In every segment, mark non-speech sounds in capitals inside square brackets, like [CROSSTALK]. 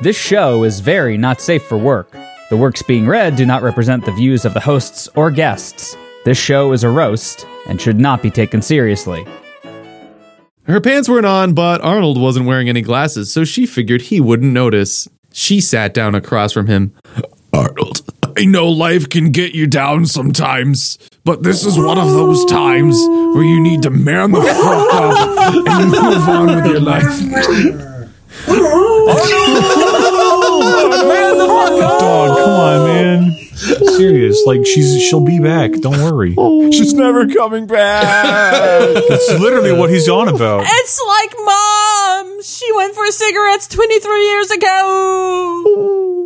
This show is very not safe for work. The works being read do not represent the views of the hosts or guests. This show is a roast and should not be taken seriously. Her pants weren't on, but Arnold wasn't wearing any glasses, so she figured he wouldn't notice. She sat down across from him. Arnold, I know life can get you down sometimes, but this is one of those times where you need to man the fuck up and move on with your life. Dog, come on, man. Serious, like she's she'll be back. Don't worry. She's never coming back. That's literally what he's on about. It's like mom. She went for cigarettes 23 years ago.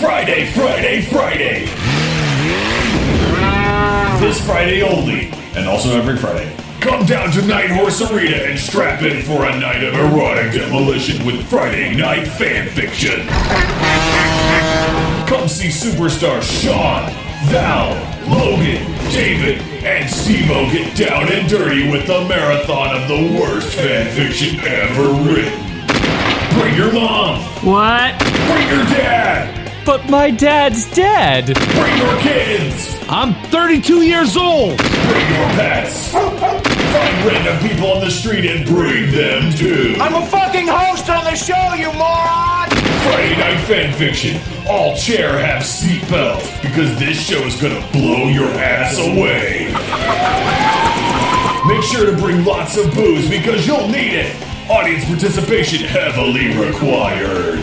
Friday, Friday, Friday. This Friday only, and also every Friday. Come down to Night Horse Arena and strap in for a night of erotic demolition with Friday Night Fan Fiction. Come see superstar Sean, Val, Logan, David, and Steve-O get down and dirty with the marathon of the worst fan fiction ever written. Bring your mom, What? bring your dad, But my dad's dead. bring your kids. I'm 32 years old. Bring your pets. Find random people on the street and bring them too. I'm a fucking host on the show, you moron! Friday Night Fan Fiction. All chair have seatbelts because this show is gonna blow your ass away. Make sure to bring lots of booze because you'll need it. Audience participation heavily required.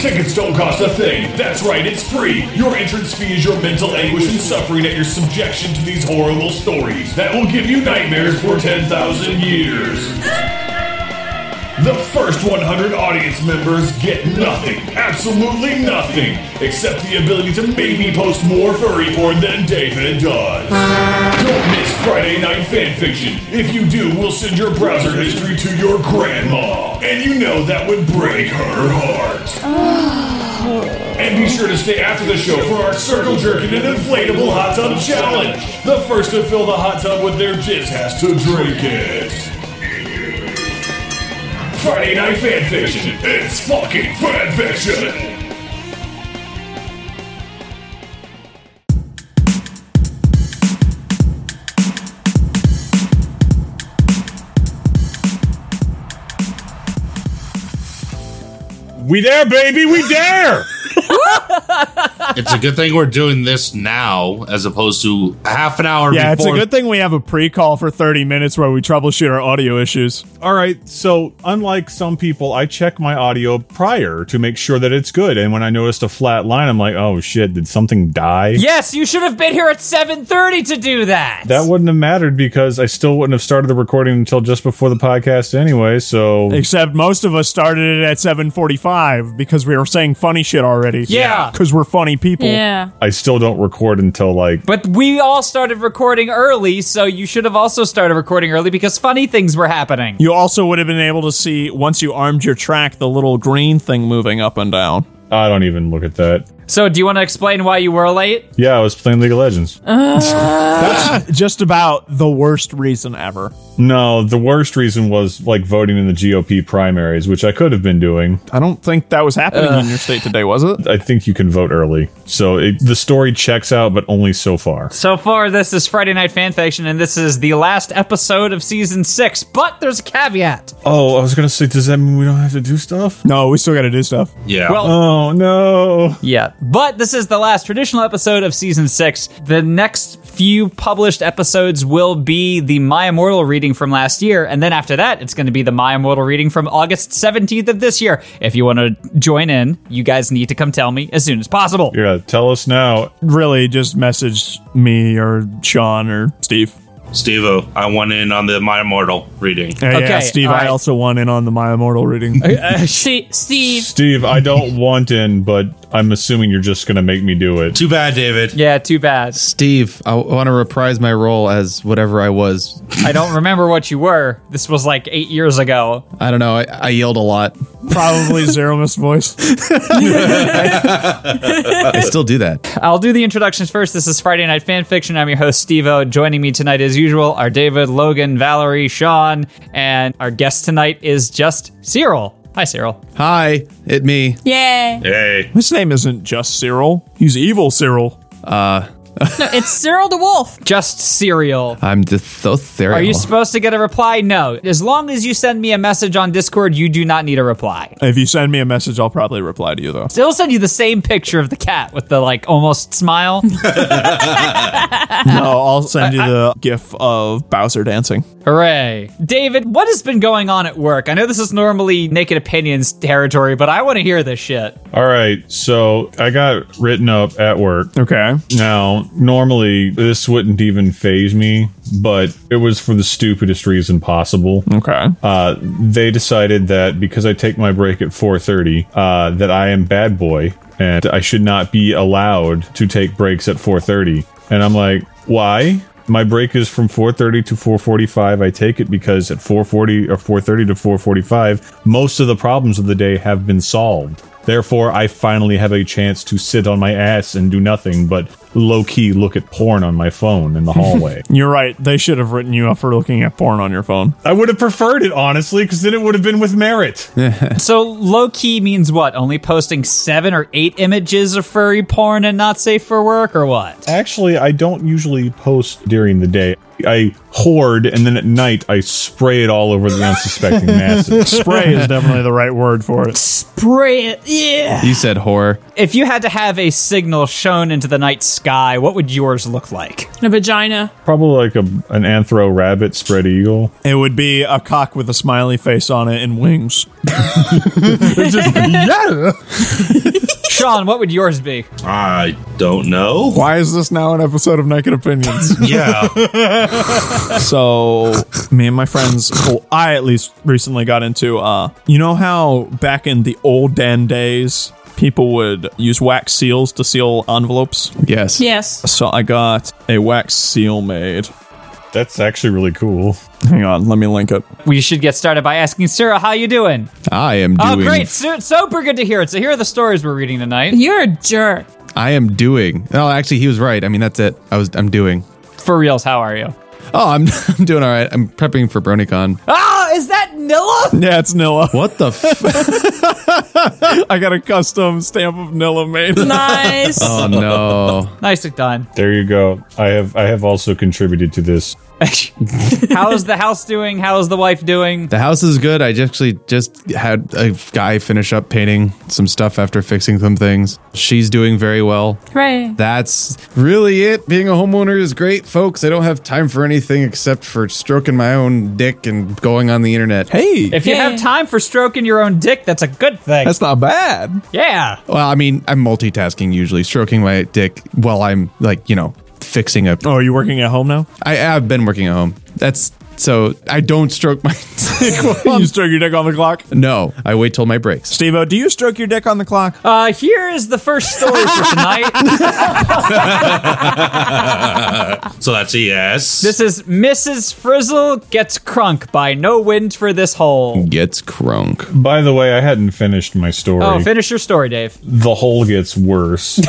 Tickets don't cost a thing. That's right, it's free. Your entrance fee is your mental anguish and suffering at your subjection to these horrible stories that will give you nightmares for 10,000 years. The first 100 audience members get nothing, absolutely nothing, except the ability to maybe post more furry porn than David does. Don't miss Friday Night Fanfiction. If you do, we'll send your browser history to your grandma. And you know that would break her heart. And be sure to stay after the show for our circle jerking and inflatable hot tub challenge. The first to fill the hot tub with their jizz has to drink it. Friday Night Fanfiction. It's fucking fanfiction. We there, baby, we there. [LAUGHS] It's a good thing we're doing this now as opposed to half an hour Yeah, it's a before. good thing we have a pre-call for 30 minutes where we troubleshoot our audio issues. All right, so unlike some people, I check my audio prior to make sure that it's good. And when I noticed a flat line, I'm like, "Oh shit, did something die?" Yes, you should have been here at 7:30 to do that. That wouldn't have mattered because I still wouldn't have started the recording until just before the podcast anyway. So Except most of us started it at 7:45 because we were saying funny shit already. Yeah. Cuz we're funny people. Yeah. I still don't record until like But we all started recording early, so you should have also started recording early because funny things were happening. You also would have been able to see once you armed your track the little green thing moving up and down. I don't even look at that. So, do you want to explain why you were late? Yeah, I was playing League of Legends. Just about the worst reason ever. No, the worst reason was like voting in the GOP primaries, which I could have been doing. I don't think that was happening in your state today, was it? I think you can vote early. So it, the story checks out, but only so far. So far, this is Friday Night Fanfiction, and this is the last episode of season six. But there's a caveat. Oh, I was going to say, does that mean we don't have to do stuff? No, we still got to do stuff. yeah. Well, Oh, no. yeah. But this is the last traditional episode of season six. The next few published episodes will be the My Immortal reading from last year, and then after that, it's going to be the My Immortal reading from August 17th of this year. If you want to join in, you guys need to come tell me as soon as possible. Yeah, tell us now. Really just message me or Sean or Steve. Steve oh, I went in on the My Immortal reading. Uh, Yeah, Okay, yeah, Steve, all I right. also won in on the My Immortal reading. Uh, Steve, Steve, I don't want in, but I'm assuming you're just gonna make me do it. Too bad, David. Yeah, too bad. Steve, I want to reprise my role as whatever I was. I don't remember what you were. This was like eight years ago. I don't know. I, I yelled a lot. Probably Zeromus voice. I [LAUGHS] still do that. I'll do the introductions first. This is Friday Night Fan Fiction. I'm your host, Steve O. Joining me tonight, as usual, are David, Logan, Valerie, Sean, and our guest tonight is just Cyril. Hi, Cyril. Hi, it me. Yay. Hey. His name isn't just Cyril. He's evil Cyril. Uh, No, it's Cyril the Wolf. [LAUGHS] Just Cyril. I'm just so serious. Are you supposed to get a reply? No. As long as you send me a message on Discord, you do not need a reply. If you send me a message, I'll probably reply to you though. Still send you the same picture of the cat with the like almost [LAUGHS] smile. no, I'll send you the gif of Bowser dancing. Hooray. David, what has been going on at work? I know this is normally naked opinions territory, but I want to hear this shit. All right, so I got written up at work. Okay. Now, normally this wouldn't even phase me, but it was for the stupidest reason possible. Okay. Uh, they decided that because I take my break at 4:30, uh, that I am bad boy and I should not be allowed to take breaks at 4:30. And I'm like, why? My break is from 4:30 to 4:45. I take it because at 4:40 or 4:30 to 4:45, most of the problems of the day have been solved. Therefore, I finally have a chance to sit on my ass and do nothing but low key look at porn on my phone in the hallway. You're right. They should have written you up for looking at porn on your [LAUGHS] phone. I would have preferred it honestly because then it would have been with merit. [LAUGHS] so low key means what? Only posting seven or eight images of furry porn and not safe for work or what? Actually, I don't usually post during the day. I hoard and then at night I spray it all over the unsuspecting masses. [LAUGHS] Spray is definitely the right word for it. Spray it. Yeah. You said horror. If you had to have a signal shown into the night sky, what would yours look like? A vagina. Probably like a, an anthro rabbit spread eagle. It would be a cock with a smiley face on it and wings. [LAUGHS] It's just, yeah. Sean, what would yours be? I don't know. Why is this now an episode of Naked Opinions? [LAUGHS] [LAUGHS] Yeah. So me and my friends, well, I at least recently got into. Uh, you know how back in the old Dan days, people would use wax seals to seal envelopes. Yes. Yes. So I got a wax seal made. That's actually really cool. Hang on, let me link it. We should get started by asking Sarah, how you doing? I am Oh, doing. great. So, super good to hear it. So here are the stories we're reading tonight. You're a jerk. I am doing. Oh, actually, he was right. I mean, that's it. I was. I'm doing. For reals, how are you? Oh, I'm, [LAUGHS] I'm doing all right. I'm prepping for BronyCon. Oh, is that Nilla? Yeah, it's Nilla. What the? F- [LAUGHS] I got a custom stamp of Nilla made. Nice. [LAUGHS] oh no. Nicely done. There you go. I have I have also contributed to this. How's the house doing? How's the wife doing? The house is good. I actually just had a guy finish up painting some stuff after fixing some things. She's doing very well. Hooray. That's really it. Being a homeowner is great, folks. I don't have time for anything except for stroking my own dick and going on the internet. Hey, If you have time for stroking your own dick, that's a good thing. that's not bad. yeah. Well, I mean, I'm multitasking usually, stroking my dick while I'm like, you know, fixing a. Oh, are you working at home now? I, I've been working at home. That's so I don't stroke my [LAUGHS] dick. while I'm- [LAUGHS] you stroke your dick on the clock. no, I wait till my breaks. Steve-O, do you stroke your dick on the clock? Uh, here is the first story [LAUGHS] for tonight. [LAUGHS] so that's a yes. this is Mrs. Frizzle Gets Crunk by No Wind for This Hole. Gets crunk. By the way, I hadn't finished my story. Oh, finish your story, [LAUGHS] Dave. the hole gets [LAUGHS] worse.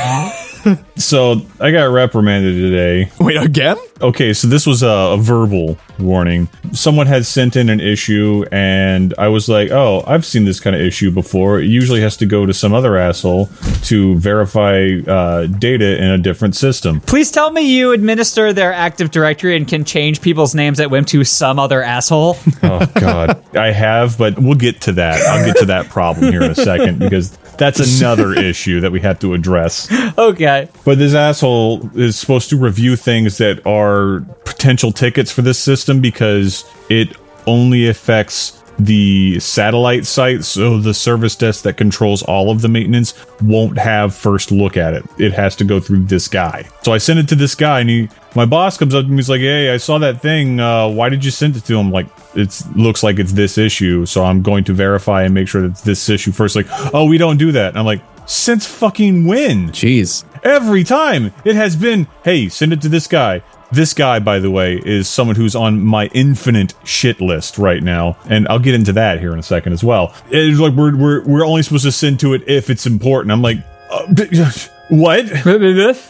so I got reprimanded today. Wait, again? okay, so this was a, a verbal warning. Someone had sent in an issue, and I was like, oh, I've seen this kind of issue before. It usually has to go to some other asshole to verify uh, data in a different system. Please tell me you administer their Active Directory and can change people's names at whim to some other asshole. [LAUGHS] Oh, God. I have, but we'll get to that. I'll get to that problem here in a second because that's another issue that we have to address. okay. But this asshole is supposed to review things that are potential tickets for this system because it only affects the satellite sites. So the service desk that controls all of the maintenance won't have first look at it. It has to go through this guy. So I sent it to this guy, and he, my boss comes up to me. He's like, "Hey, I saw that thing. Uh, why did you send it to him?" I'm Like, it looks like it's this issue, so I'm going to verify and make sure that it's this issue first. Like, oh, we don't do that. And I'm like, since fucking when? Jeez. Every time it has been, hey, send it to this guy. This guy, by the way, is someone who's on my infinite shit list right now, and I'll get into that here in a second as well. It's like we're we're, we're only supposed to send to it if it's important. I'm like, uh, [LAUGHS] what?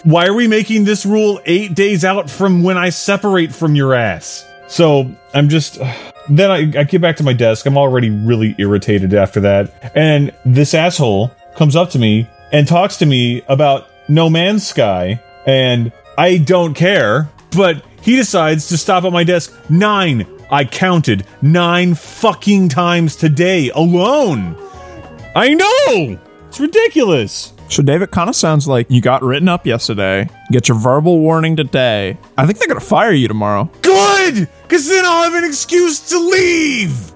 Why are we making this rule eight days out from when I separate from your ass? So I'm just. [SIGHS] Then I, I get back to my desk. I'm already really irritated after that. And this asshole comes up to me and talks to me about No Man's Sky. And I don't care, but he decides to stop at my desk nine. I counted nine fucking times today alone. I know! It's ridiculous. So, Dave, it kind of sounds like you got written up yesterday, get your verbal warning today. I think they're going to fire you tomorrow. Good! Because then I'll have an excuse to leave!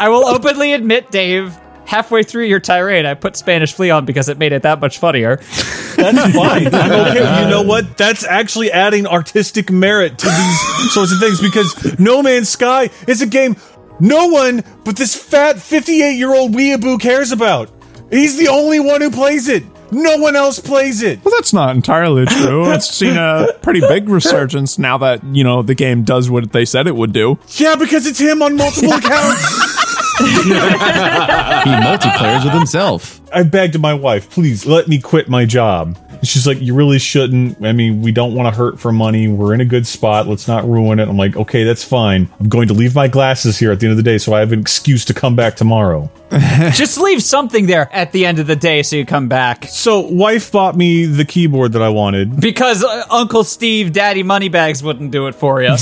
I will openly admit, Dave, halfway through your tirade, I put Spanish Flea on because it made it that much [LAUGHS] funnier. [LAUGHS] That's fine. I'm okay. You know what? That's actually adding artistic merit to these [LAUGHS] sorts of things because No Man's Sky is a game no one but this fat 58 year old weeaboo cares about. He's the only one who plays it. No one else plays it. Well, that's not entirely [LAUGHS] true. It's seen a pretty big resurgence now that, you know, the game does what they said it would do. Yeah, because it's him on multiple accounts. He multiplayers with himself. I begged my wife, please let me quit my job. And She's like, you really shouldn't. I mean, we don't want to hurt for money. We're in a good spot. Let's not ruin it. I'm like, okay, that's fine. I'm going to leave my glasses here at the end of the day so I have an excuse to come back tomorrow. Just leave something there at the end of the day so you come back. So, wife bought me the keyboard that I wanted. Because uh, Uncle Steve, Daddy Moneybags wouldn't do it for [LAUGHS] you.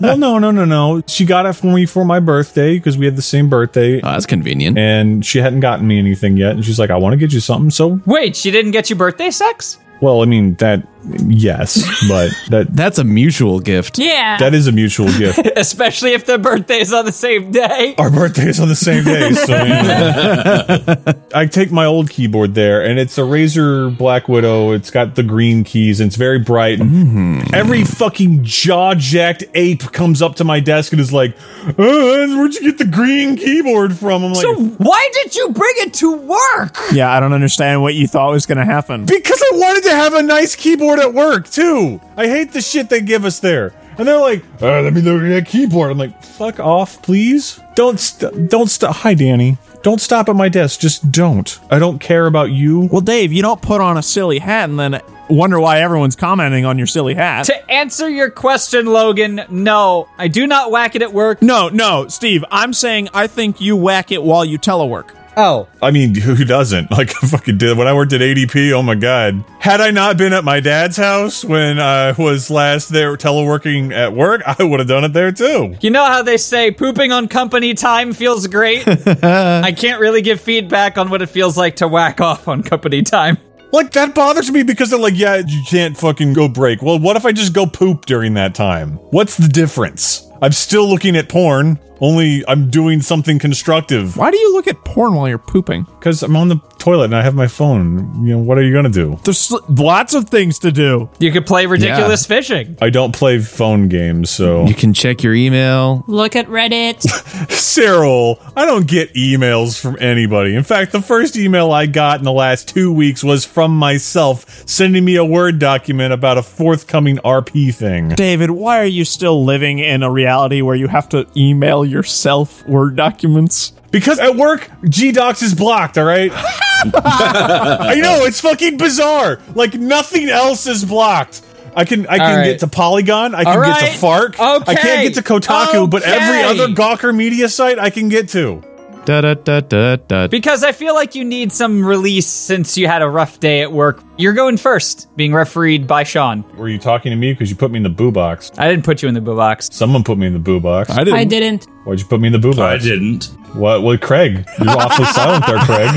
well, no, no, no, no. She got it for me for my birthday because we had the same birthday. Oh, that's convenient. And she hadn't gotten me anything yet. And she's like, I want to get you something. So, Wait, she didn't get you birthday sex? well, I mean, that, yes, [LAUGHS] but that, That's a mutual gift. Yeah. that is a mutual gift. Especially if their birthday's on the same day. [LAUGHS] our birthdays on the same day. So you know. [LAUGHS] I take my old keyboard there, and it's a Razer Black Widow. It's got the green keys, and it's very bright. And Every fucking jaw jacked ape comes up to my desk and is like, "Oh, "Where'd you get the green keyboard from?" I'm like, So why did you bring it to work? Yeah, I don't understand what you thought was going to happen. "Because I wanted to have a nice keyboard at work too. I hate the shit they give us there." And they're like, uh, "Let me look at that keyboard." I'm like, "Fuck off, please! Don't st- don't stop." Hi, Danny. Don't stop at my desk. Just don't. I don't care about you. Well, Dave, you don't put on a silly hat and then wonder why everyone's commenting on your silly hat. [LAUGHS] To answer your question, Logan, no, I do not whack it at work. no, no, Steve, I'm saying I think you whack it while you telework. Oh, I mean, who doesn't? [LAUGHS] Like, I fucking did. When I worked at ADP, oh my God. Had I not been at my dad's house when I was last there teleworking at work, I would have done it there too. You know how they say pooping on company time feels [LAUGHS] great? I can't really give feedback on what it feels like to whack off on company time. Like, that bothers me because they're like, yeah, you can't fucking go break. Well, what if I just go poop during that time? What's the difference? I'm still looking at porn, only I'm doing something constructive Why do you look at porn while you're pooping? because I'm on the toilet and I have my phone. You know, what are you going to do? There's l- lots of things to do. You could play ridiculous fishing. I don't play phone games, so. You can check your email. Look at Reddit. Cyril, I don't get emails from anybody. In fact, the first email I got in the last two weeks was from myself sending me a Word document about a forthcoming RP thing. David, why are you still living in a reality where you have to email yourself Word documents? Because at work, GDocs is blocked, all right? [LAUGHS] I know, it's fucking bizarre. Like, nothing else is blocked. I can I can right. get to Polygon, I can All get right. to Fark, I Okay. can't get to Kotaku, but every Okay. other Gawker media site I can get to. Da da da da da. Because I feel like you need some release since you had a rough day at work. You're going first, being refereed by Sean. Were you talking to me? Because you put me in the boo box. I didn't put you in the boo box. Someone put me [LAUGHS] in the boo box. didn't. I didn't. Why'd you put me in the boo box? I didn't. What? Well, Craig, you're [LAUGHS] awfully silent there, Craig. [LAUGHS]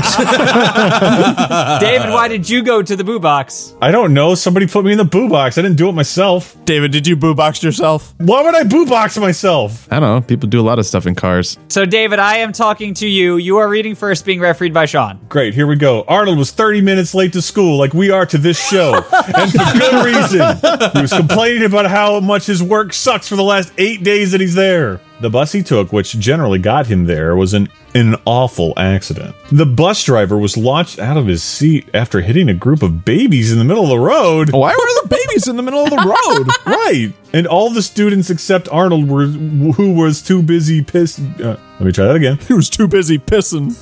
David, why did you go to the boo box? I don't know. Somebody put me in the boo box. I didn't do it myself. David, did you boo box yourself? Why would I boo box myself? I don't know. People do a lot of stuff in cars. So, David, I am talking to you. You are reading first, being refereed by [LAUGHS] Sean. Great, here we go. Arnold was 30 minutes late to school, like we are to this [LAUGHS] show, and for good reason. He was complaining about how much his work sucks for the last eight days that he's there. The bus he took, which generally got him there, was an, an awful accident. The bus driver was launched out of his seat after hitting a group of babies in the middle of the road. Why were the babies in the middle of the road? [LAUGHS] right. And all the students except Arnold were who was too busy pissed. Uh, let me try that again. He was too busy pissing.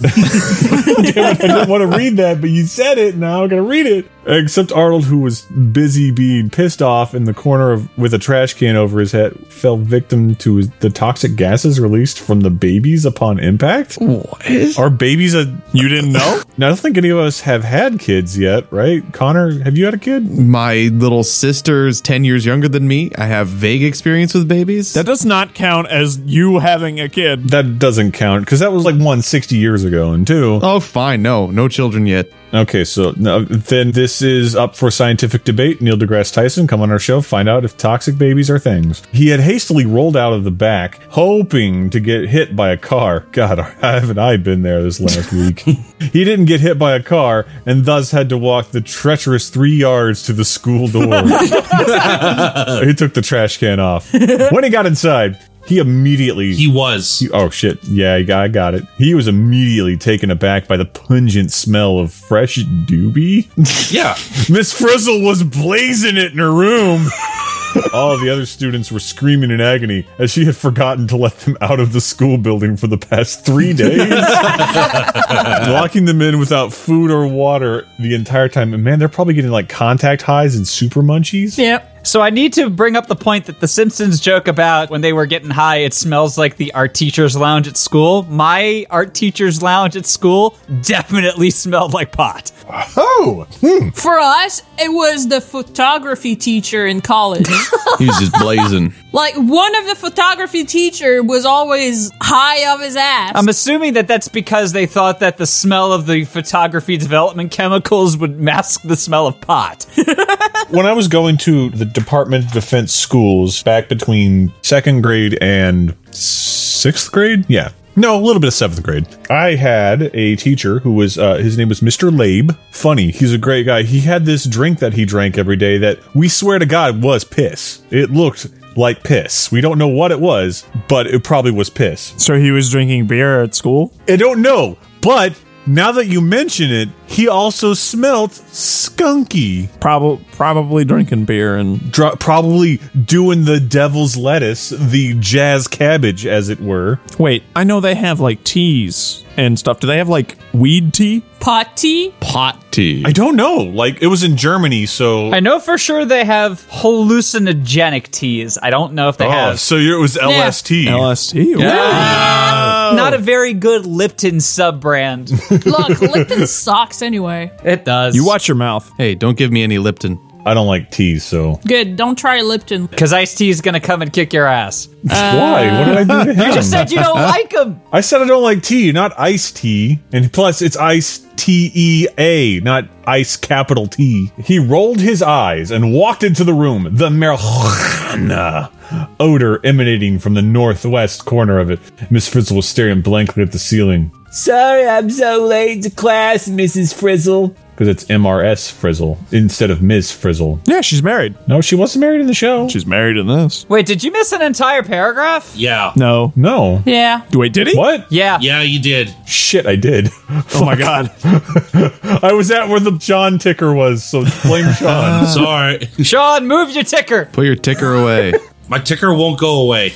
[LAUGHS] Damn it, I didn't want to read that, but you said it. Now I'm gonna read it. Except Arnold, who was busy being pissed off in the corner of with a trash can over his head, fell victim to his- the toxic gases released from the babies upon impact. What? Are babies a? You [LAUGHS] didn't know? now I don't think any of us have had kids yet, right? Connor, have you had a kid? My little sister is 10 years younger than me. I have vague experience with babies. That does not count as you having a kid. That doesn't count because that was like one sixty years ago, and two. Oh, fine. No, no children yet. Okay, so now, then this is up for scientific debate. Neil deGrasse Tyson, come on our show, find out if toxic babies are things. He had hastily rolled out of the back, hoping to get hit by a car. God, [LAUGHS] haven't I been there this [LAUGHS] last week? he didn't get hit by a car and thus had to walk the treacherous three yards to the school [LAUGHS] door. he took the trash can off. When he got inside, he immediately He was. Oh shit! Yeah, I got- I got it. He was immediately taken aback by the pungent smell of fresh doobie. yeah. Miss Frizzle was blazing it in her room. All the other students were screaming in agony as she had forgotten to let them out of the school building for the past three [LAUGHS] days, locking them in without food or water the entire time. And man, they're probably getting like contact highs and super munchies. Yep. So I need to bring up the point that the Simpsons joke about when they were getting high, it smells like the art teacher's lounge at school. My art teacher's lounge at school definitely [LAUGHS] smelled like pot. Oh, For us, it was the photography teacher in college. He was just blazing. like one of the photography teacher was always high of his ass. [LAUGHS] I'm assuming that that's because they thought that the smell of the photography development chemicals would mask the smell of pot. [LAUGHS] when I was going to the Department of Defense schools back between second grade and sixth grade, yeah. No, a little bit of seventh grade. I had a teacher who was, uh, his name was Mr. Labe. Funny, he's a great guy. He had this drink that he drank every day that we swear to God was piss. It looked like piss. We don't know what it was, but it probably was piss. So he was drinking beer at school? I don't know, but now that you mention it, he also smelt skunky. Probably probably drinking beer and dr- probably doing the devil's lettuce, the jazz cabbage, as it were. Wait, I know they have like teas and stuff. Do they have like weed tea? Pot tea? Pot tea. I don't know. oh, Like it was in Germany, so I know for sure they have hallucinogenic teas. I don't know if they oh, have. so it was LST. LSD. Not a very good Lipton sub brand. Look, Lipton sucks anyway. It does. You watch your mouth. Hey, don't give me any Lipton. I don't like teas, so [LAUGHS] Good, don't try Lipton. Uh, Because Ice T is going to come and kick your ass. [LAUGHS] why? What did I do to him? You said you [LAUGHS] don't like him. I said I don't like tea, not iced tea. And plus, it's ice T E A, not ice capital T. He rolled his eyes and walked into the room, the marijuana odor emanating from the northwest corner of it. Miss Frizzle was staring blankly at the ceiling. Sorry, I'm so late to class, Mrs. Frizzle. Because it's MRS Frizzle instead of Ms. Frizzle. Yeah, she's married. No, she wasn't married in the show. She's married in this. [LAUGHS] Wait, did you miss an entire paragraph? Yeah. No. No. Yeah. Wait, did he? What? Yeah. Yeah, you did. Shit, I did. [LAUGHS] Oh my god. I was at where the John ticker was, so blame Uh, John. Uh, Sorry. Sean, move your ticker. Put your ticker away. My ticker won't go away.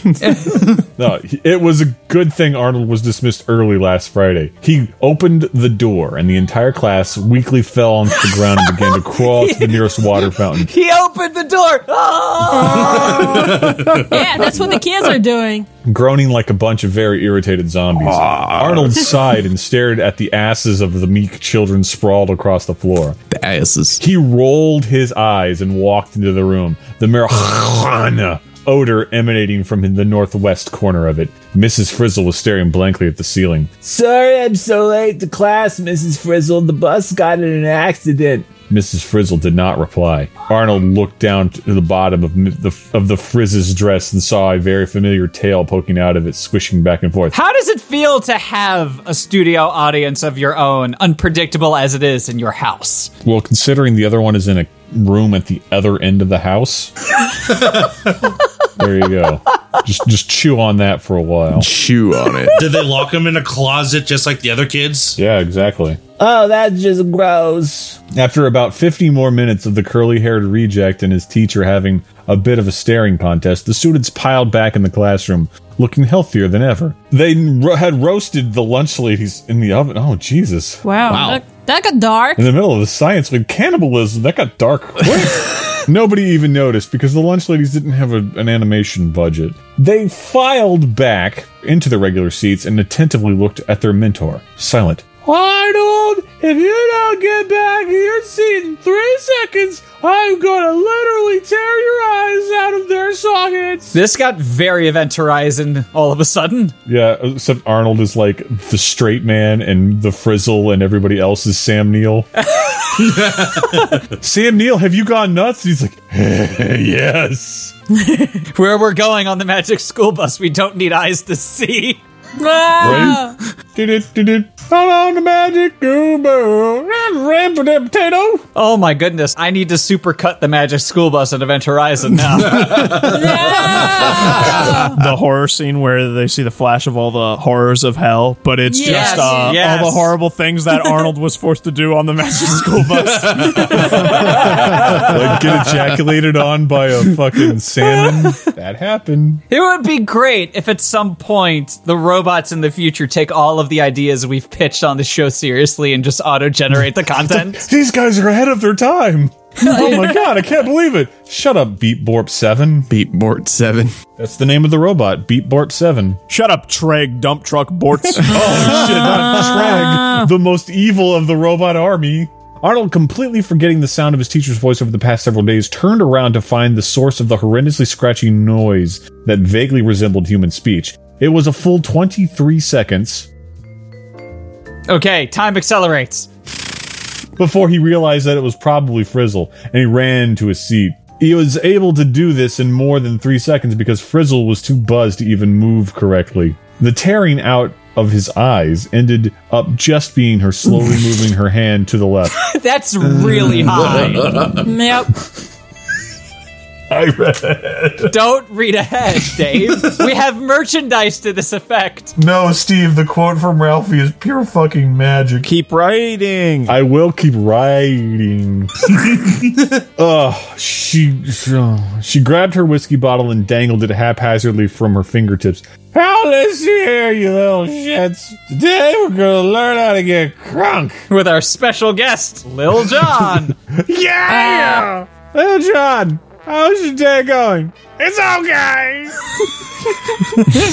No, he- it was a good thing Arnold was dismissed early last Friday. He opened the door, and the entire class weakly fell onto the ground and began to crawl to the nearest water fountain. [LAUGHS] He opened the door. Ah! Yeah, that's what the kids are doing. groaning like a bunch of very irritated zombies. Ah. Arnold sighed and stared at the asses of the meek children sprawled across the floor. The asses. He rolled his eyes and walked into the room, the marijuana odor emanating from the northwest corner of it. Mrs. Frizzle was staring blankly at the ceiling. Sorry I'm so late to class, Mrs. Frizzle. The bus got in an accident. Mrs. Frizzle did not reply. Arnold looked down to the bottom of mi- the of the Frizz's dress and saw a very familiar tail poking out of it, swishing back and forth. How does it feel to have a studio audience of your own, unpredictable as it is in your house? Well, considering the other one is in a room at the other end of the house, there you go. Just just chew on that for a while. Chew on it. [LAUGHS] Did they lock him in a closet just like the other kids? Yeah, exactly. Oh, that's just gross. After about 50 more minutes of the curly haired reject and his teacher having a bit of a staring contest, the students piled back in the classroom, looking healthier than ever. They ro- had roasted the lunch ladies in the oven. Oh, Jesus. Wow. That, that got dark. In the middle of the science week, cannibalism, that got dark quick. Nobody even noticed because the lunch ladies didn't have a, an animation budget. They filed back into their regular seats and attentively looked at their mentor, silent. Arnold, if you don't get back in your seat in three seconds, I'm gonna literally tear your eyes out of their sockets. This got very event horizon all of a sudden. [LAUGHS] Yeah, except Arnold is like the straight man and the frizzle and everybody else is Sam Neill. Sam Neill, have you gone nuts? And he's like, [LAUGHS] yes. Where we're going on the magic school bus, we don't need eyes to see. [LAUGHS] Ah! I'm on the magic guru. I'm ramping that potato. Oh my goodness, I need to supercut the magic school bus at Event Horizon now. [LAUGHS] the horror scene where they see the flash of all the horrors of hell, but it's Yes. just uh, Yes. all the horrible [LAUGHS] things that Arnold was forced to do on the Magic School Bus. like get ejaculated on by a fucking salmon. That happened. it would be great if at some point the robots in the future take all of the ideas we've pitched on the show seriously and just auto generate the [LAUGHS] content. These guys are ahead of their time. oh my god, I can't believe it. Shut up, Beatborp 7. Beatborp 7. That's the name of the robot, Beatborp 7. Shut up, Treg, dump truck, Borts. [LAUGHS] oh shit, not Treg, the most evil of the robot army. Arnold, completely forgetting the sound of his teacher's voice over the past several days, turned around to find the source of the horrendously scratchy noise that vaguely resembled human speech. It was a full 23 seconds Okay, time accelerates. before he realized that it was probably Frizzle, and he ran to his seat. He was able to do this in more than three seconds because Frizzle was too buzzed to even move correctly. The tearing out of his eyes ended up just being her [LAUGHS] slowly moving her hand to the left. That's Mm. [LAUGHS] really high. Yep. I read. Don't read ahead, Dave. we have merchandise to this effect. [LAUGHS] No, Steve, the quote from Ralphie is pure fucking magic. Keep writing. I will keep [LAUGHS] writing. oh, she she grabbed her whiskey bottle and dangled it haphazardly from her fingertips. Now listen here, you little shits. Today we're gonna learn how to get crunk. With our special guest, Lil John. yeah! Little John, how's your day going? It's okay.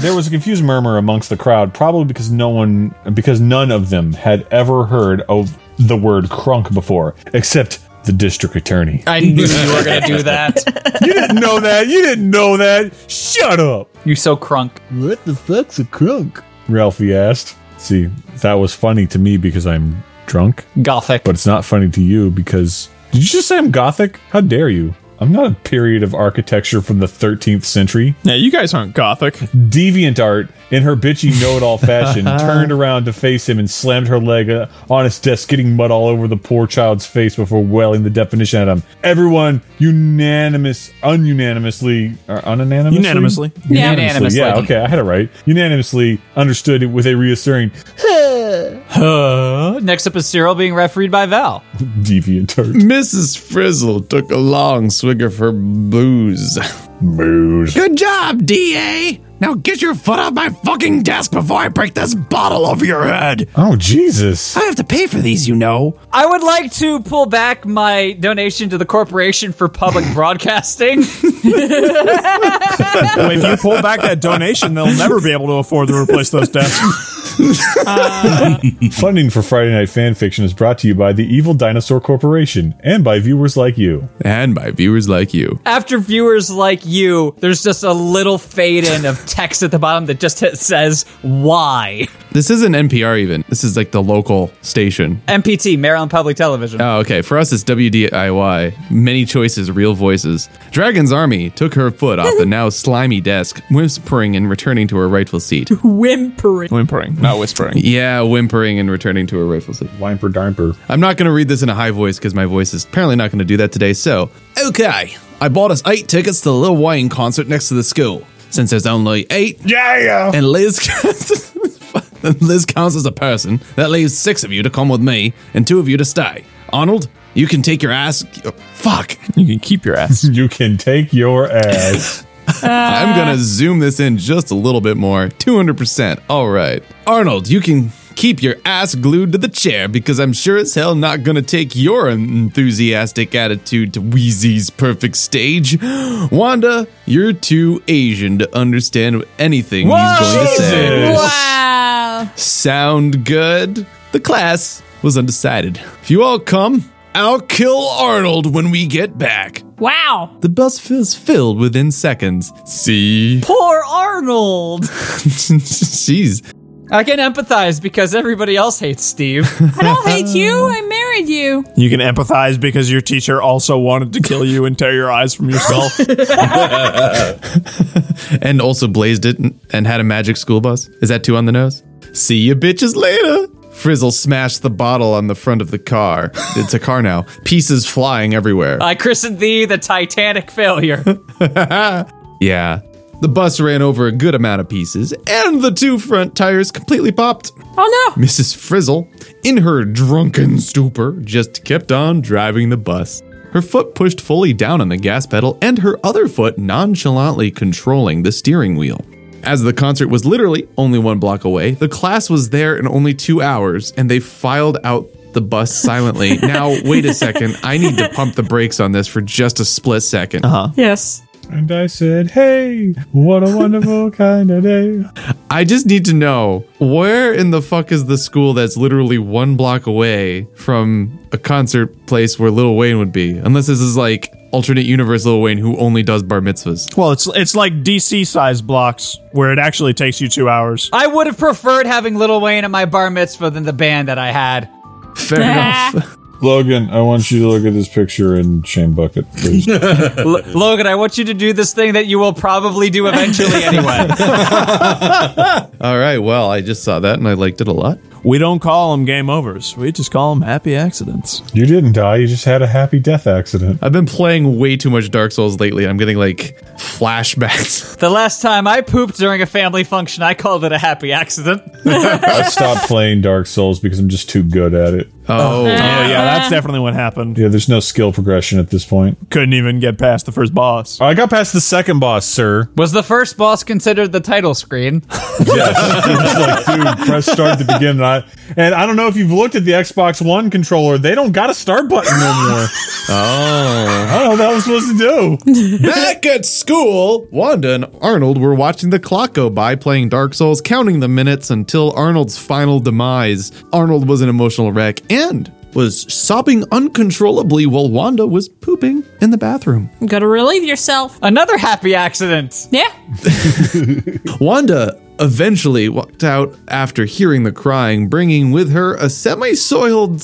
There was a confused murmur amongst the crowd, probably because no one because none of them had ever heard of the word crunk before, except the district attorney. I knew you were going to [LAUGHS] do that. you didn't know that. You didn't know that. Shut up. You so crunk. What the fuck's a crunk? Ralphie asked. See, that was funny to me because I'm drunk. Gothic. But it's not funny to you because. Did you just say I'm gothic? How dare you? I'm not a period of architecture from the 13th century. Yeah, you guys aren't gothic. Deviant art, in her bitchy know it all [LAUGHS] fashion, turned around to face him and slammed her leg uh, on his desk, getting mud all over the poor child's face before wailing the definition at him. Everyone unanimous, ununanimously, or unanimously? Unanimously. Yeah. Yeah. Unanimously. Yeah, Unanimously. okay, I had it right. Unanimously understood it with a reassuring [LAUGHS] Huh? [LAUGHS] Next up is Cyril being refereed by Val. deviant art. Mrs. Frizzle took a long swig of her booze. Booze. Good job, DA. Now get your foot off my fucking desk before I break this bottle over your head. Oh, Jesus. I have to pay for these, you know. I would like to pull back my donation to the Corporation for Public [LAUGHS] Broadcasting. Well, if you pull back that donation, they'll never be able to afford to replace those desks. [LAUGHS] Funding for Friday Night Fan Fiction is brought to you by the Evil Dinosaur Corporation and by viewers like you. And by viewers [LAUGHS] like you. After viewers like [LAUGHS] you, there's just a little fade in of text at the bottom that just hit- says, Why? This isn't NPR even. This is like the local station. MPT, Maryland Public Television. Oh, okay. For us, it's WDIY. Many choices, real voices. Dragon's army took her foot off the now slimy desk, whispering and returning to her rightful seat. Whimpering. Whimpering, not whispering. [LAUGHS] yeah, whimpering and returning to her rightful seat. Whimper darmper. I'm not going to read this in a high voice because my voice is apparently not going to do that today. So, okay. I bought us eight tickets to the Lil Wayne concert next to the school. Since there's only eight. Yeah, yeah. And Liz. [LAUGHS] And Liz counts as a person. That leaves six of you to come with me and two of you to stay. Arnold, you can take your ass. Fuck. You can keep your ass. you can take your ass. I'm Uh, going to zoom this in just a little bit more. 200%. All right. Arnold, you can keep your ass glued to the chair because I'm sure as hell not going to take your enthusiastic attitude to Wheezy's perfect stage. [GASPS] Wanda, you're too Asian to understand anything he's going to say. Wow. Sound good? The class was undecided. If you all come, I'll kill Arnold when we get back. Wow. The bus is filled within seconds. See? Poor Arnold. [LAUGHS] Jeez. I can empathize because everybody else hates Steve. I don't hate you. I married you. You can empathize because your teacher also wanted to kill you and tear your eyes from your skull. and also blazed it and- and had a magic school bus. Is that two on the nose? See you bitches later. Frizzle smashed the bottle on the front of the car. It's a car now. Pieces flying everywhere. I christened thee the Titanic [LAUGHS] failure. Yeah. The bus ran over a good amount of pieces, and the two front tires completely popped. Oh [LAUGHS] no. Mrs. Frizzle, in her drunken stupor, just kept on driving the bus. Her foot pushed fully down on the gas pedal and her other foot nonchalantly controlling the steering wheel. As the concert was literally only one block away, the class was there in only two hours and they filed out the bus silently. now, wait a second. I need to pump the brakes on this for just a split second. Uh-huh. Yes. And I said, hey, what a [LAUGHS] wonderful kind of day. I just need to know where in the fuck is the school that's literally one block away from a concert place where Lil Wayne would be? Unless this is like alternate universe Lil Wayne who only does bar mitzvahs. well, it's it's like DC size blocks where it actually takes you two hours. I would have preferred having Little Wayne at my bar mitzvah than the band that I had. [LAUGHS] Fair enough. Logan, I want you to look at this picture in Shane Bucket, please. L- Logan, I want you to do this thing that you will probably do [LAUGHS] eventually anyway. All right, well, I just saw that and I liked it a lot. We don't call them game overs. We just call them happy accidents. you didn't die, you just had a happy death accident. I've been playing way too much Dark Souls lately. I'm getting like flashbacks. the last time I pooped during a family function, I called it a happy accident. I stopped playing Dark Souls because I'm just too good at it. Oh, yeah, yeah, that's definitely what happened. Yeah, there's no skill progression at this point. Couldn't even get past the first boss. I got past the second boss, [LAUGHS] sir. Was the first boss considered the title screen? Yes. It's like, dude, press start to begin. And I, and I don't know if you've looked at the Xbox One controller. They don't got a start button no more. Oh. I don't know what that was supposed to do. Back at school, Wanda and Arnold were watching the clock go by playing Dark Souls, counting the minutes until Arnold's final demise. Arnold was an emotional wreck and was sobbing uncontrollably while Wanda was pooping in the bathroom. You [LAUGHS] gotta relieve yourself. Another happy accident. Yeah. Wanda eventually walked out after hearing the crying, bringing with her a semi soiled.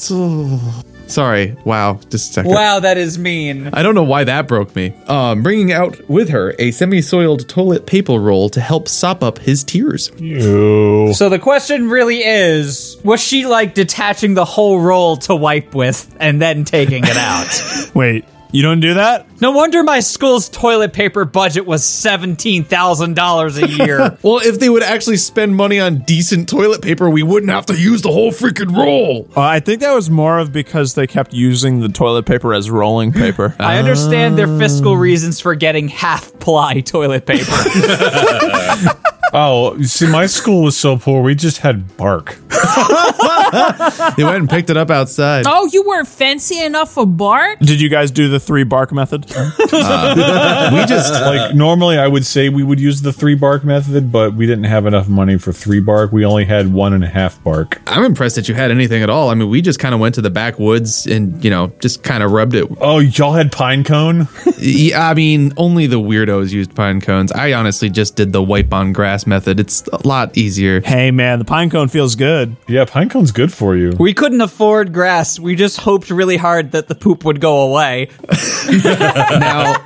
sorry, wow, just a second. Wow, that is mean. I don't know why that broke me. Um, bringing out with her a semi-soiled toilet paper roll to help sop up his tears. Ew. So the question really is, was she like detaching the whole roll to wipe with and then taking it out? [LAUGHS] Wait, you don't do that? no wonder my school's toilet paper budget was $17,000 a [LAUGHS] year. Well, if they would actually spend money on decent toilet paper, we wouldn't have to use the whole freaking roll. Uh, I think that was more of because they kept using the toilet paper as rolling paper. I understand their Um. fiscal reasons for getting half ply toilet paper. [LAUGHS] Oh, you see, my school was so poor, we just had bark. They went and picked it up outside. Oh, you weren't fancy enough for bark? Did you guys do the three bark method? Uh, [LAUGHS] We just like normally I would say we would use the three bark method, but we didn't have enough money for three bark. We only had one and a half bark. I'm impressed that you had anything at all. I mean, we just kind of went to the backwoods and, you know, just kind of rubbed it. Oh, y'all had pine cone? [LAUGHS] Yeah, I mean, only the weirdos used pine cones. I honestly just did the wipe on grass gas method. It's a lot easier. Hey man, the pine cone feels good. Yeah, pine cone's good for you. We couldn't afford grass. We just hoped really hard that the poop would go away. [LAUGHS] now,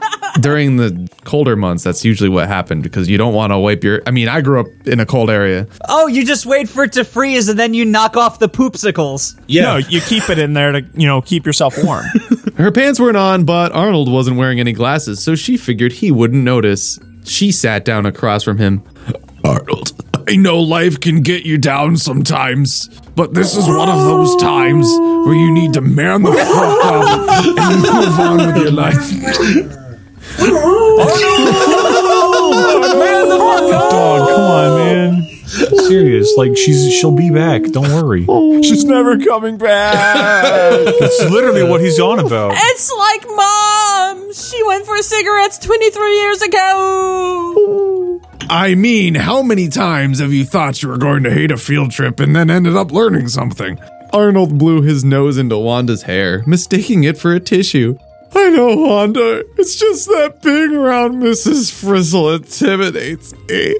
during the colder months, that's usually what happened because you don't want to wipe your. I mean, I grew up in a cold area. Oh, you just wait for it to freeze and then you knock off the poopsicles. No, you keep it in there to, you know, keep yourself warm. Her pants weren't on, but Arnold wasn't wearing any glasses, so she figured he wouldn't notice. She sat down across from him. Arnold, I know life can get you down sometimes, but this is one of those times where you need to man the fuck up and move on with your life. Oh, Oh, Oh, Dog, come on, man. Serious, like she's she'll be back. Don't worry. She's never coming back. [LAUGHS] That's literally what he's on Oh. about. It's like mom. She went for cigarettes 23 years ago. I mean, how many times have you thought you were going to hate a field trip and then ended up learning something? Arnold blew his nose into Wanda's hair, mistaking it for a tissue. I know, Wanda. It's just that being around Mrs. Frizzle intimidates me.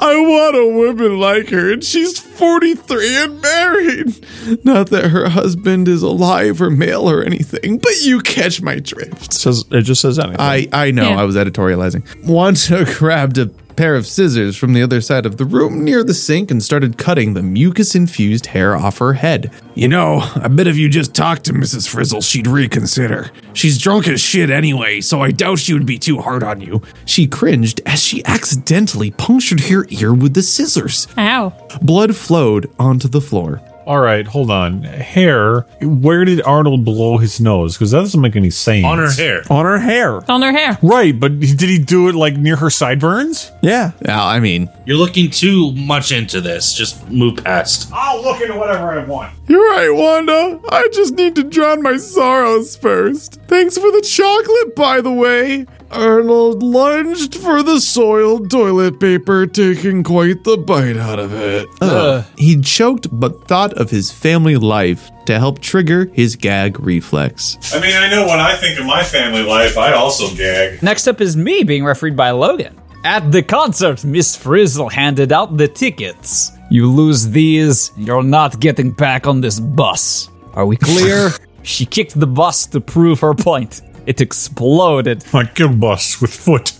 I want a woman like her, and she's 43 and married. Not that her husband is alive or male or anything, but you catch my drift. Says it just says anything. I, I know, Yeah. I was editorializing. Wanda [LAUGHS] grabbed a pair of scissors from the other side of the room near the sink and started cutting the mucus infused hair off her head. You know, I bet if you just talked to Mrs. Frizzle, she'd reconsider. She's drunk as shit anyway, so I doubt she would be too hard on you. She cringed as she accidentally punctured her ear with the scissors. Ow. Blood flowed onto the floor. All right, hold on. Hair. Where did Arnold blow his nose? Because that doesn't make any sense. On her hair. On her hair. On her hair. Right, but did he do it like near her sideburns? Yeah. Yeah, I mean, You're looking too much into this. Just move past. I'll look into whatever I want. You're right, Wanda. I just need to drown my sorrows first. Thanks for the chocolate, by the way. Arnold lunged for the soiled toilet paper, taking quite the bite out of it. Ugh. Uh, He choked but thought of his family life to help trigger his gag reflex. I mean, I know when I think of my family life, I also gag. Next up is me being refereed by Logan. At the concert, Miss Frizzle handed out the tickets. You lose these, you're not getting back on this bus. Are [LAUGHS] we clear? she kicked the bus to prove her point. It exploded. My good bus with foot.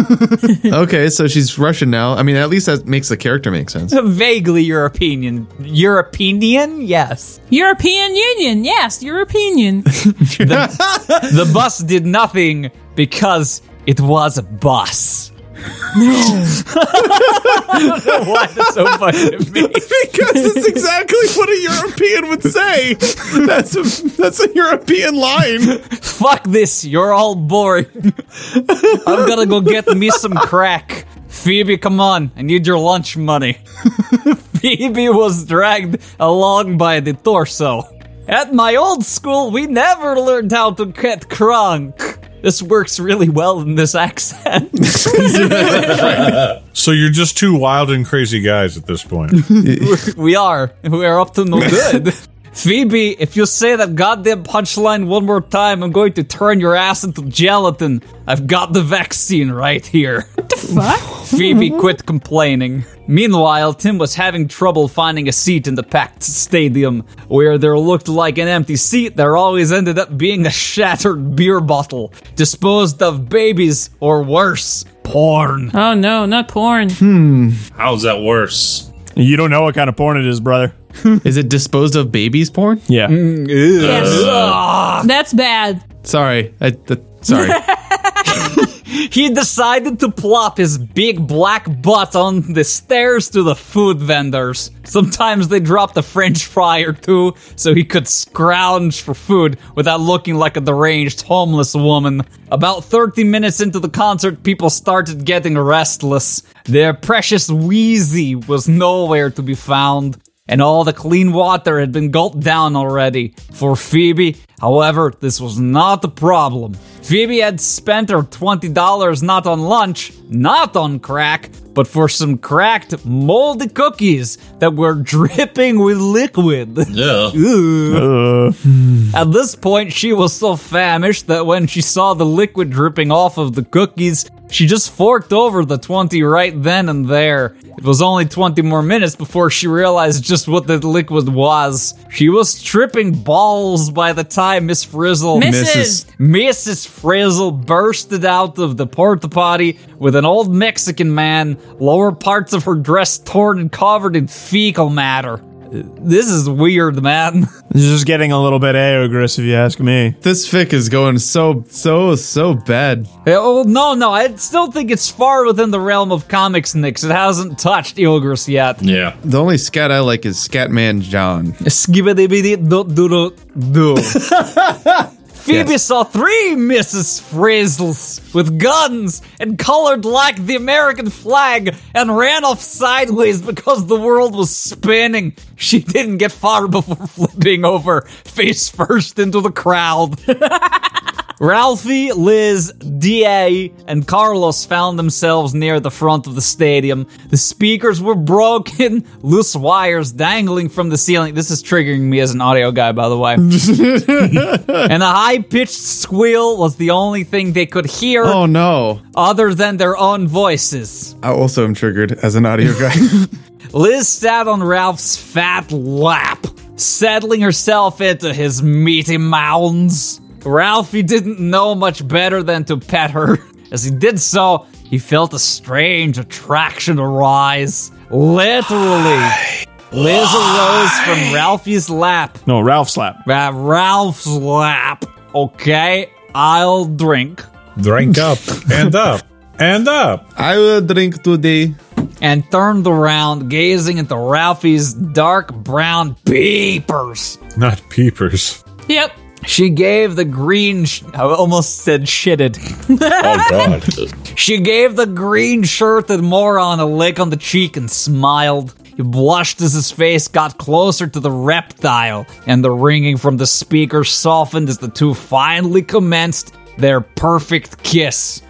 [LAUGHS] okay, so she's Russian now. I mean, at least that makes the character make [LAUGHS] sense. Vaguely European. European? Yes. European Union. Yes, European Union. [LAUGHS] The bus did nothing because it was [LAUGHS] a bus. [LAUGHS] I don't know why that's so funny to me. because that's exactly what a European would say. That's a, that's a European line. Fuck this, you're all boring. [LAUGHS] I'm gonna go get me some crack. Phoebe, come on, I need your lunch money. [LAUGHS] Phoebe was dragged along by the torso. At my old school, we never learned how to get crunk. This works really well in this accent. [LAUGHS] So you're just two wild and crazy guys at this [LAUGHS] point. [LAUGHS] we are. We are up [LAUGHS] to no good. Phoebe, if you say that goddamn punchline one more time, I'm going to turn your ass into gelatin. I've got the vaccine right here. What the fuck? [LAUGHS] Phoebe quit complaining. Meanwhile, Tim was having trouble finding a seat in the packed stadium. Where there looked like an empty seat, there always ended up being a shattered beer bottle, disposed of babies, or worse, porn. Oh no, not porn. Hmm. How's that worse? You don't know what kind of porn it is, brother. [LAUGHS] Is it disposed of babies porn? Yeah. Mm, Yes. Ah. That's bad. Sorry. I, th- sorry. He decided to plop his big black butt on the stairs to the food vendors. Sometimes they dropped a french fry or two so he could scrounge for food without looking like a deranged homeless woman. About 30 minutes into the concert, people started getting restless. Their precious Wheezy was nowhere to be found. And all the clean water had been gulped down already. For Phoebe, however, this was not a problem. Phoebe had spent her $20 not on lunch, not on crack, but for some cracked, moldy cookies that were [LAUGHS] dripping with liquid. Ew. At this point, she was so famished that when she saw the liquid dripping off of the cookies, She just forked over the 20 right then and there. It was only 20 more minutes before she realized just what the liquid was. She was tripping balls by the time Miss Frizzle Mrs. Mrs. Frizzle bursted out of the porta potty with an old Mexican man, lower parts of her dress torn and covered in fecal matter. This is weird, man. [LAUGHS] This is getting a little bit aggressive, if you ask me. This fic is going so, so, so bad. Yeah, Oh no, no! I still think it's far within the realm of comics, Nix. It hasn't touched Ilgris yet. Yeah. The only scat I like is Scatman John. Phoebe saw three Mrs. Frizzles with guns and colored like the American flag and ran off sideways because the world was spinning. She didn't get far before [LAUGHS] flipping over face first into the crowd. Ralphie, Liz, DA, and Carlos found themselves near the front of the stadium. The speakers were broken, [LAUGHS] loose wires dangling from the ceiling. This is triggering me as an audio guy, by the [LAUGHS] way. and a high pitched squeal was the only thing they could hear. Oh no. Other than their own voices. I also am triggered as an audio [LAUGHS] guy. Liz sat on Ralph's fat lap, settling herself into his meaty mounds. Ralphie didn't know much better than to pet her. [LAUGHS] As he did so, he felt a strange attraction arise. Literally. Liz arose from Ralphie's lap. No, Ralph's lap. Uh, Ralph's lap. Okay, I'll drink. Drink up and up and up. I will drink today. And turned around, gazing into Ralphie's dark brown peepers. Not peepers. Yep. She gave the green. Sh- I almost said shitted. Oh god. She gave the green shirted moron a lick on the cheek and smiled. He blushed as his face got closer to the reptile, and the ringing from the speaker softened as the two finally commenced their perfect kiss.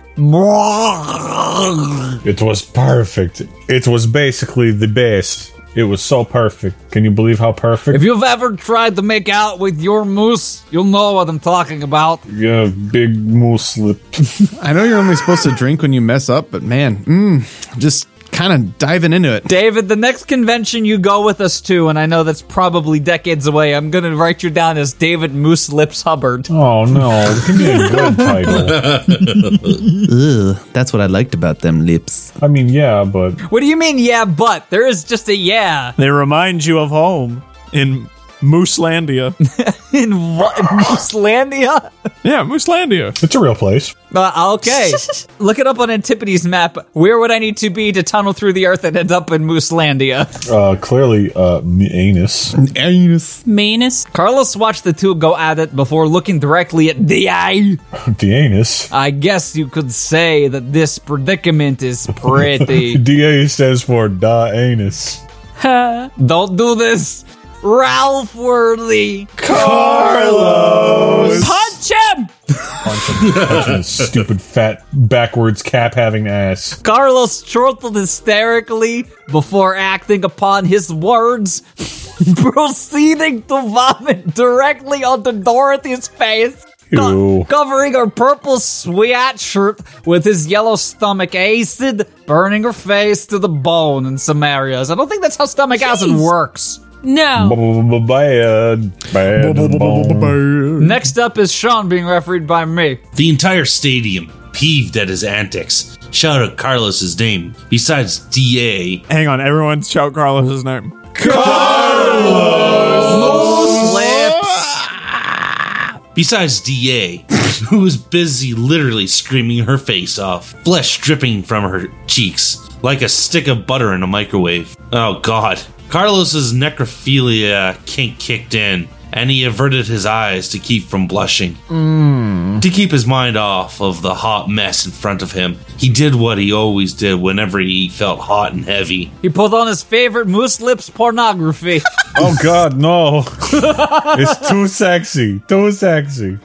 It was perfect. It was basically the best. It was so perfect. Can you believe how perfect? If you've ever tried to make out with your moose, you'll know what I'm talking about. yeah, big moose lip. [LAUGHS] I know you're only supposed to drink when you mess up, but man, mm, just kind of diving into it. David, the next convention you go with us to, and I know that's probably decades away, I'm going to write you down as David Moose Lips [LAUGHS] Hubbard. Oh, no. Give me a good Ugh, that's what I liked about them lips. I mean, yeah, but What do you mean, yeah, but? There is just a yeah. They remind you of home in Mooselandia. in what? [LAUGHS] Mooselandia? Yeah, Mooselandia. It's a real place. Uh, okay. Look it up on Antipodes map. Where would I need to be to tunnel through the earth and end up in Mooselandia? uh, clearly, uh, m- anus. Anus. Manus. Carlos watched the two go at it before looking directly at the eye. The anus. I guess you could say that this predicament is [LAUGHS] pretty. DA stands for da anus. Don't do this. [LAUGHS] Ralph Worley. Carlos. Punch him! Punch his stupid fat backwards cap having ass. Carlos chortled hysterically before acting upon his words, [LAUGHS] proceeding to vomit directly onto Dorothy's face, co- Ew. covering her purple sweatshirt with his yellow stomach acid, burning her face to the bone in some areas. I don't think that's how stomach acid works. Oh. No. Bad, [LAUGHS] bad bone. Next up is Sean being refereed by me. The entire stadium peeved at his antics. Shout out Carlos's name. Besides DA, Hang on, everyone shout Carlos's name. besides DA, [LAUGHS] who was busy literally screaming her face off, flesh dripping from her cheeks like a stick of butter in a microwave. Oh god. Carlos's necrophilia kink kicked in, and he averted his eyes to keep from blushing. To keep his mind off of the hot mess in front of him, he did what he always did whenever he felt hot and heavy. He put on his favorite Moose Lips pornography. Oh [LAUGHS] God, no! it's too sexy. Too sexy.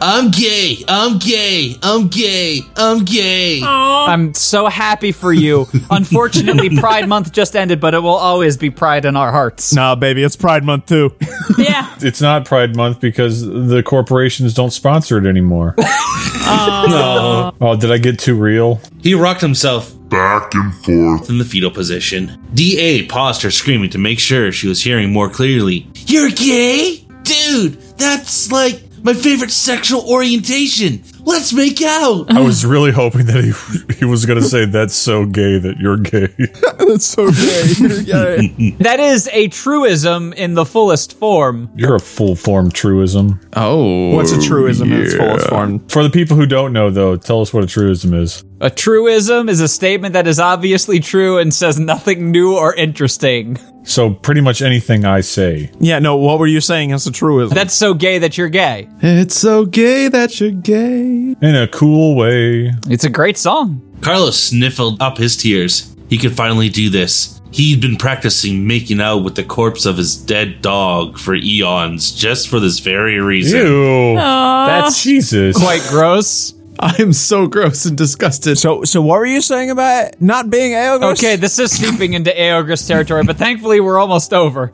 I'm gay. I'm gay. I'm gay. I'm gay. I'm so happy for [LAUGHS] you. Unfortunately, Pride Month just ended, but it will always be Pride in our hearts. Nah, baby, [LAUGHS] it's Pride Month too. [LAUGHS] It's not Pride Month because the corporations don't sponsor it anymore. um, No. Oh, did I get too real? He rocked himself back and forth in the fetal position. DA paused her screaming to make sure she was hearing more clearly. You're gay? Dude, that's like my favorite sexual orientation. Let's make out. I was really hoping that he he was gonna say that's so gay that you're [LAUGHS] gay. That's so gay. that is a truism in the fullest form. You're a full form truism. Oh, What's a truism in its fullest yeah. form? For the people who don't know, though, tell us what a truism is. A truism is a statement that is obviously true and says nothing new or interesting. So pretty much anything I say. Yeah, no, what were you saying as a truism? That's so gay that you're gay. It's so gay that you're gay. In a cool way. [LAUGHS] It's a great song. Carlos sniffled up his tears. He could finally do this. He'd been practicing making out with the corpse of his dead dog for eons just for this very reason. Ew. That's Jesus. Quite gross. I'm so gross and disgusted. So, so what were you saying about not being Aogris? Okay, this is sweeping into Aogris territory, but thankfully we're almost over.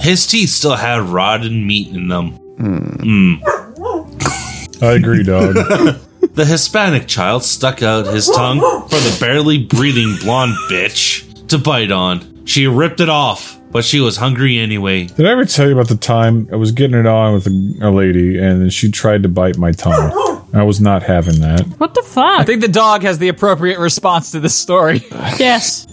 His teeth still had rotten meat in them. Hmm. Hmm. I agree, [LAUGHS] dog. [LAUGHS] The Hispanic child stuck out his tongue for the barely breathing blonde bitch to bite on. She ripped it off, but she was hungry anyway. Did I ever tell you about the time I was getting it on with a, a lady and then she tried to bite my [GASPS] tongue? I was not having that. What the fuck? I think the dog has the appropriate response to this story. yes.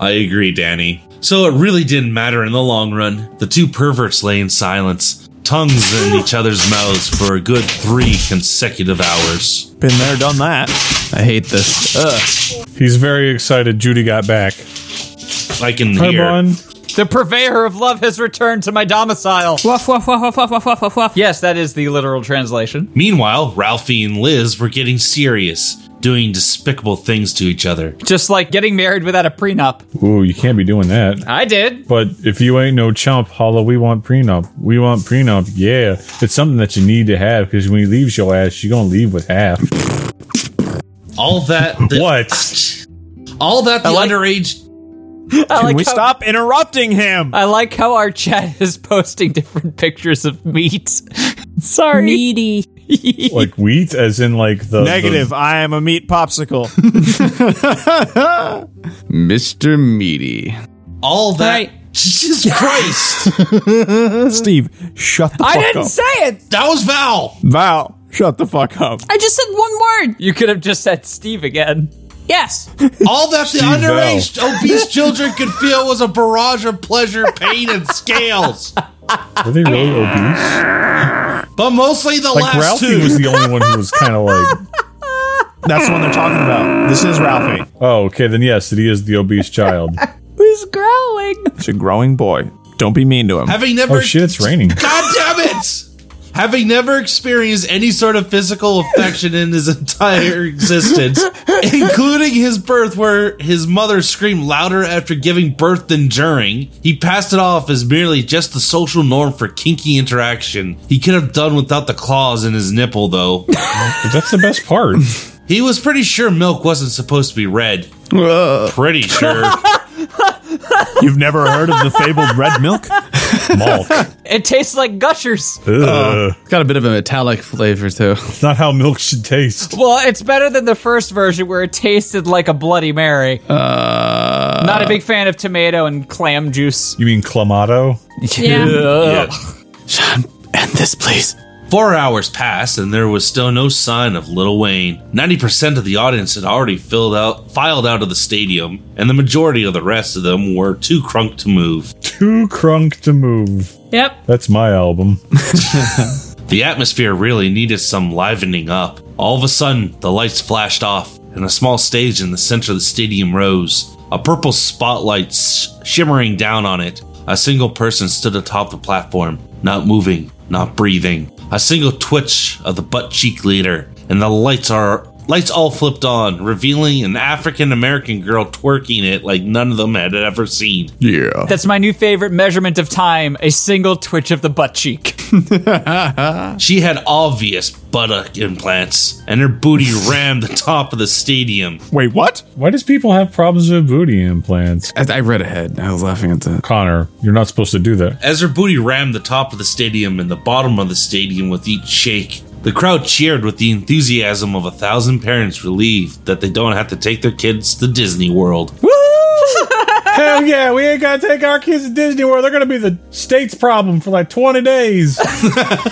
I agree, Danny. So it really didn't matter in the long run. The two perverts lay in silence, tongues in each other's mouths for a good three consecutive hours. Been there, done that. I hate this. He's very excited. Judy got back. I can Hi, hear. Bon. The purveyor of love has returned to my domicile. Woof, woof, woof, woof, woof, woof, woof, woof, woof. Yes, that is the literal translation. Meanwhile, Ralphie and Liz were getting serious, doing despicable things to each other. Just like getting married without a prenup. Ooh, you can't be doing that. I did. But if you ain't no chump, holla, we want prenup. We want prenup. Yeah. It's something that you need to have because when you leave your ass, you're going to leave [LAUGHS] with half. All [LAUGHS] that. The, what? All that the I [LAUGHS] like- underage. I Can like we how- stop interrupting him? I like how our chat is posting different [LAUGHS] pictures of meat. [LAUGHS] Sorry. Meaty. Like wheat, as in like the. Negative. I am a meat popsicle. Mr. [LAUGHS] Meaty. All that. Right. Jesus Christ! Steve, shut the I fuck didn't up. say it. That was Val! Val, shut the fuck up. I just said one word. You could have just said Steve again. Yes. [LAUGHS] All that the Val. [LAUGHS] underage obese children could feel was a barrage of pleasure, pain, and scales. Were they really obese? But mostly the Like last Ralphie two. was the only one who was [LAUGHS] kind of like, That's the one they're talking about. This is Ralphie. oh, okay, then yes, that he is the obese [LAUGHS] child. Who's growling? It's a growing boy. Don't be mean to him. Having never Oh shit, it's raining. [LAUGHS] God damn it! Having never experienced any sort of physical affection in his entire [LAUGHS] existence, including his birth, where his mother screamed louder after giving birth than during, he passed it off as merely just the social norm for kinky interaction. He could have done without the claws in his nipple, though. But that's the best part. [LAUGHS] He was pretty sure milk wasn't supposed to be red. Pretty sure. You've never heard of the fabled red milk? Malk. [LAUGHS] It tastes like gushers. Uh, Ugh. Uh, It's got a bit of a metallic flavor too. It's not how milk should taste. Well, it's better than the first version where it tasted like a Bloody Mary. Uh, Not a big fan of tomato and clam juice. You mean clamato? [LAUGHS] Yeah. Ugh. End this, please. Four hours passed, and there was still no sign of Little Wayne. Ninety percent of the audience had already filled out, filed out of the stadium, and the majority of the rest of them were too crunk to move. Too crunk to move. Yep. That's my [LAUGHS] album. The atmosphere really needed some livening up. All of a sudden, the lights flashed off, and a small stage in the center of the stadium rose. A purple spotlight sh- shimmering down on it. A single person stood atop the platform, not moving, not breathing. A single twitch of the butt cheek leader, and the lights are Lights all flipped on, revealing an African American girl twerking it like none of them had ever seen. Yeah. That's my new favorite measurement of time a single twitch of the butt cheek. [LAUGHS] she had obvious buttock implants, and her booty rammed the top of the stadium. Wait, what? Why does people have problems with booty implants? I, I read ahead. I was laughing at that. Connor, you're not supposed to do that. As her booty rammed the top of the stadium and the bottom of the stadium with each shake, the crowd cheered with the enthusiasm of a thousand parents relieved that they don't have to take their kids to Disney World. [LAUGHS] [LAUGHS] Hell yeah, we ain't gotta take our kids to Disney World. They're gonna be the state's problem for like 20 days.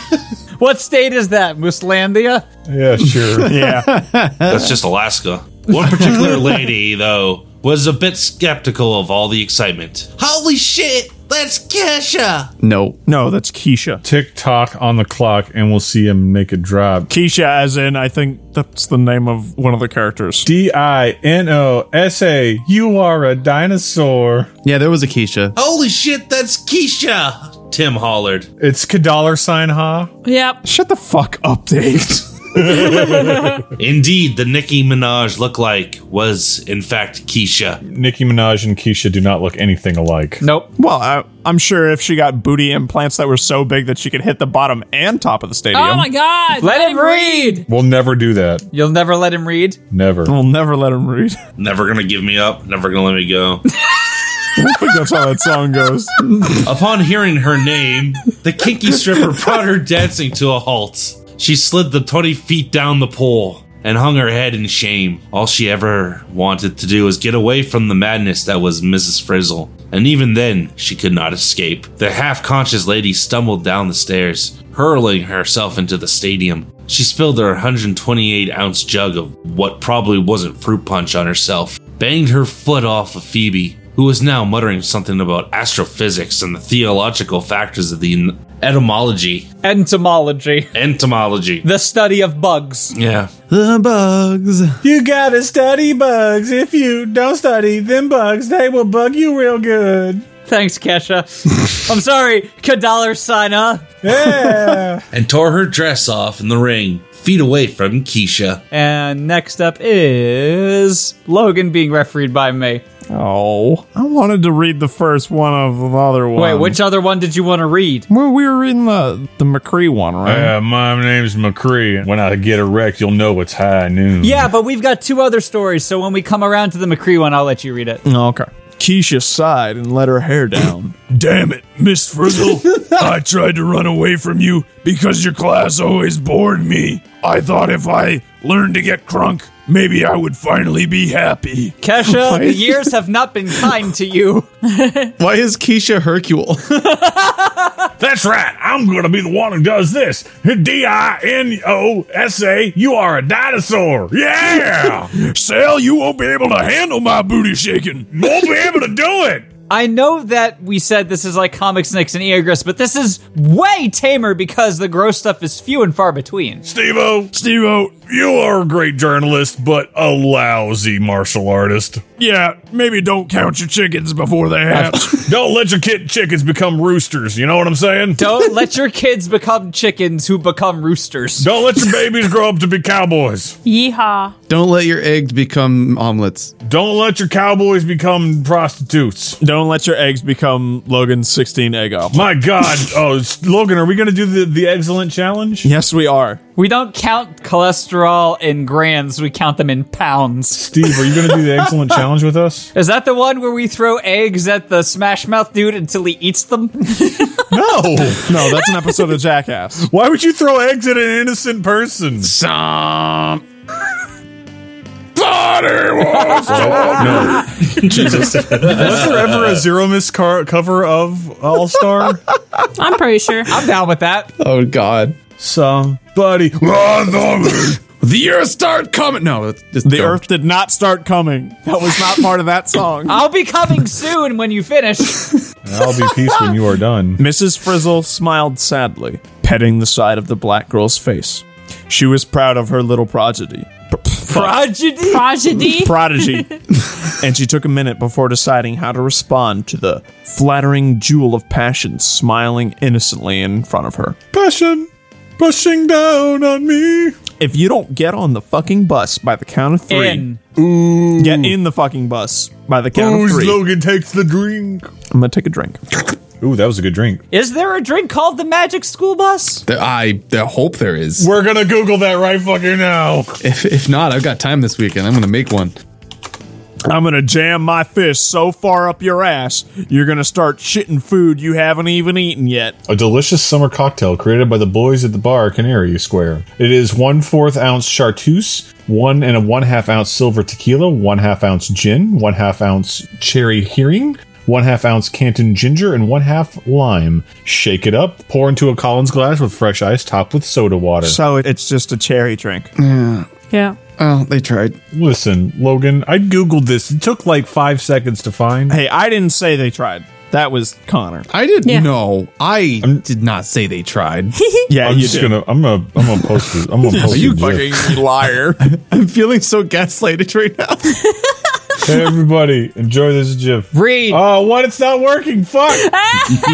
[LAUGHS] what state is that, Muslandia? [LAUGHS] Yeah, sure. That's just Alaska. One particular lady, though, was a bit skeptical of all the excitement. Holy shit! That's Kesha! No. No, that's Keisha. Tick tock on the clock, and we'll see him make a drop. Keisha, as in, I think that's the name of one of the characters. D I N O S A. You are a dinosaur. Yeah, there was a Keisha. Holy shit, that's Keisha! Tim hollered. It's Kadollar sign, huh? Yep. Shut the fuck up, Dave. [LAUGHS] [LAUGHS] Indeed, the Nicki Minaj look like was, in fact, Keisha. Nicki Minaj and Keisha do not look anything alike. Nope. Well, I, I'm sure if she got booty implants that were so big that she could hit the bottom and top of the stadium. Oh my god! Let him read! We'll never do that. You'll never let him read? Never. We'll never let him read. Never gonna give me up, never gonna let me go. I think that's how that [LAUGHS] song goes. Upon hearing her name, the kinky stripper brought her dancing to a halt. She slid the 20 feet down the pole and hung her head in shame. All she ever wanted to do was get away from the madness that was Mrs. Frizzle, and even then, she could not escape. The half conscious lady stumbled down the stairs, hurling herself into the stadium. She spilled her 128 ounce jug of what probably wasn't fruit punch on herself, banged her foot off of Phoebe, who was now muttering something about astrophysics and the theological factors of the en- etymology. Entomology. Entomology. The study of bugs. Yeah. The bugs. You gotta study bugs. If you don't study them bugs, they will bug you real good. Thanks, Kesha. I'm sorry, Kadollar sign, huh? Yeah. And tore her dress off in the ring, feet away from Keisha. [LAUGHS] and next up is Logan being refereed by me. Oh. I wanted to read the first one of the other one. Wait, which other one did you want to read? Well, we were reading the, the McCree one, right? Uh, my name's McCree. When I get erect, you'll know it's high noon. Yeah, but we've got two other stories, so when we come around to the McCree one, I'll let you read it. Oh, okay. Keisha sighed and let her hair down. Damn it, Miss Frizzle. I tried to run [CLEARS THROAT] away from you because your class always bored me. I thought if I learned to get crunk, maybe I would finally be happy. [LAUGHS] [LAUGHS] Kesha, the Wait. years have not been kind to you. Why is Keisha Hercule? [LAUGHS] That's right. I'm going to be the one who does this. D I N O S A. You are a dinosaur. [LAUGHS] Yeah. Sal, you won't be able to handle my booty shaking. Won't be able to do it. I know that we said this is like Comic Snakes and Eogress, but this is way tamer because the gross stuff is few and far between. Steve-O, Steve-O, you are a great journalist, but a lousy martial artist. yeah, maybe don't count your chickens before they hatch. Don't let your kid chickens become roosters. You know what I'm saying? Don't let your kids become chickens who become roosters. Don't let [LAUGHS] your babies grow up to be cowboys. Yeehaw. Don't let your eggs become omelets. Don't let your cowboys become prostitutes. don't let your eggs become Logan's 16 egg omelet. My God. oh, s- Logan, are we going to do the, the excellent challenge? Yes, we are. We don't count cholesterol in grams, we count them in pounds. Steve, are you going to do the [LAUGHS] excellent [LAUGHS] challenge with us? Is that the one where we throw eggs at the Smash Mouth dude until he eats them? No. No, that's an episode of Jackass. Why would you throw eggs at an innocent person? Some. [LAUGHS] [LAUGHS] No. [LAUGHS] Jesus. Was there ever a zero miss car- cover of All Star? I'm pretty sure. I'm down with that. [LAUGHS] Oh God. Somebody. [LAUGHS] The earth start coming. No, it's just [LAUGHS] The earth did not start coming. That was not part of that song. I'll be coming soon when you finish. [LAUGHS] I'll be peace when you are done. Mrs. Frizzle smiled sadly, petting the side of the black girl's face. She was proud of her little prodigy. Pr- Prodigy? Prodigy. [LAUGHS] prodigy. and she took a minute before deciding how to respond to the flattering jewel of passion smiling innocently in front of her. Passion pushing down on me. if you don't get on the fucking bus by the count of three, In. get in the fucking bus by the count of three. Logan takes the drink. I'm gonna take a drink. Ooh, that was a good drink. Is there a drink called the Magic School Bus? I the hope there is. We're gonna Google that right fucking Oh. now. If, if not, I've got time this weekend. I'm going to make one. I'm gonna jam my fist so far up your ass, you're gonna start shitting food you haven't even eaten yet. A delicious summer cocktail created by the boys at the bar Canary Square. It is one fourth ounce chartreuse, one and a one half ounce silver tequila, one half ounce gin, one half ounce cherry hearing, one half ounce Canton ginger, and one half lime. Shake it up, pour into a Collins glass with fresh ice, topped with soda water. So it's just a cherry drink. Yeah. Yeah. Oh, they tried. Listen, Logan, I googled this. It took like five seconds to find. Hey, I didn't say they tried. That was Connor. I didn't know. I did not say they [LAUGHS] tried. yeah, I'm you just did. [LAUGHS] gonna. I'm gonna. I'm gonna post this. [LAUGHS] I'm gonna post you the gif. fucking liar. [LAUGHS] I'm feeling so gaslighted right now. Hey, everybody, enjoy this GIF. Read. Oh, what? It's not working. Fuck. [LAUGHS]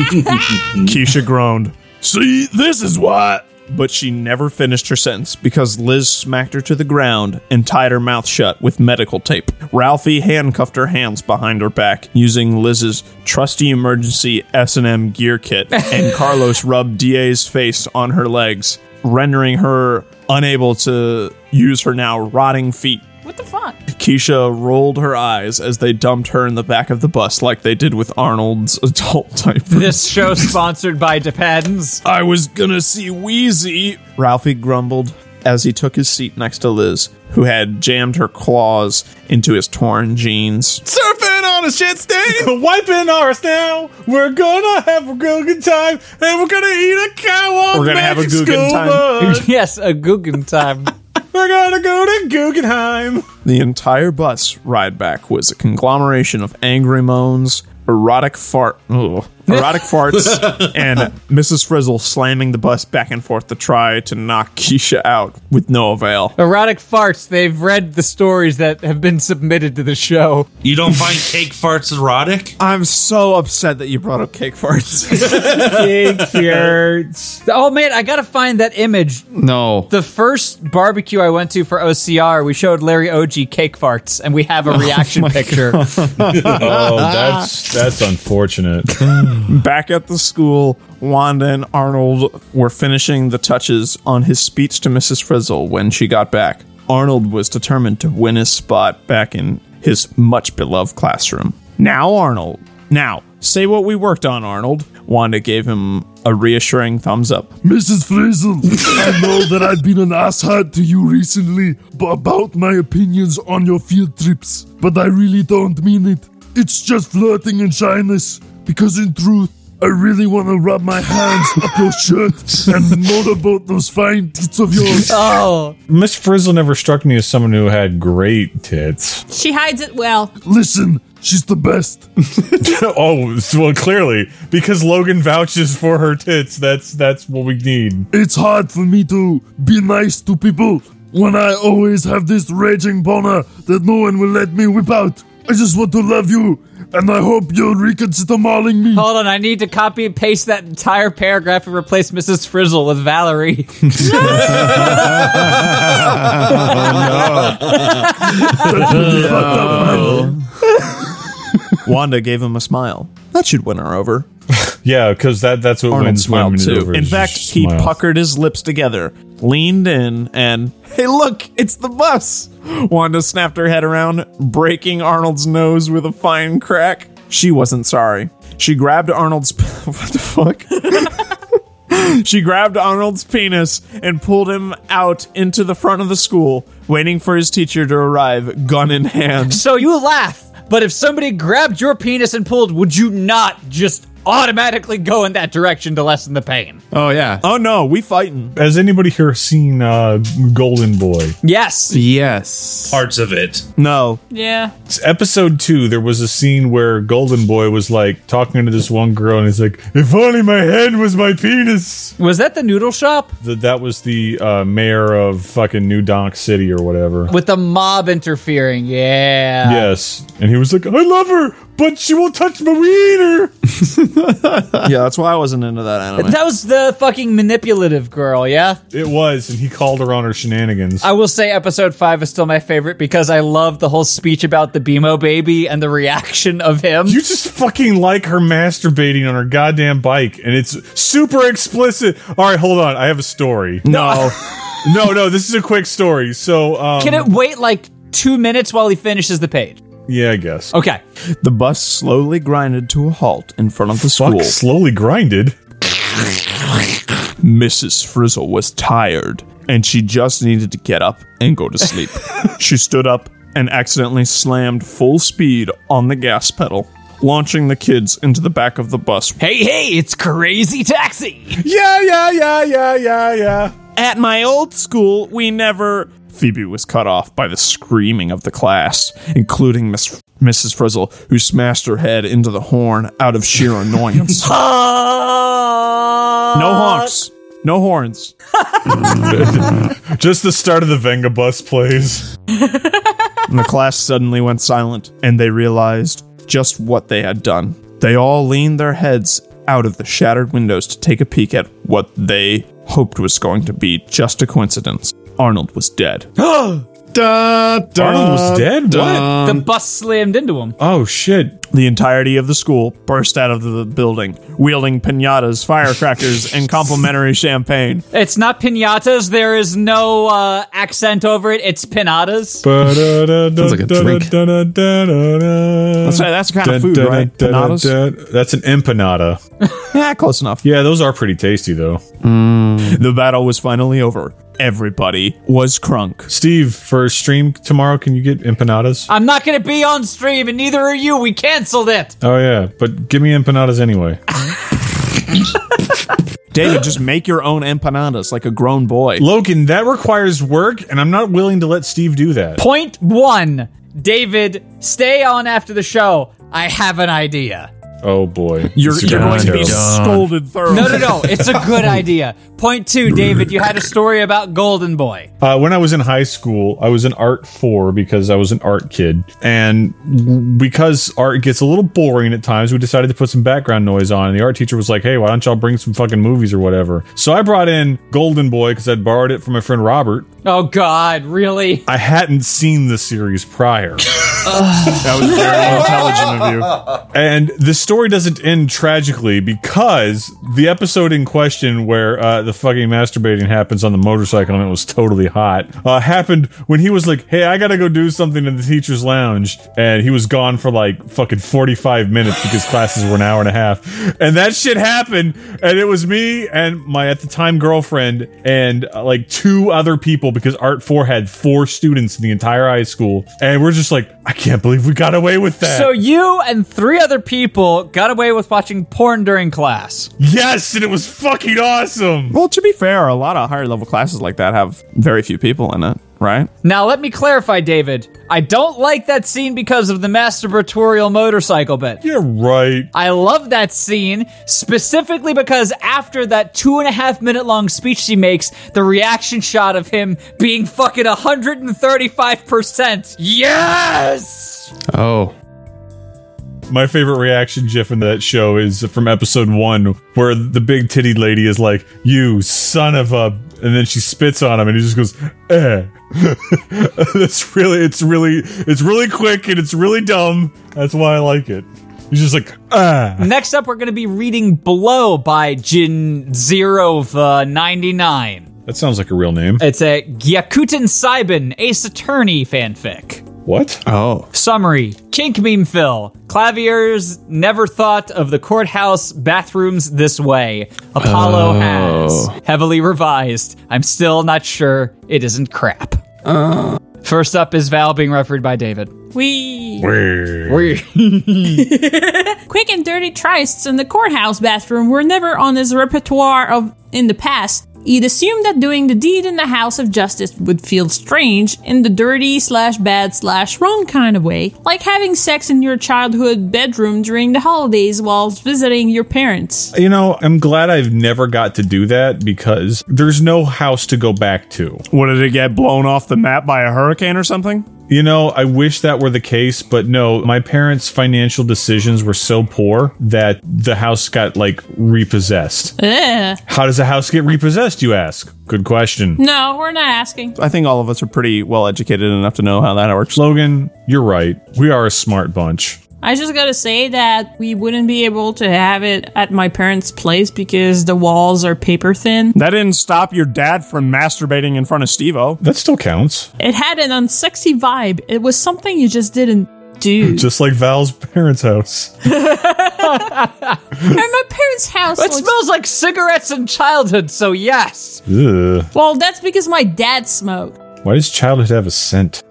Keisha groaned. See, this is why. But she never finished her sentence because Liz smacked her to the ground and tied her mouth shut with medical tape. Ralphie handcuffed her hands behind her back using Liz's trusty emergency S&M gear kit, [LAUGHS] and Carlos rubbed DA's face on her legs, rendering her unable to use her now rotting feet. What the fuck? Keisha rolled her eyes as they dumped her in the back of the bus like they did with Arnold's [LAUGHS] adult type. This show sponsored by Depadens. I was gonna see Wheezy. Ralphie grumbled as he took his seat next to Liz, who had jammed her claws into his torn jeans. Surfing on a shit stain. Wiping ours now. We're gonna have a good time, and we're gonna eat a cow on We're gonna have a Magic Guggen School time. [LAUGHS] Bus. yes, a Guggen [LAUGHS] time. we're gonna go to Guggenheim. The entire bus ride back was a conglomeration of angry moans, erotic fart, ugh, [LAUGHS] erotic farts, and Mrs. Frizzle slamming the bus back and forth to try to knock Keisha out with no avail. Erotic farts. They've read the stories that have been submitted to the show. You don't find cake farts erotic? I'm so upset that you brought up [LAUGHS] cake farts. Cake farts. Oh man, I gotta find that image. No. The first barbecue I went to for OCR, we showed Larry OG cake farts, and we have [LAUGHS] a reaction picture. oh, that's that's unfortunate. [LAUGHS] Back at the school, Wanda and Arnold were finishing the touches on his speech to Mrs. Frizzle when she got back. Arnold was determined to win his spot back in his much beloved classroom. Now, Arnold. Now, say what we worked on, Arnold. Wanda gave him a reassuring thumbs up. Mrs. Frizzle, I know that I've been an asshat to you recently b- about my opinions on your field trips, but I really don't mean it. It's just flirting and shyness, because in truth, I really want to rub my hands up your shirt and motorboat those fine tits of yours. Oh. Miss Frizzle never struck me as someone who had great tits. [LAUGHS] She hides it well. Listen, she's the best. oh, well, clearly because Logan vouches for her tits. That's that's what we need. It's hard for me to be nice to people when I always have this raging boner that no one will let me whip out. I just want to love you, and I hope you'll reconsider mauling me. [LAUGHS] Hold on, I need to copy and paste that entire paragraph and replace Mrs. Frizzle with Valerie. [LAUGHS] [LAUGHS] Oh. [LAUGHS] Wanda gave him a smile. That should win her over. Yeah, because that that's what Arnold wins smiled women too. over. In is fact, just he smiles. puckered his lips together, leaned in, and hey, look, it's the bus. Wanda snapped her head around, breaking Arnold's nose with a fine crack. She wasn't sorry. She grabbed Arnold's. [LAUGHS] what the fuck? [LAUGHS] she grabbed Arnold's penis and pulled him out into the front of the school, waiting for his teacher to arrive, gun in hand. so you laugh, but if somebody grabbed your penis and pulled, would you not just automatically go in that direction to lessen the pain? Oh yeah. Oh no, we fighting. Has anybody here seen uh, Golden Boy? Yes. Yes. Parts of it. No. Yeah. It's episode two, there was a scene where Golden Boy was like talking to this one girl, and he's like, "If only my head was my penis." Was that the noodle shop Th- that was the uh, mayor of fucking New Donk City or whatever. with the mob interfering? Yeah. Yes, and he was like, "Oh," "I love her, but she won't touch my wiener. [LAUGHS] yeah, that's why I wasn't into that anime. That was the fucking manipulative girl, yeah? It was, and he called her on her shenanigans. I will say episode 5 is still my favorite because I love the whole speech about the Bimo baby and the reaction of him. You just fucking like her masturbating on her goddamn bike, and it's super explicit. All right, hold on. I have a story. [LAUGHS] No. no, no, this is a quick story. So, um, Can it wait like 2 minutes while he finishes the page? [GASPS] Yeah, I guess. Okay. The bus slowly grinded to a halt in front of the school. slowly grinded? Mrs. Frizzle was tired, and she just needed to get up and go [LAUGHS] to sleep. she stood up and accidentally slammed full speed on the gas pedal, launching the kids into the back of the bus. Hey, hey, it's Crazy Taxi! Yeah, yeah, yeah, yeah, yeah, yeah. At my old school, we never. Phoebe was cut off by the screaming of the class, including Miss, Mrs. Frizzle, who smashed her head into the horn out of sheer annoyance. no honks, no horns. Just the start of the Venga bus plays. and the class suddenly went silent, and they realized just what they had done. They all leaned their heads out of the shattered windows to take a peek at what they hoped was going to be just a coincidence. Arnold was dead. Arnold was dead? What? The bus slammed into him. Oh shit. The entirety of the school burst out of the building, wielding pinatas, firecrackers, and complimentary champagne. It's not pinatas. There is no uh, accent over it. It's pinatas. uh, Sounds like a drink. Oh, That's, right, that's the kind of food, right? Empanadas? That's an empanada. [LAUGHS] yeah, close enough. Mm. Yeah, those are pretty tasty, though. The battle was finally over. Everybody was crunk. Steve, for stream tomorrow, can you get empanadas? I'm not going to be on stream, and neither are you. We canceled it. Oh, yeah, but give me empanadas anyway. [LAUGHS] David, just make your own empanadas like a grown boy. Logan, that requires work, and I'm not willing to let Steve do that. Point one David, stay on after the show. I have an idea. Oh, boy. You're, This is you're going to terrible. be scolded thoroughly. No, no, no. It's a [LAUGHS] good idea. Point two, David, you had a story about Golden Boy. Uh, when I was in high school, I was in art four because I was an art kid, and w- because art gets a little boring at times, we decided to put some background noise on. And the art teacher was like, "Hey, why don't y'all bring some fucking movies or whatever?" So I brought in Golden Boy because I'd borrowed it from my friend Robert. Oh, God, really? I hadn't seen the series prior. [LAUGHS] that was [LAUGHS] very intelligent of you. And the story doesn't end tragically because the episode in question, where uh, the fucking masturbating happens on the motorcycle and it was totally hot, uh, happened when he was like, "Hey, I gotta go do something in the teacher's lounge," and he was gone for like fucking forty-five minutes because classes were an hour and a half, and that shit happened, and it was me and my at the time girlfriend and uh, like two other people because Art Four had four students in the entire high school, and we're just like, I can't believe we got away with that. So you and three other people got away with watching porn during class. Yes, and it was fucking awesome. Well, to be fair, a lot of higher level classes like that have very few people in it, right? Now, let me clarify, David. I don't like that scene because of the masturbatorial motorcycle bit. You're right. I love that scene specifically because after that two and a half minute long speech she makes, the reaction shot of him being fucking 135%. [LAUGHS] Yes! Oh. My favorite reaction gif in that show is from episode one, where the big titty lady is like, "You son of a," and then she spits on him, and he just goes, "Eh." [LAUGHS] That's really, it's really, it's really quick, and it's really dumb. That's why I like it. He's just like, "Ah." Next up, we're going to be reading Blow by Jin Zero of, uh, 99. That sounds like a real name. It's a Gyakuten Saibin Ace Attorney fanfic. What? Oh. Summary Kink meme fill. Claviers never thought of the courthouse bathrooms this way. Apollo Oh. has. Heavily revised. I'm still not sure it isn't crap. First up is Val being refereed by David. We Wee. quick and dirty trysts in the courthouse bathroom were never on his repertoire of in the past. He'd assumed that doing the deed in the house of justice would feel strange in the dirty slash bad slash wrong kind of way, like having sex in your childhood bedroom during the holidays while visiting your parents. You know, I'm glad I've never got to do that because there's no house to go back to. What did it get blown off the map by a hurricane or something? You know, I wish that were the case, but no, my parents' financial decisions were so poor that the house got like repossessed. Eh. How does a house get repossessed, you ask? Good question. No, we're not asking. I think all of us are pretty well educated enough to know how that works. Logan, you're right. We are a smart bunch. I just gotta say that we wouldn't be able to have it at my parents' place because the walls are paper thin. That didn't stop your dad from masturbating in front of Steve O. That still counts. It had an unsexy vibe. It was something you just didn't [LAUGHS] do. Just like Val's [LAUGHS] parents' house. [LAUGHS] At my parents' house. It smells like cigarettes and childhood, so yes. Ugh. Well, that's because my dad smoked. Why does childhood have a scent?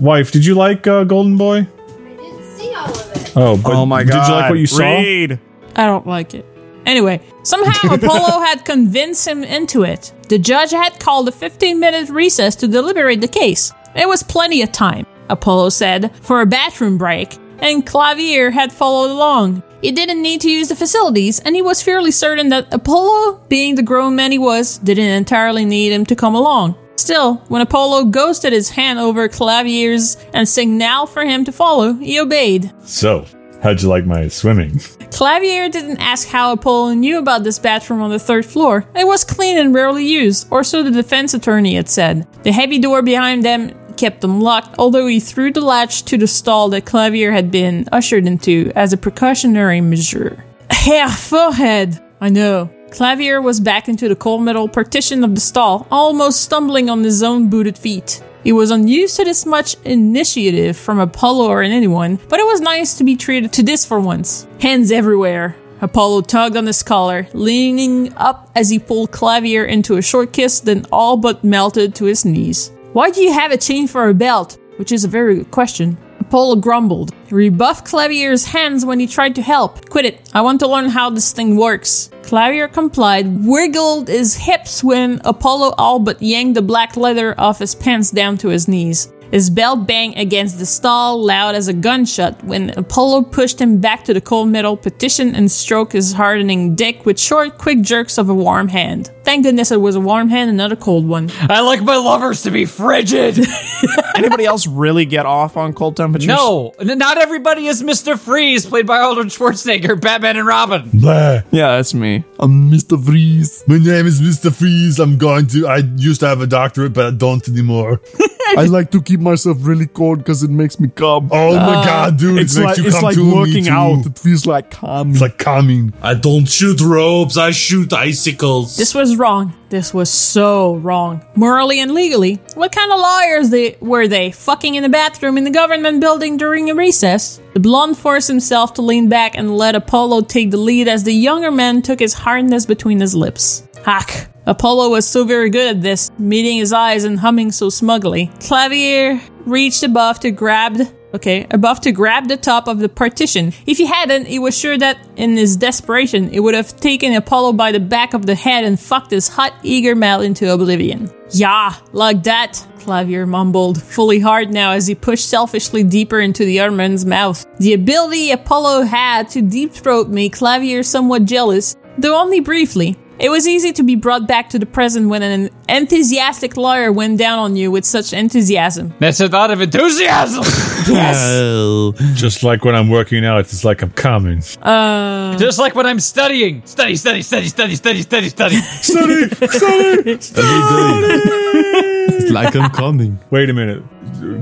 Wife, did you like uh, Golden Boy? I didn't see all of it. Oh, but Oh my Did you like what God, you saw? Reed. I don't like it. Anyway, somehow Apollo had convinced him into it. The judge had called a 15 minute recess to deliberate the case. It was plenty of time, Apollo said, for a bathroom break, and Clavier had followed along. He didn't need to use the facilities, and he was fairly certain that Apollo, being the grown man he was, didn't entirely need him to come along. Still, when Apollo ghosted his hand over Clavier's and signaled for him to follow, he obeyed. So, how'd you like my swimming? Clavier didn't ask how Apollo knew about this bathroom on the third floor. It was clean and rarely used, or so the defense attorney had said. The heavy door behind them kept them locked, although he threw the latch to the stall that Clavier had been ushered into as a precautionary measure. Herr Forehead! I know. Clavier was back into the cold metal partition of the stall, almost stumbling on his own booted feet. He was unused to this much initiative from Apollo or anyone, but it was nice to be treated to this for once. Hands everywhere. Apollo tugged on his collar, leaning up as he pulled Clavier into a short kiss, then all but melted to his knees. Why do you have a chain for a belt? Which is a very good question. Apollo grumbled. Rebuffed Clavier's hands when he tried to help. Quit it. I want to learn how this thing works. Clavier complied, wiggled his hips when Apollo all but yanked the black leather off his pants down to his knees. His belt banged against the stall loud as a gunshot when Apollo pushed him back to the cold metal petition and stroked his hardening dick with short, quick jerks of a warm hand. Thank goodness it was a warm hand and not a cold one. I like my lovers to be frigid. [LAUGHS] Anybody else really get off on cold temperatures? No, n- not everybody is Mr. Freeze, played by Arnold Schwarzenegger, Batman and Robin. Blah. Yeah, that's me. I'm Mr. Freeze. My name is Mr. Freeze. I'm going to. I used to have a doctorate, but I don't anymore. [LAUGHS] I like to keep myself really cold because it makes me calm. Oh my Uh, god, dude! it's it makes like- you it's come like to me working too. out. It feels like calm. It's like calming. I don't shoot robes, I shoot icicles. This was wrong. This was so wrong. Morally and legally. What kind of lawyers they, were they? Fucking in the bathroom in the government building during a recess? The blonde forced himself to lean back and let Apollo take the lead as the younger man took his hardness between his lips. Hack. Apollo was so very good at this, meeting his eyes and humming so smugly. Clavier reached above to grab Okay, above to grab the top of the partition. If he hadn't, he was sure that in his desperation, he would have taken Apollo by the back of the head and fucked his hot, eager mouth into oblivion. Yeah, like that, Clavier mumbled, fully hard now as he pushed selfishly deeper into the other man's mouth. The ability Apollo had to deep throat made Clavier somewhat jealous, though only briefly. It was easy to be brought back to the present when an enthusiastic lawyer went down on you with such enthusiasm. That's a lot of enthusiasm. [LAUGHS] Just like when I'm working out, it's like I'm coming. Uh, Just like when I'm studying. Study, study, study, study, study, study, study. Study, study, [LAUGHS] It's like I'm coming. [LAUGHS] Wait a minute.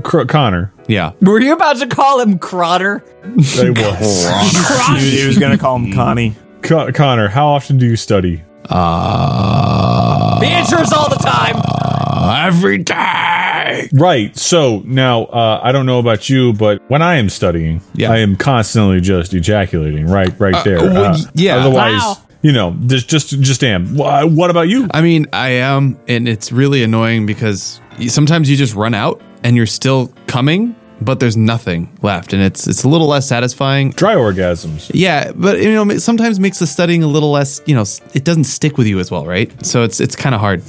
Cr- Connor. Yeah. Were you about to call him Crotter? [LAUGHS] They Mm. was. [LAUGHS] he was gonna call him Connie. Con- Connor, how often do you study? Uh, Ah. The answer is all the time. every day. Right. So now, uh, I don't know about you, but when I am studying, I am constantly just ejaculating. Right, right Uh, there. well, Uh, yeah. Otherwise, Wow. you know, just just just am. Wha- What about you? I mean, I am, and it's really annoying because you- sometimes you just run out and you're still coming, but there's nothing left, and it's it's a little less satisfying. Dry orgasms. Yeah, but you know, it sometimes makes the studying a little less. You know, s- it doesn't stick with you as well, right? So it's it's kind of hard.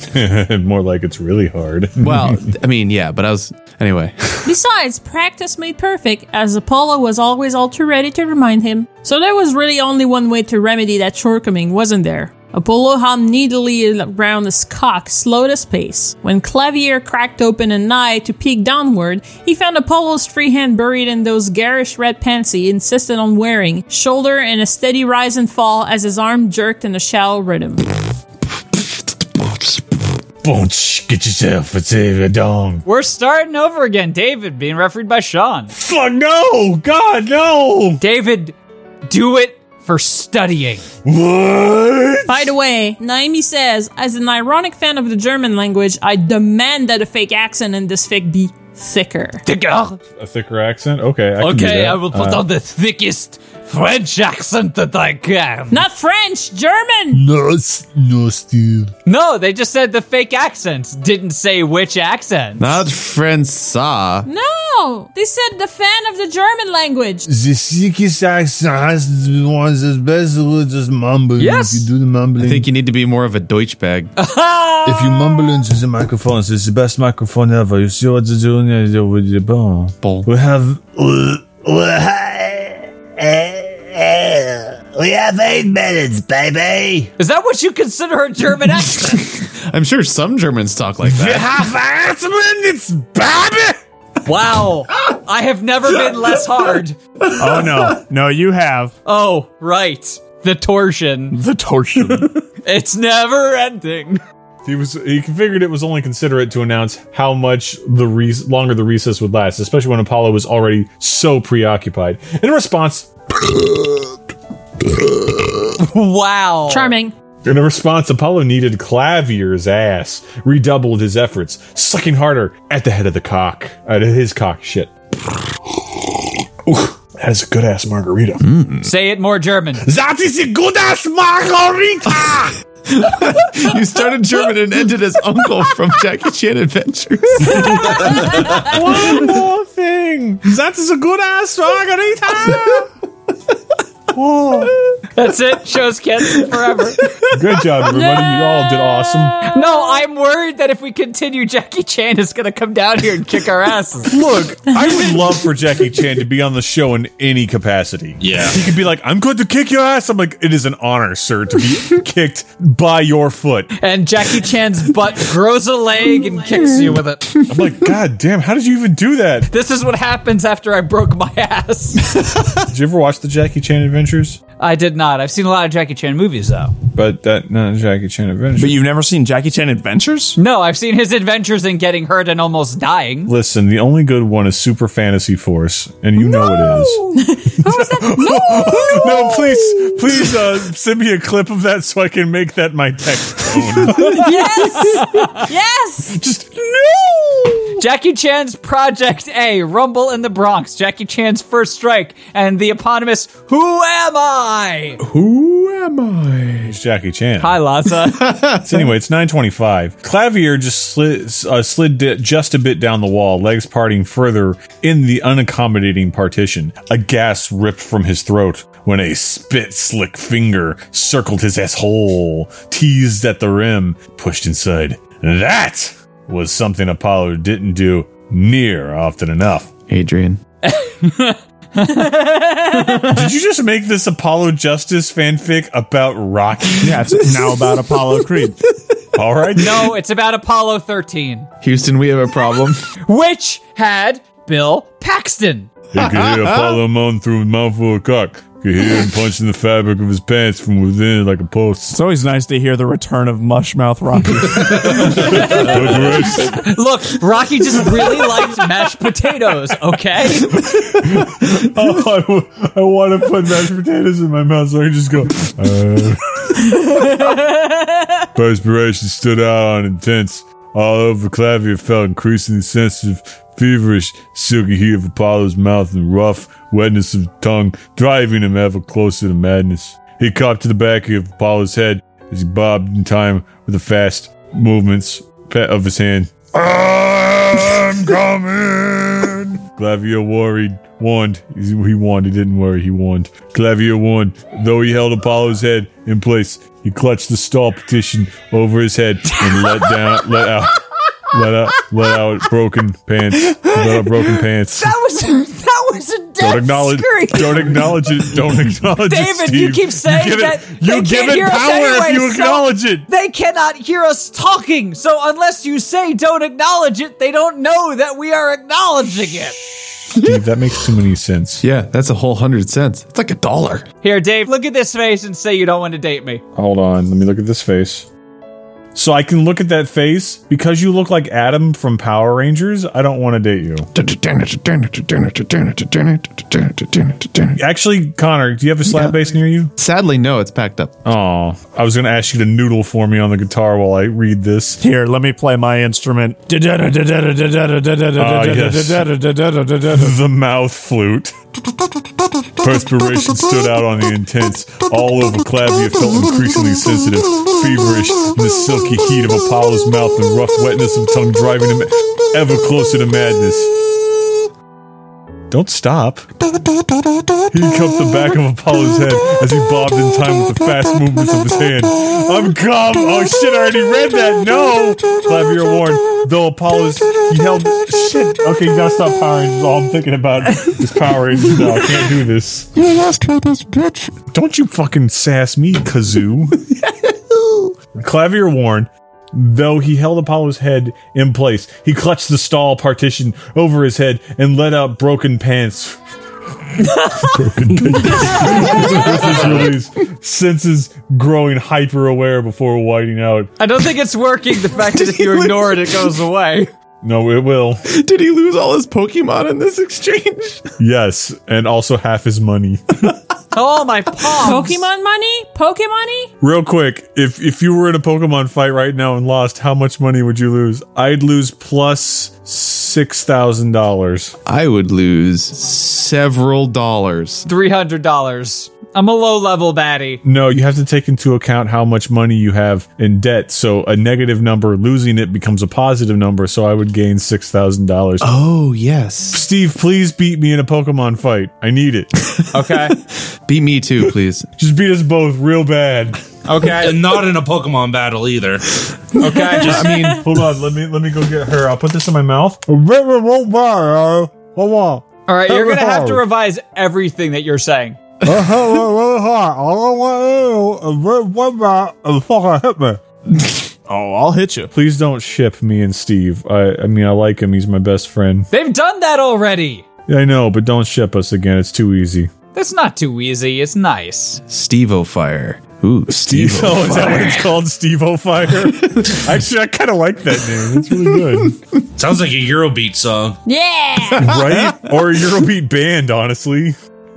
[LAUGHS] More like it's really hard. [LAUGHS] well, I mean, yeah, but I was [LAUGHS] anyway. Besides, practice made perfect, as Apollo was always all too ready to remind him. So there was really only one way to remedy that shortcoming, wasn't there? Apollo hummed needily around his cock, slowed his pace. When Clavier cracked open an eye to peek downward, he found Apollo's free hand buried in those garish red pants he insisted on wearing, shoulder in a steady rise and fall as his arm jerked in a shallow rhythm. Bunch, get yourself a sailor dong. We're starting over again. David being refereed by Sean. Oh, Fuck no! God no! David, do it for studying. What? By the way, Naomi says, as an ironic fan of the German language, I demand that a fake accent in this fic be thicker. Thicker. A thicker accent? Okay. I can do Okay, that. I will put Uh, on the thickest French accent that I can. Not French, German. No, no, Steve. No, they just said the fake accents. Didn't say which accent. Not Francois. No! They said the fan of the German language. The sickest accent has the ones that's best with just mumbling. Yes. If you do the mumbling. I think you need to be more of a Deutsch bag. [LAUGHS] if you mumble into the microphones, it's the best microphone ever. You see what they're doing uh, they're with the bone. We have. Eh, We have eight minutes, baby. Is that what you consider a German accent? I'm sure some Germans talk like that. Wow. I have never been less hard. Oh no, no, you have. Oh, right. The torsion. The torsion. [LAUGHS] it's never ending. He was he figured it was only considerate to announce how much the rec- longer the recess would last, especially when Apollo was already so preoccupied. In response, wow, charming. In response, Apollo needed Clavier's ass, redoubled his efforts, sucking harder at the head of the cock, at his cock. Shit. That is a good ass margarita. Say it more German. That is a good ass margarita! [LAUGHS] you started German and ended as uncle from Jackie Chan Adventures. [LAUGHS] One more thing. That is a good ass [LAUGHS] margarita. Whoa. That's it. Show's canceled forever. Good job, everybody. You all did awesome. No, I'm worried that if we continue, Jackie Chan is going to come down here and kick our asses. Look, I would love for Jackie Chan to be on the show in any capacity. Yeah. He could be like, I'm going to kick your ass. I'm like, it is an honor, sir, to be kicked by your foot. And Jackie Chan's butt grows a leg and kicks you with it. I'm like, God damn, how did you even do that? This is what happens after I broke my ass. Did you ever watch the Jackie Chan Adventures? I did not. I've seen a lot of Jackie Chan movies, though. But that not Jackie Chan Adventures. But you've never seen Jackie Chan Adventures? No, I've seen his adventures in getting hurt and almost dying. Listen, the only good one is Super Fantasy Force, and you know it is. [LAUGHS] No, please, please uh, send me a clip of that so I can make that my text. yes. Yes. Just no. Jackie Chan's Project A, Rumble in the Bronx, Jackie Chan's First Strike, and the eponymous Who Am I? Who am I? It's Jackie Chan. Hi, Lhasa. [LAUGHS] so anyway, it's 925. Clavier just slid, uh, slid di- just a bit down the wall, legs parting further in the unaccommodating partition. A gas ripped from his throat when a spit-slick finger circled his asshole, teased at the rim, pushed inside. That was something Apollo didn't do near often enough. Adrian. Did you just make this Apollo Justice fanfic about [LAUGHS] Rocky? Yeah, it's now about Apollo Creed. [LAUGHS] All right. No, it's about Apollo 13, Houston, we have a [LAUGHS] problem. which had Bill Paxton. He [LAUGHS] could hear Apollo moan through his mouth full of cock. Could hear him punching the fabric of his pants from within like a post. It's always nice to hear the return of [LAUGHS] Mushmouth Rocky. Ah, Look, Rocky just really likes mashed potatoes, okay? [LAUGHS] oh, I, w- I want to put mashed potatoes in my [LAUGHS] mouth [LAUGHS] so I can just [LAUGHS] go. Uh. [LAUGHS] Perspiration stood out on intense. All over Clavier felt increasingly sensitive, feverish, silky heat of Apollo's mouth and rough wetness of tongue, driving him ever closer to madness. He copped to the back of Apollo's head as he bobbed in time with the fast movements of his hand. I'm coming. Clavier worried, warned. He warned. He didn't worry. He warned. Clavier warned. Though he held Apollo's head in place, he clutched the stall petition over his head and [LAUGHS] let down, let out Let out, let out broken pants. Let out broken pants. That was that was a death Don't acknowledge. scream. Don't acknowledge it. Don't acknowledge it. David, you Steve. keep saying give it- that you they give can't it hear us power if anyway, you so acknowledge it. They cannot hear us talking, so unless you say don't acknowledge it, they don't know that we are acknowledging it. [LAUGHS] Steve, that makes too many cents. Yeah, that's a whole hundred cents. It's like a dollar. [LAUGHS] Here, Dave, look at this face and say you don't want to date me. Hold on. Let me look at this face. So I can look at that face because you look like Adam from Power Rangers. I don't want to date you. Actually, Connor, do you have a slap bass near you? Sadly, no. It's packed up. Oh, I was going to ask you to noodle for me on the guitar while I read this. Here, let me play my instrument. Uh, The mouth flute. Perspiration stood out on the intense, all over Clavia felt increasingly sensitive, feverish in the silky heat of Apollo's mouth and rough wetness of tongue driving him ever closer to madness. Don't stop. He cupped the back of Apollo's head as he bobbed in time with the fast movements of his hand. I'm Um, calm. Oh shit, I already read that. No! Clavier warned, though Apollo's. He held. Shit. Okay, you gotta stop Power Rangers. All I'm thinking about is [LAUGHS] Power Rangers now. I can't [LAUGHS] do this. You lost me, this bitch. Don't you fucking sass [LAUGHS] me, Kazoo. Clavier warned, though he held Apollo's head in place, he clutched the stall partition over his head and let out [LAUGHS] broken pants. [LAUGHS] broken pants. With his release, senses growing hyper aware before whiting out. I don't think it's working. The fact that if you ignore it, it goes away. No, it will. Did he lose all his Pokemon in this exchange? Yes, and also half his money. Oh my palms. Pokemon money? Pokemon Real quick, if if you were in a Pokemon fight right now and lost, how much money would you lose? I'd lose plus six thousand dollars. I would lose several dollars. Three hundred dollars. I'm a low level baddie. No, you have to take into account how much money you have in debt. So a negative number, losing it becomes a positive number. So I would gain six thousand dollars. Oh yes, Steve, please beat me in a Pokemon fight. I need it. [LAUGHS] okay, beat me too, please. Just beat us both real bad. [LAUGHS] Okay, and not in a Pokemon battle either. Okay, just I mean, hold on. Let me let me go get her. I'll put this in my mouth. All All right, you're gonna have to revise everything that you're saying. Uh-huh. Uh-huh. Oh, I'll hit you. Please don't ship me and Steve. I, I mean, I like him. He's my best friend. They've done that already. I know, but don't ship us again. It's too easy. That's not too easy. It's nice. Steve O Fire. Ooh, Steve Oh, is [LAUGHS] that what it's called? Steve O Fire? [LAUGHS] Actually, I kind of like that name. It's really good. Sounds like a Eurobeat song. Yeah. right? Or a Eurobeat band, honestly.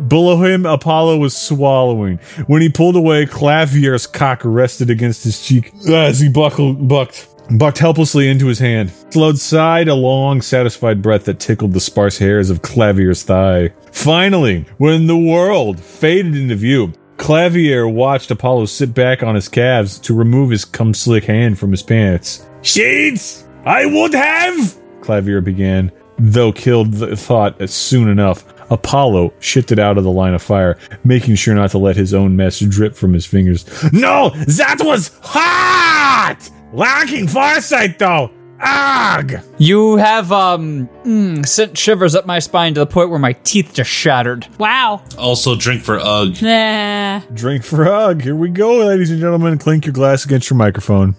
Below him, Apollo was swallowing. When he pulled away, Clavier's cock rested against his cheek as he buckled, bucked, bucked helplessly into his hand. Slowed sighed a long, satisfied breath that tickled the sparse hairs of Clavier's thigh. Finally, when the world faded into view, Clavier watched Apollo sit back on his calves to remove his cum slick hand from his pants. Shades, I would have. Clavier began, though killed the thought soon enough. Apollo shifted out of the line of fire, making sure not to let his own mess drip from his fingers. Oh, No, that was hot. Lacking foresight, though. Ugh. You have um mm, sent shivers up my spine to the point where my teeth just shattered. Wow. Also, drink for uh, UGG. Nah. Drink frog. Here we go, ladies and gentlemen. Clink your glass against your microphone.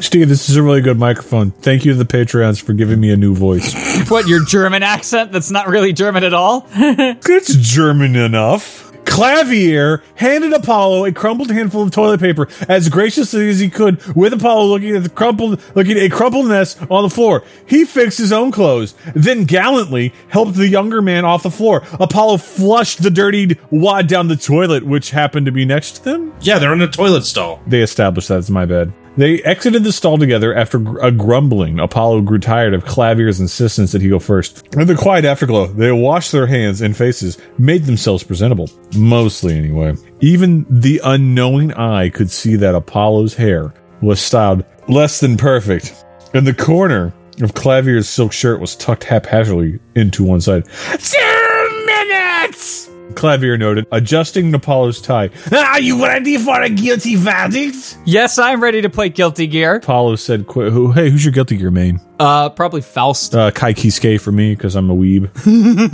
Steve, this is a really good microphone. Thank you to the Patreons for giving me a new voice. [LAUGHS] What your German accent? That's not really German at all. [LAUGHS] It's German enough. Clavier handed Apollo a crumpled handful of toilet paper as graciously as he could, with Apollo looking at the crumpled looking at a crumpled mess on the floor. He fixed his own clothes, then gallantly helped the younger man off the floor. Apollo flushed the dirtied wad down the toilet, which happened to be next to them. Yeah, they're in a toilet stall. They established that's my bad. They exited the stall together after gr- a grumbling. Apollo grew tired of Clavier's insistence that he go first. In the quiet afterglow, they washed their hands and faces, made themselves presentable. Mostly, anyway. Even the unknowing eye could see that Apollo's hair was styled less than perfect. And the corner of Clavier's silk shirt was tucked haphazardly into one side. Two minutes. Clavier noted, adjusting Napolo's tie. Are you ready for a guilty verdict? Yes, I'm ready to play Guilty Gear. Apollo said, "Qu- who- "Hey, who's your guilty gear main?" Uh, probably Faust. Uh, Kai Kiske for me because I'm a weeb. [LAUGHS]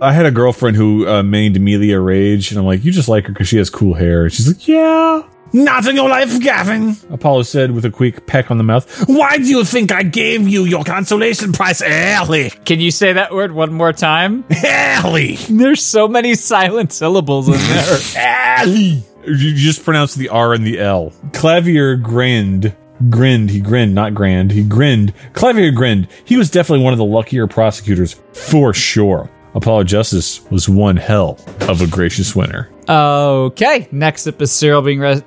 I had a girlfriend who uh, mained Amelia Rage, and I'm like, "You just like her because she has cool hair." And she's like, Yeah. Not in your life, Gavin. Apollo said with a quick peck on the mouth. Why do you think I gave you your consolation prize early? Can you say that word one more time? [LAUGHS] Early. There's so many silent syllables [LAUGHS] in there. Ellie. You just pronounce the R and the L. Clavier grinned. Grinned. He grinned, not grand. He grinned. Clavier grinned. He was definitely one of the luckier prosecutors, for sure. Apollo Justice was one hell of a gracious winner. Okay, next up is Cyril being re-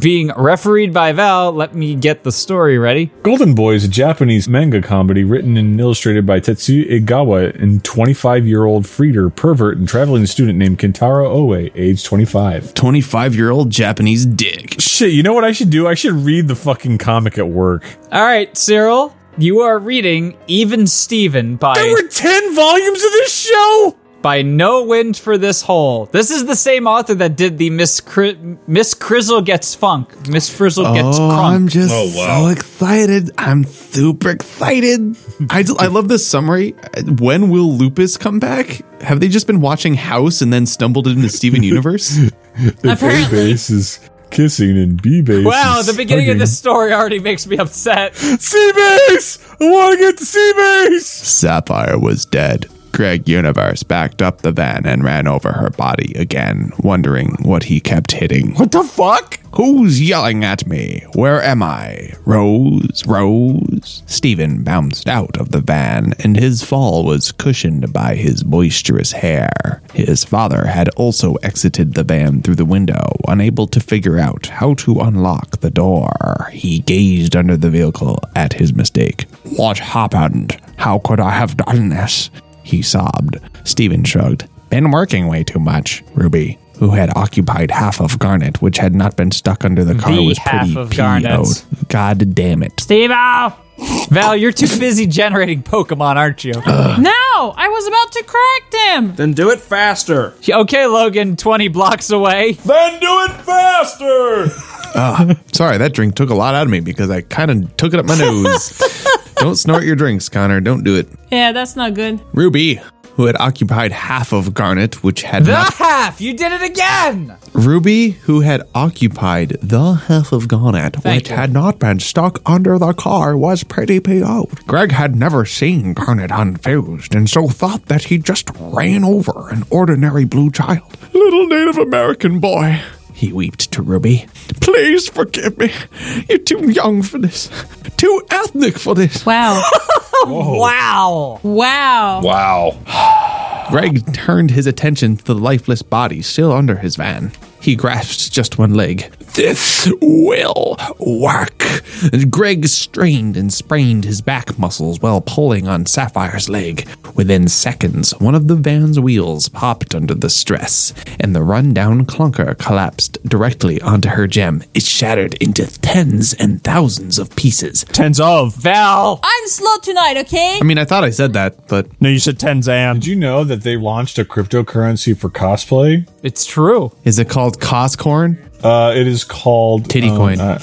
being refereed by Val. Let me get the story ready. Golden Boy is a Japanese manga comedy written and illustrated by Tetsuya Igawa and 25 year old Frieder, pervert, and traveling student named Kentaro Oe, age 25. 25 year old Japanese dick. Shit, you know what I should do? I should read the fucking comic at work. All right, Cyril, you are reading Even Steven by There were 10 volumes of this show? by No Wind for This Hole. This is the same author that did the Miss Cri- Miss Crizzle Gets Funk. Miss Frizzle Gets Oh, Crunk. I'm just so excited. I'm super excited. I, d- I love this summary. When will Lupus come back? Have they just been watching House and then stumbled into Steven Universe? If A base is kissing and B base. Wow, is the beginning of hugging. this story already makes me upset. Seabase! I want to get to Seabase! Sapphire was dead. Greg Universe backed up the van and ran over her body again, wondering what he kept hitting. What the fuck? Who's yelling at me? Where am I? Rose, Rose. Stephen bounced out of the van, and his fall was cushioned by his boisterous hair. His father had also exited the van through the window, unable to figure out how to unlock the door. He gazed under the vehicle at his mistake. What happened? How could I have done this? He sobbed. Stephen shrugged. Been working way too much. Ruby, who had occupied half of Garnet, which had not been stuck under the car, The was half pretty of Garnet. PO'd. God damn it. Steve Val, you're too busy generating Pokemon, aren't you? Uh, No, I was about to correct him. Then do it faster. Okay, Logan, 20 blocks away. Then do it [LAUGHS] faster! Ah, [LAUGHS] sorry, that drink took a lot out of me because I kind of took it [LAUGHS] up my nose. Don't snort your drinks, Connor. Don't do it. Yeah, that's not good. Ruby, who had occupied half of Garnet, which had The not. half! You did it again! Ruby, who had occupied the half of Garnet, Thank which you. had not been stuck under the car, was pretty PO'd. Greg had never seen Garnet unfused and so thought that he just ran over an ordinary blue child. Little Native American boy. He wept to Ruby. Please forgive me. You're too young for this. Too ethnic for [LAUGHS] this. Wow. wow. Wow. Wow. [SIGHS] Greg turned his attention to the lifeless body still under his van. He grasped just one leg. This will work. And Greg strained and sprained his back muscles while pulling on Sapphire's leg. Within seconds, one of the van's wheels popped under the stress, and the rundown clunker collapsed directly onto her gem. It shattered into tens and thousands of pieces. Tens of. Val! I'm slow tonight, okay? mean, I thought I said that, but. No, you said Tenzan. Did you know that they launched a cryptocurrency for cosplay? It's true. Is it called Coscorn? Uh, it is called Titty Coin. [LAUGHS]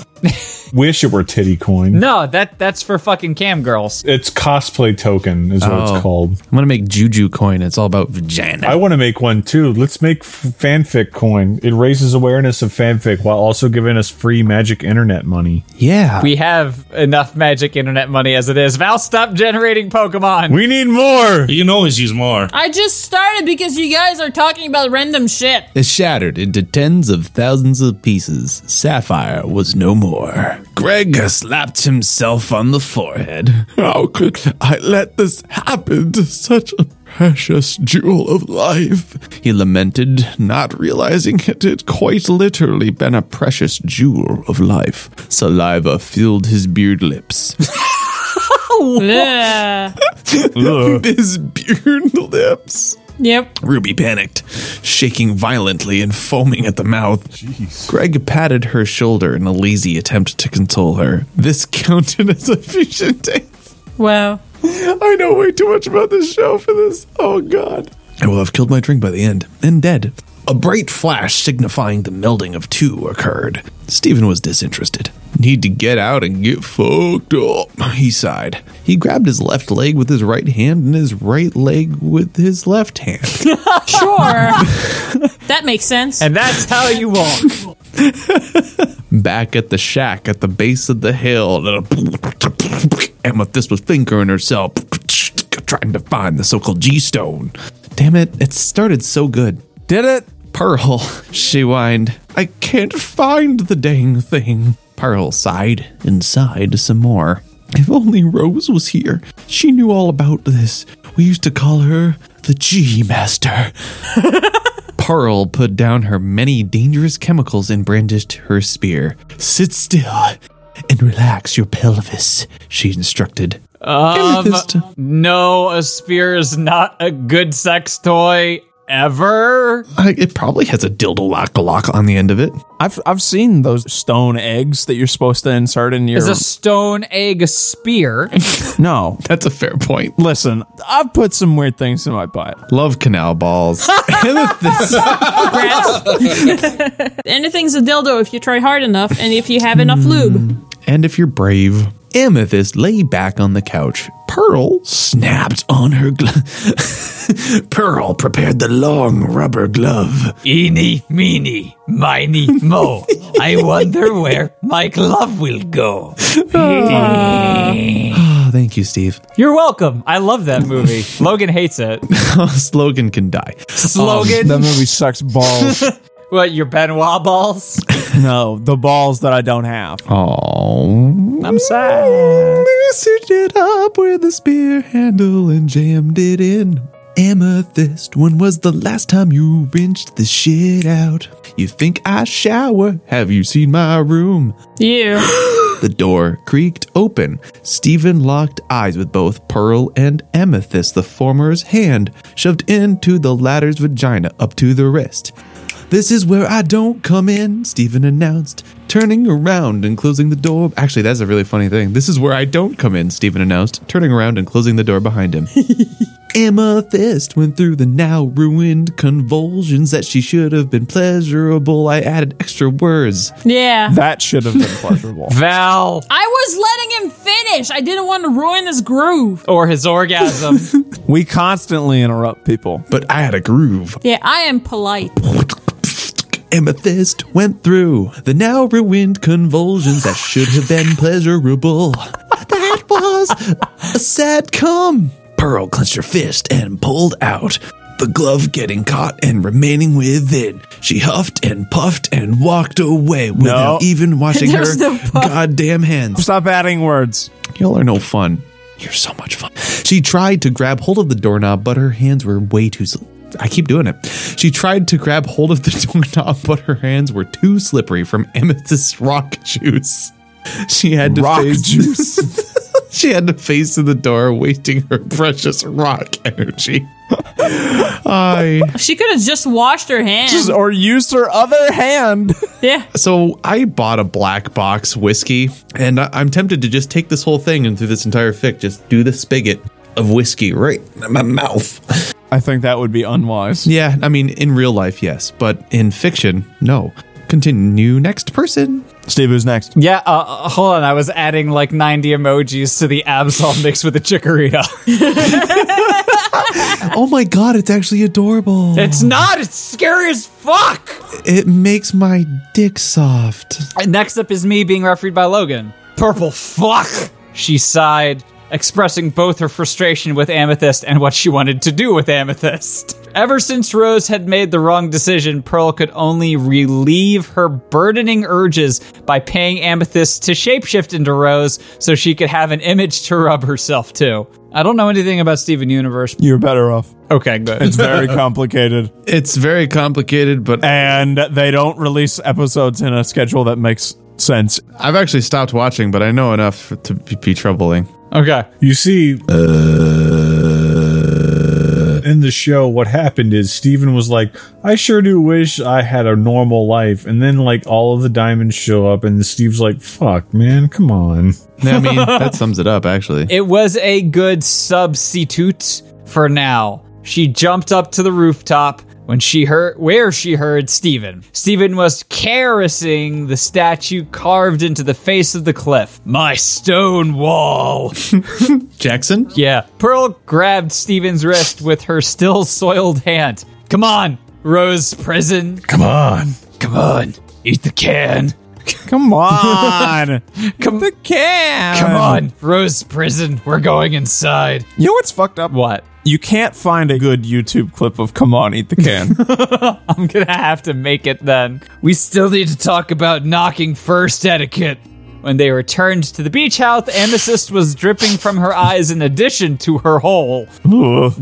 wish it were Titty Coin. No, that that's for fucking cam girls. It's cosplay token, is what Oh. it's called. I'm gonna make Juju coin. It's all about vagina. I want to make one too. Let's make f- fanfic coin. It raises awareness of fanfic while also giving us free magic internet money. Yeah. We have enough magic internet money as it is. Val, stop generating Pokemon. We need more. You can always use more. I just started because you guys are talking about [LAUGHS] random shit. It shattered into tens of thousands of pieces. Sapphire was no more. Greg slapped himself on the forehead. How could I let this happen to such a precious jewel of life? He lamented, not realizing it had quite literally been a precious jewel of life. Saliva filled his beard [LAUGHS] lips. Yeah. his beard lips. Yep. Ruby panicked, shaking violently and foaming at the mouth. Greg patted her shoulder in a lazy attempt to console her. This [LAUGHS] counted as a patient dance. Wow. I know way too much about this show for this. Oh, God. I will have killed my drink by the end, and dead. A bright flash signifying the melding of two occurred. Stephen was disinterested. Need to get out and get fucked up, he sighed. He grabbed his left leg with his right hand and his right leg with his left hand. [LAUGHS] sure. that makes sense. And that's how you walk. Back at the shack at the base of the hill, [LAUGHS] Amethyst was fingering herself, [LAUGHS] trying to find the so called G Stone. Damn it, it started so good. Did it? Pearl, [LAUGHS] she whined. I can't find the dang thing. Pearl sighed and sighed some more. If only Rose was here. She knew all about this. We used to [LAUGHS] call her the G Master. Pearl put down her many dangerous chemicals and brandished her spear. Sit still and relax [LAUGHS] your pelvis, she instructed. Um, no, a spear is not a good sex toy ever. I, it probably has a dildo lock lock on the end of it. I've I've seen those stone eggs that you're supposed to insert in your. Is a stone egg a spear? no, that's a fair point. Listen, I've put some weird things in my butt. Love canal balls. Amethyst. Congrats. Anything's a dildo if you try hard enough and if you have enough lube. And if you're brave, Amethyst lay back on the couch. Pearl snapped on her glove. [LAUGHS] Pearl prepared the long rubber [SIGHS] glove. Eeny, meeny, miny, mo. I wonder where my glove will go. Ah, Thank you, Steve. [LAUGHS] [LAUGHS] You're welcome. I love that movie. Logan hates it. [LAUGHS] Oh, Slogan can die. Slogan? that movie [LAUGHS] sucks balls. what, your Benoit balls? no, the balls that I don't have. Oh, I'm sad. Loosened it up with a spear handle and jammed it in. Amethyst, when was the last time you rinsed this shit out? You think I shower? Have you seen my room? Yeah. the door creaked open. Stephen locked eyes with both Pearl and Amethyst, the former's hand shoved into the latter's vagina up to the wrist. This is where I don't come in, Stephen announced, turning around and closing the door. Actually, that's a really funny thing. This is where I don't come in, Stephen announced, turning around and closing the door behind [LAUGHS] him. Amethyst went through the now ruined convulsions that she should have been pleasurable. I added extra words. Yeah. That should have been pleasurable. Val. I was letting him finish. I didn't want to ruin his groove. Or his orgasm. [LAUGHS] We constantly interrupt people. But I had a groove. Yeah, I am polite. Amethyst went through the now ruined convulsions that should have been pleasurable. That was a sad cum. Pearl clenched her fist and pulled out, the glove getting caught and remaining within. She huffed and puffed and walked away without even washing her [LAUGHS] There's no puff. goddamn hands. Stop adding words. Y'all are no fun. You're so much fun. She tried to grab hold of the doorknob, but her hands were way too. Sl- I keep doing it. She tried to grab hold of the [LAUGHS] doorknob, but her hands were too slippery from amethyst rock juice. She had to Rock face [LAUGHS] juice. she had to face to the door, wasting her precious rock energy. [LAUGHS] I. She could have just washed her hands. or used her other [LAUGHS] hand. Yeah. So I bought a black box whiskey, and I- I'm tempted to just take this whole thing and through this entire fic, just do the spigot of whiskey right in my mouth. I think that would be unwise. Yeah, I mean, in real life, yes, but in fiction, no. Continue next person. Steve, who's next? Yeah, uh, uh, hold on. I was adding like 90 emojis to the Absol mixed with the Chikorita. [LAUGHS] Oh my god, it's actually adorable. It's not. It's scary as fuck. It makes my dick soft. And Next up is me being refereed by Logan. Purple fuck. She sighed, expressing both her frustration with Amethyst and what she wanted to do with Amethyst. Ever since Rose had made the wrong decision, Pearl could only relieve her burdening urges by paying Amethyst to shapeshift into Rose so she could have an image to rub herself to. I don't know anything about Steven Universe. You're better off. Okay, good. [LAUGHS] It's very complicated. It's very complicated, but and they don't release episodes in a schedule that makes sense. I've actually stopped watching, but I know enough to be be troubling. Okay. You see, Uh. in the show, what happened is Steven was like, I sure do wish I had a normal life. And then, like, all of the diamonds show up, and Steve's like, fuck, man, come on. I [LAUGHS] mean, that sums it up, actually. It was a good substitute for now. she jumped up to the rooftop when she heard where she heard Stephen. Stephen was caressing the statue carved into the face of the cliff. My stone wall. [LAUGHS] Jackson? Yeah. Pearl grabbed Stephen's wrist with her still soiled hand. Come on, Rose Prison. Come on. Come on. Eat the can. Come [LAUGHS] on. Come the can. Come on, Rose Prison. We're going inside. You know what's fucked up? What? You can't find a good YouTube clip of Come On, Eat the Can. I'm gonna have to make it then. We still need to talk about knocking first etiquette. When they returned to the beach house, Amethyst was dripping from her eyes in addition to her hole.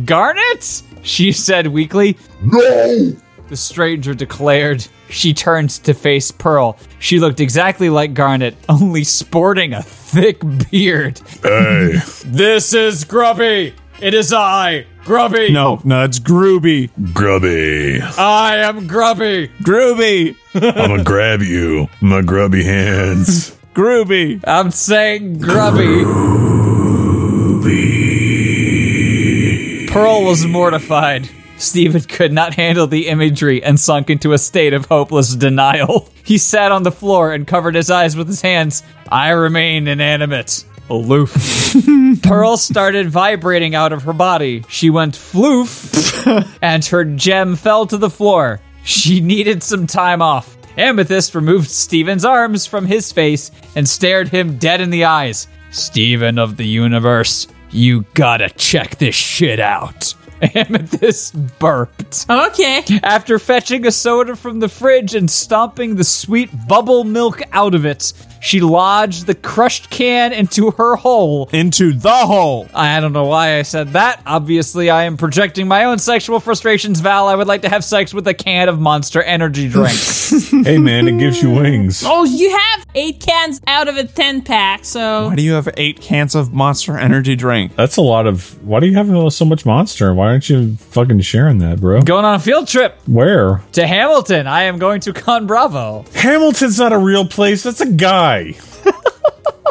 Garnet? She said weakly. No! The stranger declared. She turned to face Pearl. She looked exactly like Garnet, only sporting a thick beard. [LAUGHS] Hey. this is Grubby! It is I, Grubby! No, no, it's Groovy. Grubby. I am Grubby! [LAUGHS] Groovy! I'm [LAUGHS] gonna grab you, with my grubby hands. Groovy. I'm saying grubby. Pearl was mortified. Stephen could not handle the imagery and sunk into a state of hopeless denial. [LAUGHS] He sat on the floor and covered his eyes with his hands. I remained inanimate, aloof. [LAUGHS] Pearl started vibrating out of her body. She went floof, and her gem fell to the floor. She needed some time off. Amethyst removed Steven's arms from his face and stared him dead in the eyes. Steven of the universe, you gotta check this shit out. [LAUGHS] Amethyst burped. Okay. After fetching a soda from the fridge and stomping the sweet bubble milk out of it, she lodged the crushed can into her hole. Into the hole. I don't know why I said that. Obviously, I am projecting my own sexual frustrations, Val. I would like to have sex with a can of monster [SIGHS] energy drinks. hey man, it gives you wings. Oh, you have eight cans out of a 10 pack, so. Why do you have eight cans of Monster Energy drink? That's a lot of. Why do you have uh, so much monster? Why aren't you fucking sharing that, bro? Going on a field trip Where? to Hamilton. I am going to Con Bravo. Hamilton's not a real place. That's a [LAUGHS] guy.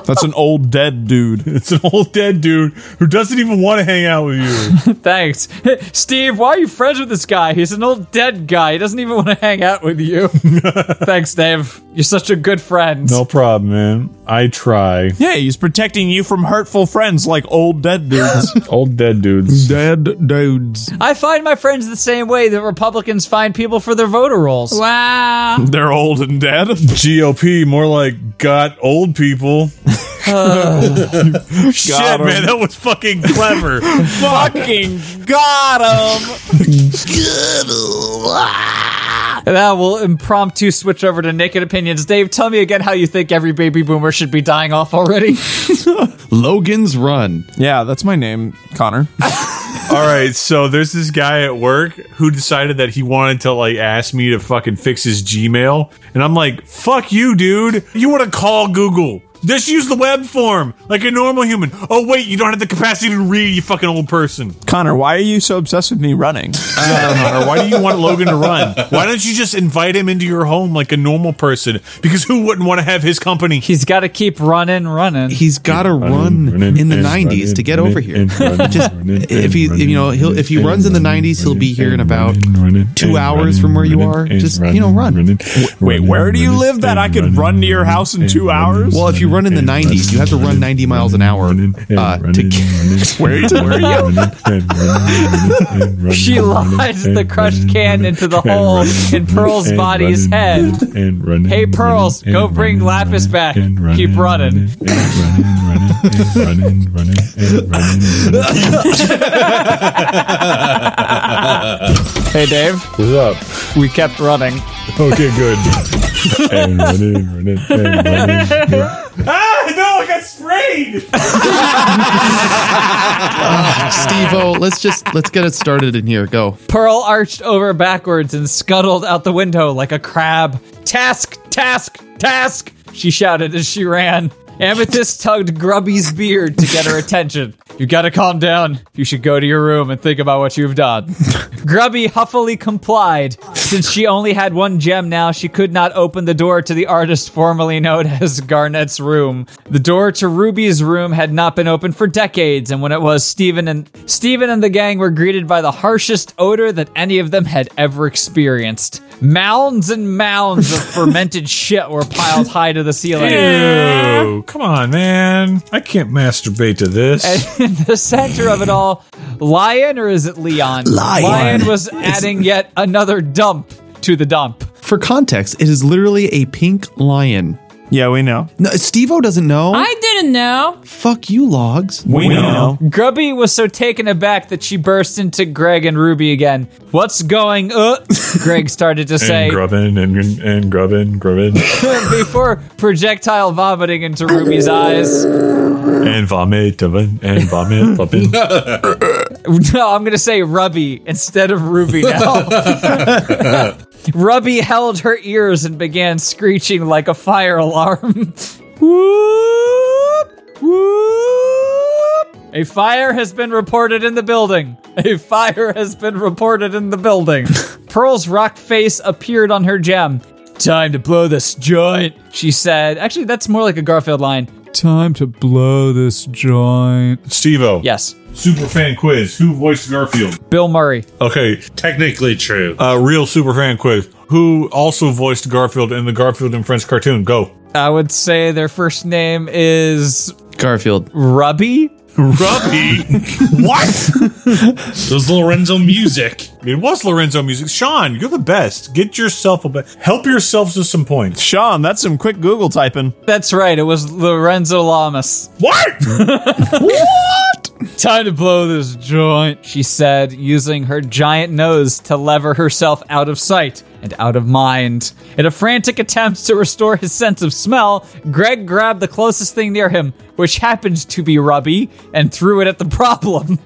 That's an old dead [LAUGHS] dude. It's an old dead dude who doesn't even want to hang out with you. [LAUGHS] Thanks. Steve, why are you friends with this guy? He's an old dead guy. He doesn't even want to hang out with [LAUGHS] you. Thanks, Dave. You're such a good friend. no problem, man. I try. Yeah, he's protecting you from hurtful friends like old dead dudes. old dead dudes. Dead dudes. I find my friends the same way that Republicans find people for their voter rolls. Wow. [LAUGHS] They're old and dead. GOP, more like got old people. Shit, man, that was [LAUGHS] fucking clever. fucking got him. And that will impromptu switch over to naked opinions. Dave, tell me again how you think every baby boomer should be dying off already. Logan's Run. Yeah, that's my name, Connor. All right, so there's this guy at work who decided that he wanted to like ask me to fucking fix his Gmail, and I'm like, "Fuck you, dude! You want to call Google? Just use the web form like a normal human." Oh wait, you don't have the capacity to read, you fucking old person. Connor, why are you so obsessed with me running? Connor, why do you want Logan to run? Why don't you just invite him into your home like a normal person? Because who wouldn't want to have his company? He's got to keep running, running. He's got to run in the 90s to get over here. Just if he, you know, he'll if he runs in the 90s, he'll be here in about two hours from where you are. Just you know, run. Wait, where do you live that I could run to your house in two hours? Well, if you run in the 90s, you have to run 90 miles an hour uh, to [LAUGHS] get where, to where you [LAUGHS] She lodged the crushed can into the hole in Pearl's body's head. Hey, Pearls, go bring Lapis back. Keep running. Hey, Dave, What's up? we kept running. Okay, [LAUGHS] good. and running, running, and [LAUGHS] running. Ah, no, I got sprayed. [LAUGHS] Steve-O, let's just let's get it started in here. Go. Pearl arched over backwards and scuttled out the window like a crab. Task, task, task, she shouted as she ran. Amethyst tugged Grubby's beard to get her attention. You gotta calm down. You should go to your room and think about what you've done. Grubby huffily complied. Since she only had one gem now, she could not open the door to the artist formerly known as Garnet's room. The door to Ruby's room had not been opened for decades, and when it was, Steven and Steven and the gang were greeted by the harshest odor that any of them had ever experienced. Mounds and mounds of fermented shit were piled high to the ceiling. Ew, come on, man. I can't masturbate to this. And in the center of it all, Lion, or is it Leon? Lion. was adding yet another dump to the dump. For context, it is literally a pink lion. Yeah, we know. No, Steve-O doesn't know. I didn't know. Fuck you, logs. Grubby was so taken aback that she burst into Greg and Ruby again. What's going up? Greg started to say and grubbing and, and grubbing, [LAUGHS] grubbing, before projectile vomiting into Ruby's eyes. and vomit, and vomit, [LAUGHS] popping. [LAUGHS] No, I'm going to say Rubby instead of Ruby now. Rubby held her ears and began screeching like a fire alarm. [LAUGHS] whoop! Whoop! A fire has been reported in the building. A fire has been reported in the building. Pearl's rock face appeared on her gem. Time to blow this joint, she said. Actually, that's more like a Garfield line. Time to blow this joint. Stevo. Yes. Super fan quiz. Who voiced Garfield? Bill Murray. Okay. Technically true. Uh, real super fan quiz. Who also voiced Garfield in the Garfield and Friends cartoon? Go. I would say their first name is Garfield. Rubby? [LAUGHS] Rubby? what? It was Lorenzo music. It was Lorenzo music. Sean, you're the best. Get yourself a ba- help yourselves to some points. Sean, that's some quick Google typing. That's right. It was Lorenzo Lamas. [LAUGHS] What? what? Time to blow this joint, she said, using her giant nose to lever herself out of sight and out of mind. In a frantic attempt to restore his sense of smell, Greg grabbed the closest thing near him, which happened to be Rubby, and threw it at the [LAUGHS] problem.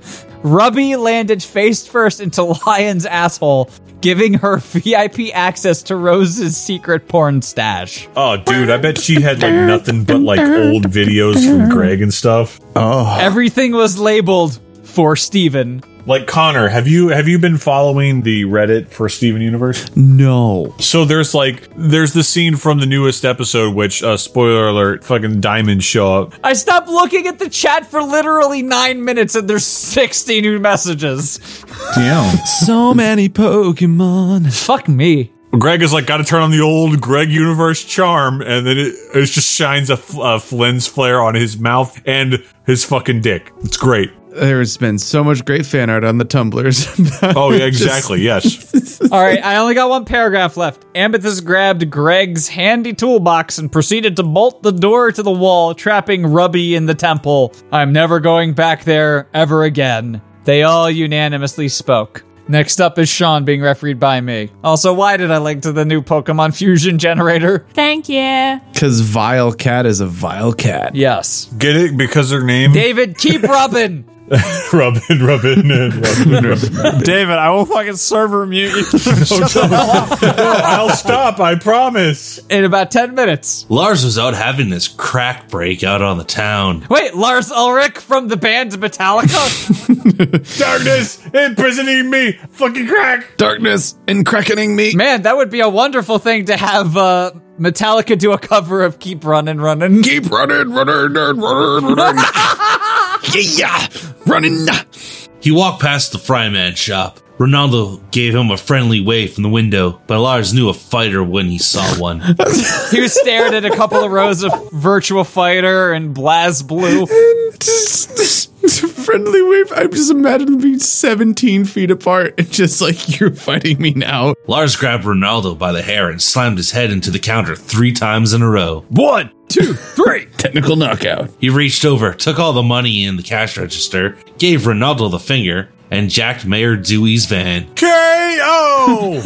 Rubby landed face first into Lion's asshole, giving her [LAUGHS] VIP access to Rose's secret porn stash. Oh, dude, I bet she had like nothing but like old videos from Greg and stuff. Oh. Everything was labeled for Steven. Like Connor, have you have you been following the Reddit for Steven Universe? No. So there's like there's the scene from the newest episode which uh spoiler alert, fucking diamonds show up. I stopped looking at the chat for literally nine minutes and there's 60 new messages. Damn. so many Pokemon. Fuck me. Greg is like, got to turn on the old Greg Universe charm, and then it, it just shines a, f- a lens flare on his mouth and his fucking dick. It's great. There's been so much great fan art on the [LAUGHS] tumblers. Oh yeah, exactly. yes. All right, I only got one paragraph left. Amethyst grabbed Greg's handy toolbox and proceeded to bolt the door to the wall, trapping Rubby in the temple. I'm never going back there ever again. They all unanimously spoke. Next up is Sean being refereed by me. Also, why did I link to the new Pokemon Fusion generator? Thank you. Because Vile Cat is a vile cat. Yes. Get it because her name [LAUGHS] David, keep rubbing. Robin, Robin, and [LAUGHS] Robin, David, I will fucking server mute you. I'll stop. I promise. In about ten minutes. Lars was out having this crack break out on the town. Wait, Lars Ulrich from the [LAUGHS] band Metallica? Darkness imprisoning me. Fucking crack. Darkness and crackening me. Man, that would be a wonderful thing to have uh, Metallica do a cover of Keep Running, Running. Keep running, running, running, running. running. [LAUGHS] yeah, running. He walked past the fry man shop. Ronaldo gave him a friendly wave from the window, but Lars knew a fighter when he saw one. [LAUGHS] He stared at a couple of rows of Virtual Fighter and Blaz Blue. Friendly wave. I just imagine being 17 feet apart and just like, [LAUGHS] you're fighting me now. Lars grabbed Ronaldo by the hair and slammed his head into the counter three times in a row. One, [LAUGHS] two, three. Technical knockout. He reached over, took all the money in the cash register, gave Ronaldo the finger, and jacked Mayor Dewey's van. K.O. [LAUGHS]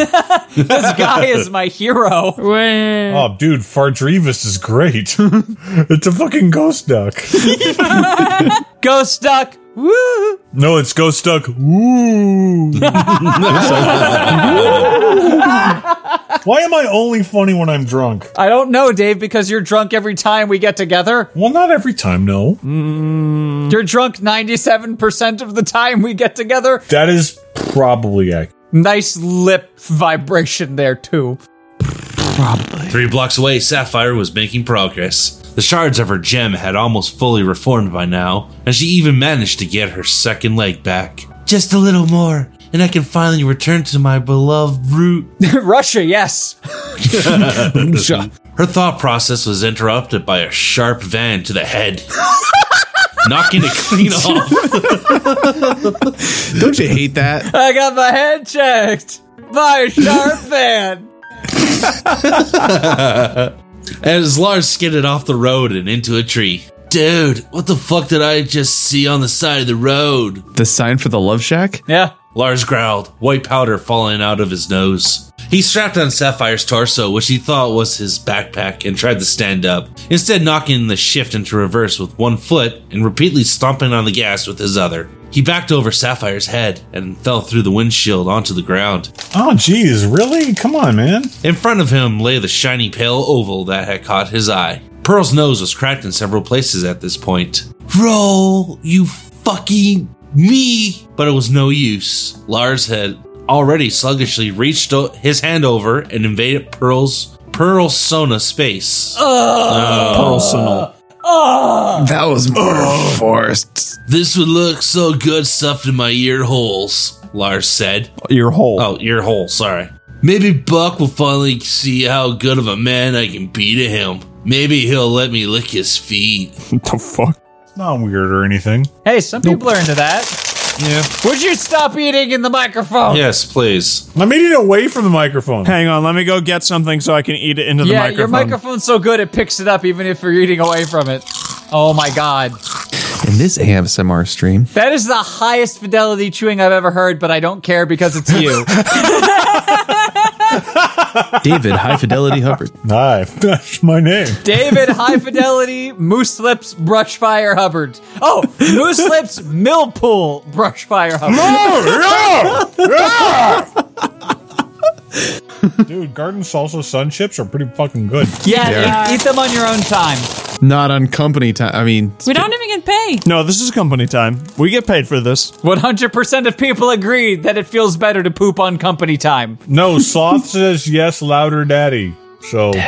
this guy is my hero. Mm. Oh, dude, Fardrevis is great. [LAUGHS] it's a fucking ghost duck. [LAUGHS] Ghost Duck. Woo! No, it's ghost [LAUGHS] duck. Woo. Why am I only funny when I'm drunk? I don't know, Dave, because you're drunk every time we get together. Well, not every time, no. Mm. You're drunk 97% of the time we get together. That is probably accurate. Nice lip vibration there, too. Three blocks away, Sapphire was making progress. The shards of her gem had almost fully reformed by now, and she even managed to get her second leg [LAUGHS] back. Just a little more, and I can finally return to my beloved [LAUGHS] root. Russia, [LAUGHS] [LAUGHS] yes. her thought process was interrupted by a sharp van to the head, [LAUGHS] knocking it clean off. [LAUGHS] [LAUGHS] Don't you hate that? I got my head checked by a [LAUGHS] sharp fan. [LAUGHS] As Lars skidded off the road and into a tree. Dude, what the fuck did I just see on the side of the road? The sign for the Love Shack? Yeah. Lars growled, white powder falling out of his nose. He strapped on Sapphire's torso, which he thought was his backpack, and tried to stand up, instead, knocking the shift into reverse with one foot and repeatedly stomping on the gas with his other. He backed over Sapphire's head and fell through the windshield onto the ground. Oh, geez, really? Come on, man. In front of him lay the shiny pale oval that had caught his eye. Pearl's nose was cracked in several places at this point. Roll, you fucking me! But it was no use. Lars had already sluggishly reached o- his hand over and invaded Pearl's Pearl Sona space. Ugh. Personal. That was more forced. This would look so good stuffed in my ear holes, Lars said. Ear hole. Oh, ear hole, sorry. Maybe Buck will finally see how good of a man I can be to him. Maybe he'll let me lick his feet. What the fuck? It's not weird or anything. Hey, some people are into that. Yeah. Would you stop eating in the microphone? Yes, please. I'm eating away from the microphone. Hang on, let me go get something so I can eat it into the yeah, microphone. your microphone's so good it picks it up even if you're eating away from it. Oh my god. In this ASMR stream, That is the highest fidelity chewing I've ever heard, but I don't care because it's [LAUGHS] you. David High Fidelity Hubbard. [LAUGHS] Hi, that's my name. David High Fidelity Moose Lips Brushfire Hubbard. Oh, Moose Lips Millpool Brushfire Hubbard. No, yeah, Dude, garden salsa sun chips are pretty fucking good. [LAUGHS] Yeah, Yeah. Eat, eat them on your own time. Not on company time. I mean, We don't even get paid. No, this is company time. We get paid for this. 100% of people agree that it feels better to poop on company time. [LAUGHS] No, Sloth says yes louder, Daddy. So, Dog,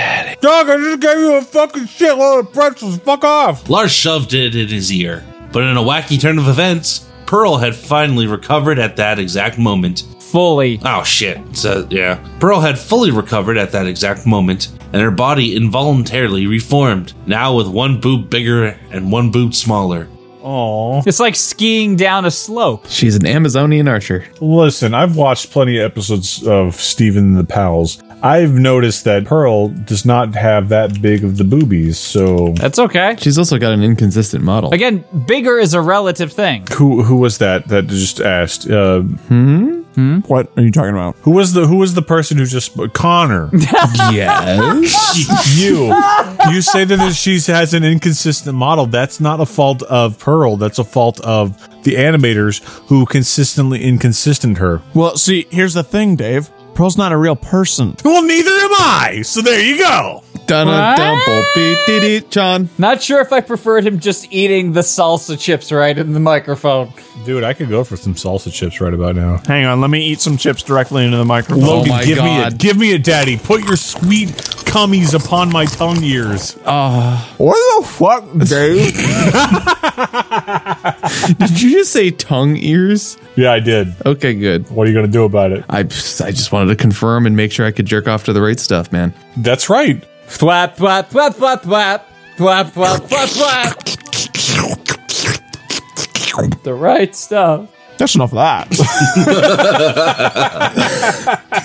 I just gave you a fucking shitload of pretzels. Fuck off. Lars shoved it in his ear. But in a wacky turn of events, Pearl had finally recovered at that exact moment. Fully. Oh shit. So yeah. Pearl had fully recovered at that exact moment, and her body involuntarily reformed, now with one boot bigger and one boot smaller. Oh. It's like skiing down a slope. She's an Amazonian archer. Listen, I've watched plenty of episodes of Steven and the Pals. I've noticed that Pearl does not have that big of the boobies, so that's okay. She's also got an inconsistent model. Again, bigger is a relative thing. Who who was that that just asked? Uh, hmm? What are you talking about? Who was the who was the person who just spoke? Connor? yes. [LAUGHS] you you say that she has an inconsistent model. That's not a fault of Pearl. That's a fault of the animators who consistently inconsistent her. Well, see, here's the thing, Dave. Pearl's not a real person. Well, neither am I. So there you go. Donna Dumble beat dee dee John. Not sure if I preferred him just eating the salsa chips right in the microphone. Dude, I could go for some salsa chips right about now. Hang on, let me eat some chips directly into the microphone. Oh Logan, give me a give me a daddy. Put your sweet cummies upon my tongue ears. Ah, what the [LAUGHS] fuck, dude? did you just say tongue ears? Yeah, I did. Okay, good. What are you gonna do about it? I I just wanted to confirm and make sure I could jerk off to the right stuff, man. That's right. Thwap, thwap, thwap, thwap, thwap. Thwap, thwap, thwap, [LAUGHS] thwap. The right stuff. That's enough [LAUGHS] [LAUGHS] of that.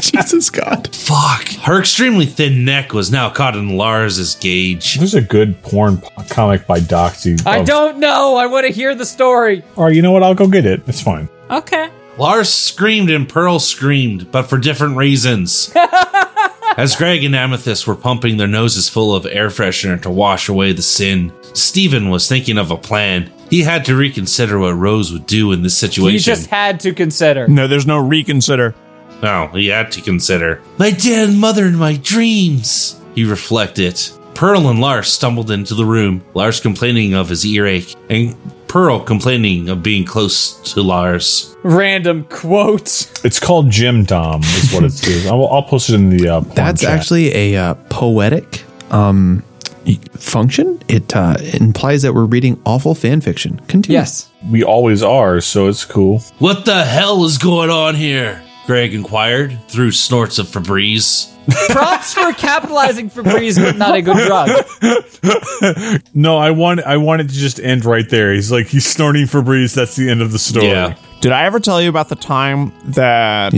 Jesus God. Fuck. Her extremely thin neck was now caught in Lars's gauge. There's a good porn comic by Doxy. I don't know. I want to hear the story. Or you know what? I'll go get it. It's fine. Okay. Lars screamed and Pearl screamed, but for different [LAUGHS] reasons. As Greg and Amethyst were pumping their noses full of air freshener to wash away the sin, Stephen was thinking of a plan. He had to reconsider what Rose would do in this You situation. just had to consider. [LAUGHS] No, there's no reconsider. Oh, he had to consider. My dad and mother in my dreams, he reflected. Pearl and Lars stumbled into the room, Lars complaining of his earache, and Pearl complaining of being close to Lars. Random quote. It's called Jim Dom, is what it is. I'll, I'll post it in the uh, porn That's chat. actually a uh, poetic um, y- function. It uh, implies that we're reading awful fan fiction. Continue. Yes. we always are, so it's cool. What the hell is going on here? Greg inquired through snorts of Febreze. Props for capitalizing Febreze, but not a good drug. [LAUGHS] No, I want I want it to just end right there. He's like he's snorting for breeze. That's the end of the story. Yeah. Did I ever tell you about the time that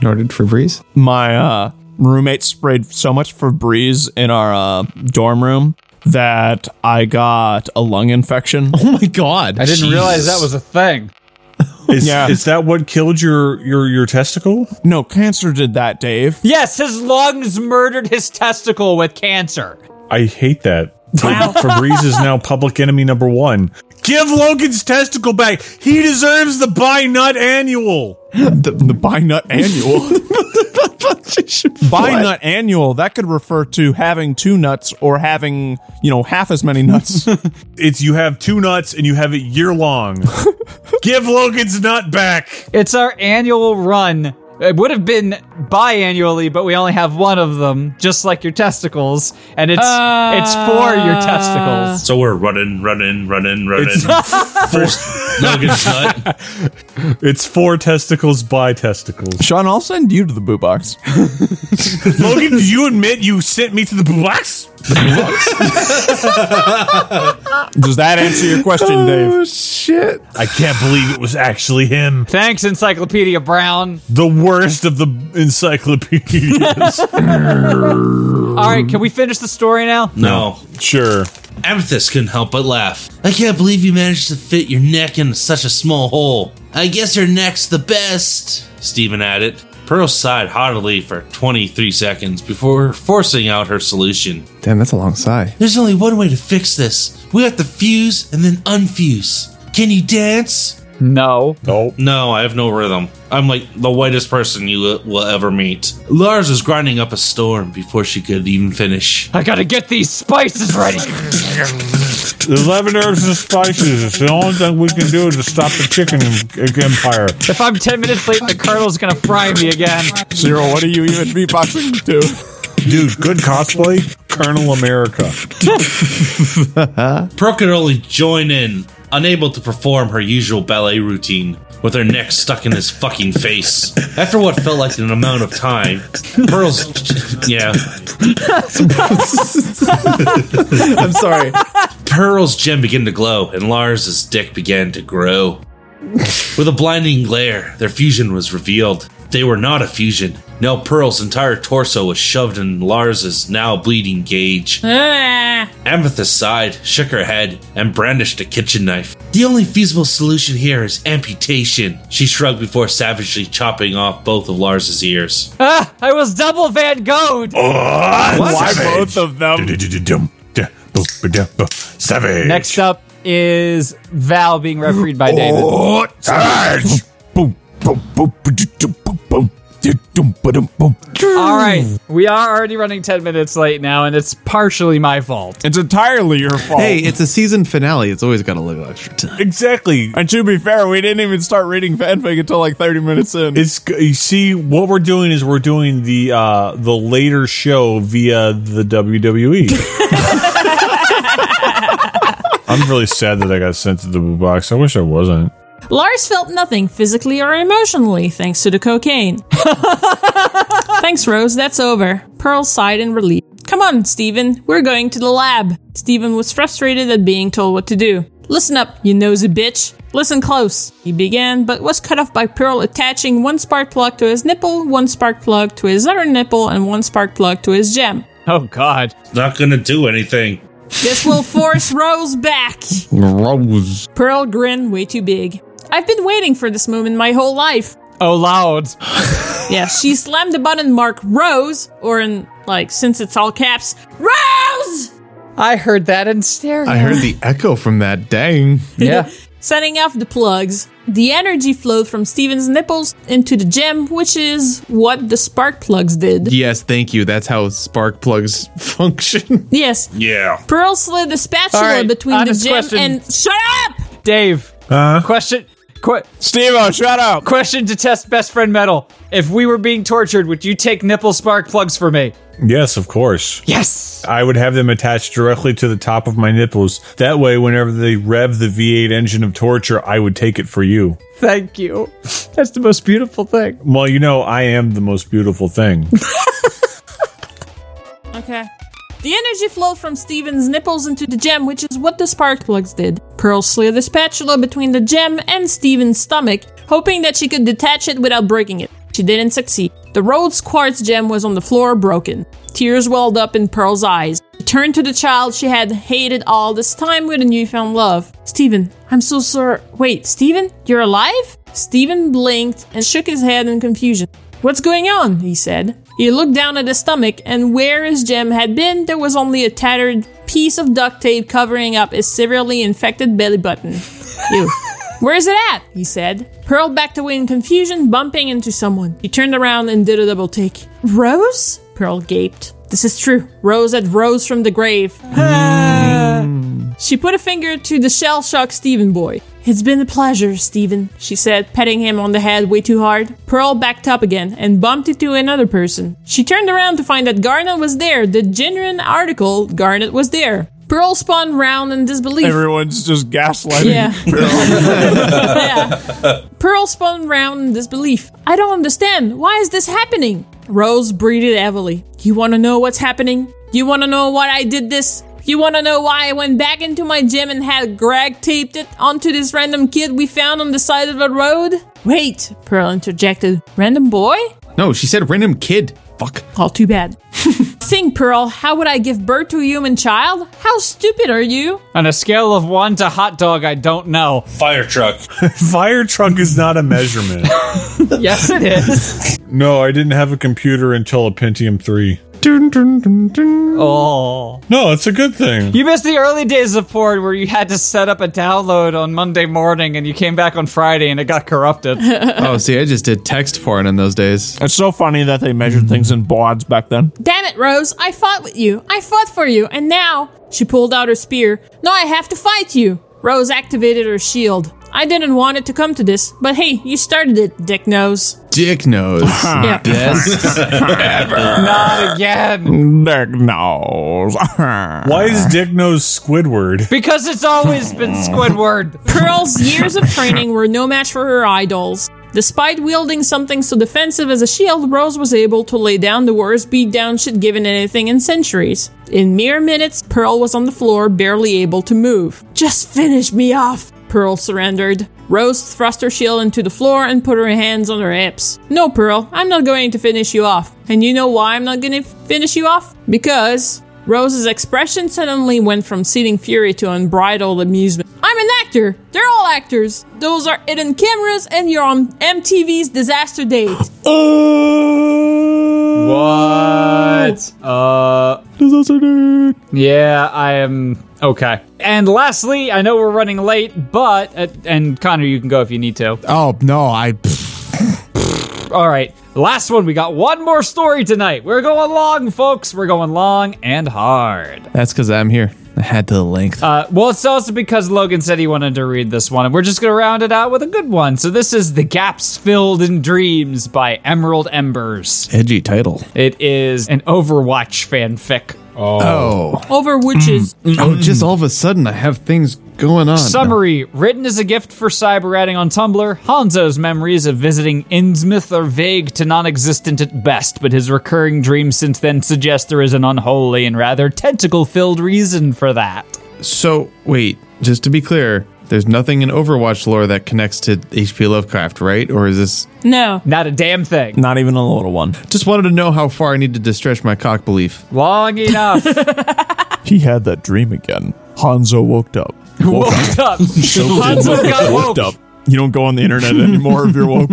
snorted Febreze? My uh, roommate sprayed so much Febreze in our uh, dorm room that I got a lung infection. [LAUGHS] Oh my god! I didn't realize that was a thing. Is, Yeah. is that what killed your your your testicle? No, cancer did that, Dave. Yes, his lungs murdered his testicle with cancer. I hate that. Febreze is now public enemy number one. Give Logan's testicle back. He deserves the buy nut annual. The, the buy nut annual. By nut annual, that could refer to having two nuts or having, you know, half as many nuts. [LAUGHS] it's you have two nuts and you have it year long. Give Logan's nut back. It's our annual run. It would have been biannually, but we only have one of them, just like your testicles, and it's it's for your testicles. So we're running, running, running, running. It's- First, Logan's nut. It's four testicles by testicles. Sean, I'll send you to the boo box. [LAUGHS] Logan, do you admit you sent me to the boo box? [LAUGHS] Does that answer your question, Dave? Oh, shit. I can't believe it was actually him. Thanks, Encyclopedia Brown. The worst of the encyclopedias. [LAUGHS] [LAUGHS] All right, can we finish the story now? No. Sure. Amethyst couldn't help but laugh. I can't believe you managed to fit your neck in such a small hole. I guess your neck's the best, Stephen added. Pearl sighed haughtily for 23 seconds before forcing out her solution. Damn, that's a long sigh. There's only one way to fix this. We have to fuse and then unfuse. Can you dance? No. No. No, I have no rhythm. I'm like the whitest person you will ever meet. Lars was grinding up a storm before she could even finish. I gotta get these spices ready. [LAUGHS] There's eleven herbs and spices. It's the only thing we can do to stop the chicken em- empire. If I'm 10 minutes late, the Colonel's gonna fry me again. Zero, what are you even beatboxing to? Dude, good cosplay, Colonel America. Pearl could only join in, unable to perform her usual ballet routine, with her neck stuck in his fucking face. After what felt like an amount of time, Pearl's. Yeah. I'm sorry. Pearl's gem began to glow, and Lars's dick began to grow. With a blinding glare, their fusion was revealed. They were not a fusion. Now Pearl's entire torso was shoved in Lars's now bleeding gauge. Ah. Amethyst sighed, shook her head, and brandished a kitchen knife. The only feasible solution here is amputation. She shrugged before savagely chopping off both of Lars's ears. Ah, I was double Van Gogh. Why [LAUGHS] both of them? Savage. Next up is Val being refereed by David. Oh, savage. All right, we are already running 10 minutes late now, and it's partially my fault. It's entirely your fault. Hey, it's a season finale. It's always got a little extra time. Exactly. And to be fair, we didn't even start reading fanfic until like 30 minutes in. It's you see what we're doing is we're doing the uh the later show via the E. WWE. [LAUGHS] I'm really sad that I got sent to the boo box. I wish I wasn't. Lars felt nothing physically or emotionally thanks to the cocaine. [LAUGHS] thanks, Rose, that's over. Pearl sighed in relief. Come on, Steven, we're going to the lab. Steven was frustrated at being told what to do. Listen up, you nosy bitch. Listen close. He began, but was cut off by Pearl attaching one spark plug to his nipple, one spark plug to his other nipple, and one spark plug to his gem. Oh, God. Not gonna do anything. This will force Rose back. Rose. Pearl grinned way too big. I've been waiting for this moment my whole life. Oh, loud. Yeah, she slammed the button marked Rose, or in, like, since it's all caps, Rose! I heard that in stereo. I heard the echo from that. Dang. [LAUGHS] [LAUGHS] Yeah. Setting off the plugs, the energy flowed from Steven's nipples into the gem, which is what the spark plugs did. Yes, thank you. That's how spark plugs [LAUGHS] function. Yes. Yeah. Pearl slid the spatula All right, between the honest gem question. and. Shut up! Dave. Question. Qu- Steve-O, shut up. Question to test best friend metal. If we were being tortured, would you take nipple spark plugs for me? Yes, of course. Yes. I would have them attached directly to the top of my nipples. That way, whenever they rev the V8 engine of torture, I would take it for you. Thank you. That's the most beautiful thing. Well, you know, I am the most beautiful thing. [LAUGHS] Okay. The energy flowed from Steven's nipples into the gem, which is what the spark plugs did. Pearl slid the spatula between the gem and Steven's stomach, hoping that she could detach it without breaking it. She didn't succeed. The Rhodes quartz gem was on the floor, broken. Tears welled up in Pearl's eyes. She turned to the child she had hated all this time with a newfound love. Steven, I'm so sorry. Wait, Steven, you're alive? Steven blinked and shook his head in confusion. What's going on? he said. He looked down at his stomach, and where his gem had been, there was only a tattered piece of duct tape covering up his severely infected belly button. Ew. Where's it at? he said. Pearl backed away in confusion, bumping into someone. He turned around and did a double take. Rose? Pearl gaped. This is true. Rose had rose from the grave. She put a finger to the shell shocked Steven boy. It's been a pleasure, Steven, she said, petting him on the head way too hard. Pearl backed up again and bumped into another person. She turned around to find that Garnet was there. The genuine article, Garnet was there. Pearl spun round in disbelief. Everyone's just gaslighting. [LAUGHS] Yeah. Pearl spun round in disbelief. I don't understand. Why is this happening? Rose breathed heavily. You want to know what's happening? You want to know why I did this? You want to know why I went back into my gym and had Greg taped it onto this random kid we found on the side of the road? Wait, Pearl interjected. Random boy? No, she said random kid. [LAUGHS] Fuck. All too bad. Think, Pearl, how would I give birth to a human child? How stupid are you? On a scale of one to hot dog, I don't know. Fire truck. Fire truck is not a [LAUGHS] measurement. yes, it is. no, I didn't have a computer until a Pentium 3. Oh. No, it's a good thing. You missed the early days of porn where you had to set up a download on Monday morning and you came back on Friday and it [LAUGHS] got corrupted. Oh, see, I just did text porn in those days. It's so funny that they measured things in bods back then. Damn it, Rose, I fought with you. I fought for you, and now. She pulled out her spear. No, I have to fight you. Rose activated her shield. I didn't want it to come to this, but hey, you started it, dick nose. Dick [LAUGHS] nose. Yeah. Best ever. Not again. Dick [LAUGHS] nose. Why is Dick Nose Squidward? Because it's always been Squidward. Pearl's years of training were no match for her idols. Despite wielding something so defensive as a shield, Rose was able to lay down the worst beatdown she'd given anything in centuries. In mere minutes, Pearl was on the floor, barely able to move. Just finish me off! Pearl surrendered. Rose thrust her shield into the floor and put her hands on her hips. No, Pearl, I'm not going to finish you off. And you know why I'm not going to finish you off? Because Rose's expression suddenly went from seething fury to unbridled amusement. I'm an actor! They're all actors! Those are hidden cameras and you're on MTV's [LAUGHS] Disaster Date. What? Uh. Disaster dude. Yeah, I am okay. And lastly, I know we're running late, but uh, and Connor, you can go if you need to. Oh no, I. All right, last one. We got one more story tonight. We're going long, folks. We're going long and hard. That's because I'm here. I had to the length. Uh, well, it's also because Logan said he wanted to read this one, and we're just going to round it out with a good one. So, this is The Gaps Filled in Dreams by Emerald Embers. Edgy title. It is an Overwatch fanfic. Oh. Over witches. Oh, just all of a sudden I have things going Oh. on. Summary written as a gift for Cyberratting on Tumblr. Hanzo's memories of visiting Innsmouth are vague to non existent at best, but his recurring dreams since then suggest there is an unholy and rather tentacle filled reason for that. So, wait, just to be clear, there's nothing in Overwatch lore that connects to H.P. Lovecraft, right? Or is this No. Not a damn thing. not even a little one? Just wanted to know how far I needed to stretch my cock belief. Long enough. He had that dream again. Hanzo woke up. [LAUGHS] Woke [LAUGHS] up. So did Hanzo Loki. got woke. up. You don't go on the internet anymore if you're woke.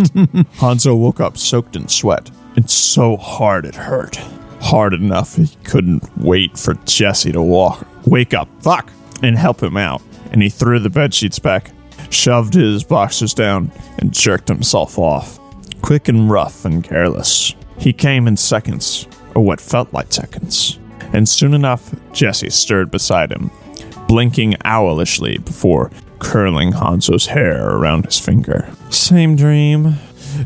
Hanzo woke up soaked in sweat. It's so hard it hurt. Hard enough he couldn't wait for Jesse to walk. Wake up, fuck, and help him out. And he threw the bed sheets back. shoved his boxers down, and jerked himself off. Quick and rough and careless, he came in seconds, or what felt like seconds. And soon enough, Jesse stirred beside him, blinking owlishly before curling Hanzo's hair around his finger. [LAUGHS] Same dream?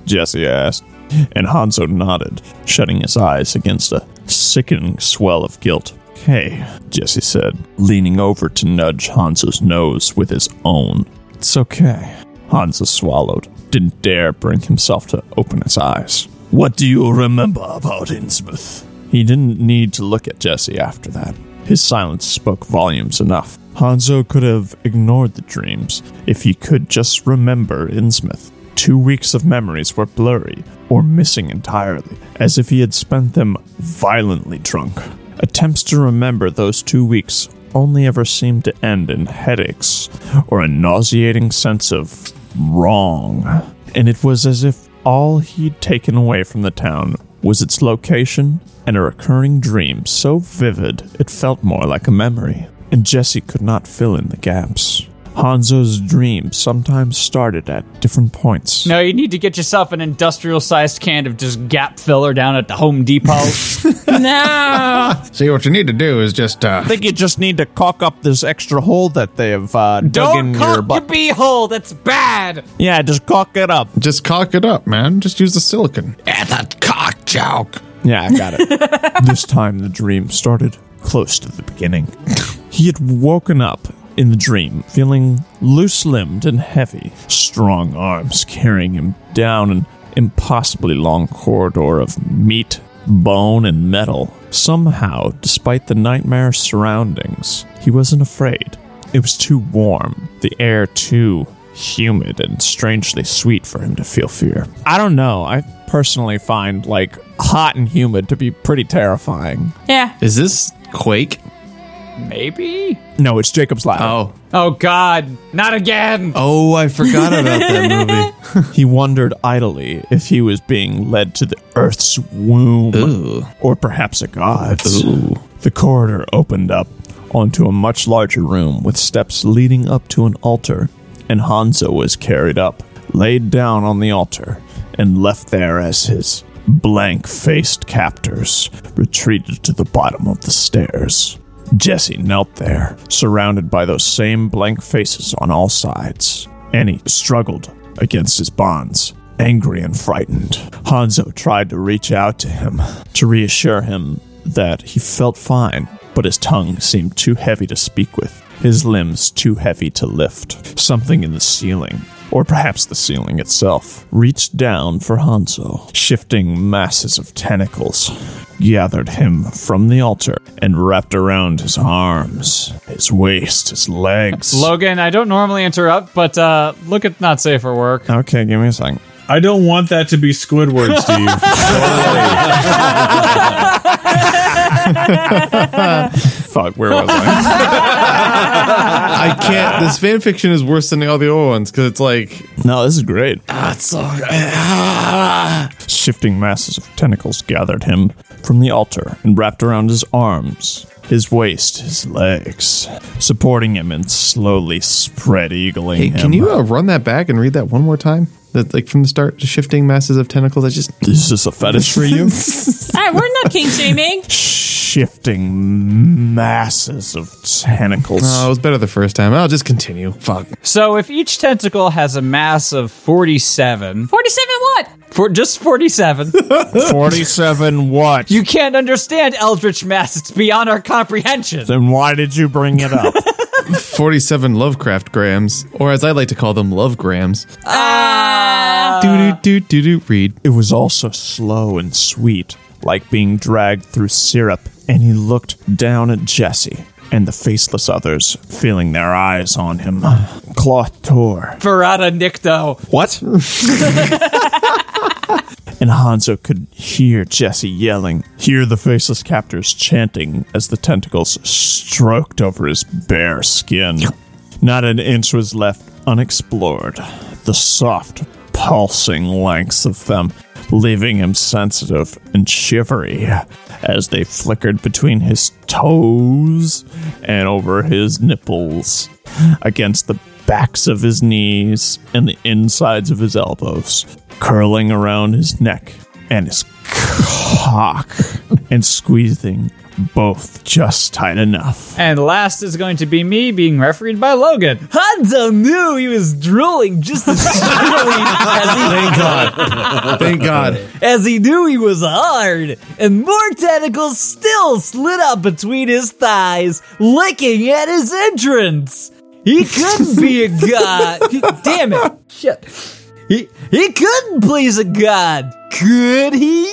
Jesse asked, and Hanzo nodded, shutting his eyes against a sickening swell of guilt. Hey, Jesse said, leaning over to nudge Hanzo's nose with his own. It's okay. Hanzo swallowed, didn't dare bring himself to open his eyes. What do you [LAUGHS] remember about Innsmouth? He didn't need to look at Jesse after that. His silence spoke volumes enough. Hanzo could have ignored the dreams if he could just remember Innsmouth. Two weeks of memories were blurry or missing entirely, as if he had spent them violently drunk. Attempts to remember those two weeks only ever seemed to end in headaches or a nauseating sense of wrong. And it was as if all he'd taken away from the town was its location and a recurring dream so vivid it felt more like a memory. And Jesse could not fill in the gaps. Hanzo's dreams sometimes started at different points. No, you need to get yourself an industrial sized can of just gap filler down at the Home Depot. no. See, what you need to do is just, uh, I think you just need to cock up this extra hole that they have uh, [LAUGHS] dug in Don't your cock butt. your beehole. That's bad. Yeah, just cock it up. Just cock it up, man. Just use the silicon. Yeah, that cock joke. Yeah, I got it. [LAUGHS] this time the dream started close to the beginning. He had woken up in the dream, feeling loose limbed and heavy, strong arms carrying him down an impossibly long corridor of meat, bone, and metal. Somehow, despite the nightmare surroundings, he wasn't afraid. It was too warm, the air too humid and strangely sweet for him to [LAUGHS] feel fear. I don't know. I personally find like hot and humid to be pretty terrifying. Yeah. Is this Quake? Maybe. No, it's Jacob's Ladder. Oh. Oh God, not again. Oh, I forgot about [LAUGHS] that movie. he wondered idly if he was being led to the Earth's womb or perhaps a god's. The corridor opened up onto a much larger room with steps leading up to an altar, and Hanzo was carried up, laid down on the altar, and left there as his blank faced captors retreated to the bottom of the stairs. Jesse knelt there, surrounded by those same blank faces on all sides, and he struggled against his bonds, angry and frightened. Hanzo tried to reach out to him to reassure him that he felt fine, but his tongue seemed too heavy to speak with, his limbs too heavy to lift. Something in the ceiling or perhaps the ceiling itself, reached down for Hanzo. Shifting masses of tentacles gathered him from the altar and wrapped around his arms, his waist, his legs. Logan, I don't normally interrupt, but uh, look at not safe for work. Okay, give me a second. I don't want that to be Squidward, [LAUGHS] Steve. Fuck, where was I? I [LAUGHS] can't. This fan fiction is worse than all the other ones because it's like. No, this is great. Ah, it's so. Shifting masses of tentacles gathered him from the altar and wrapped around his arms, his waist, his legs, supporting him and slowly spread eagling Hey, him. can you uh, run that back and read that one more time? That like from the start, the shifting masses of tentacles. I just. Is this a fetish [LAUGHS] for you? Ah, we're not king shaming. shifting masses of tentacles. No, Oh, it was better the first time. I'll just continue. Fuck. So if each tentacle has a mass of 47, 47 what? for just [LAUGHS] 47, 47 what? You can't understand Eldritch Mass. It's beyond our comprehension. Then why did you bring [LAUGHS] it up? 47 Lovecraft grams, or as I like to call them, love grams. do do do read. It was also slow and sweet, like being dragged through syrup, and he looked down at Jesse and the faceless others, feeling their eyes on him. [SIGHS] Cloth tore, Verada Nikto. What? and Hanzo could hear Jesse yelling, hear the faceless captors chanting as the tentacles stroked over his bare skin. Not an inch was left unexplored. The soft, pulsing lengths of them leaving him sensitive and shivery as they flickered between his toes and over his nipples against the backs of his knees and the insides of his elbows, curling around his neck and his [LAUGHS] cock, and squeezing both just tight enough. And last is going to be me being refereed by Logan. Hanzo knew he was drooling just as [LAUGHS] strongly as he Thank God. Thank God. as he knew he was hard, and more tentacles still slid up between his thighs, licking at his entrance. He couldn't be a god. He- Damn it. Shit. He, he couldn't please a god, could he?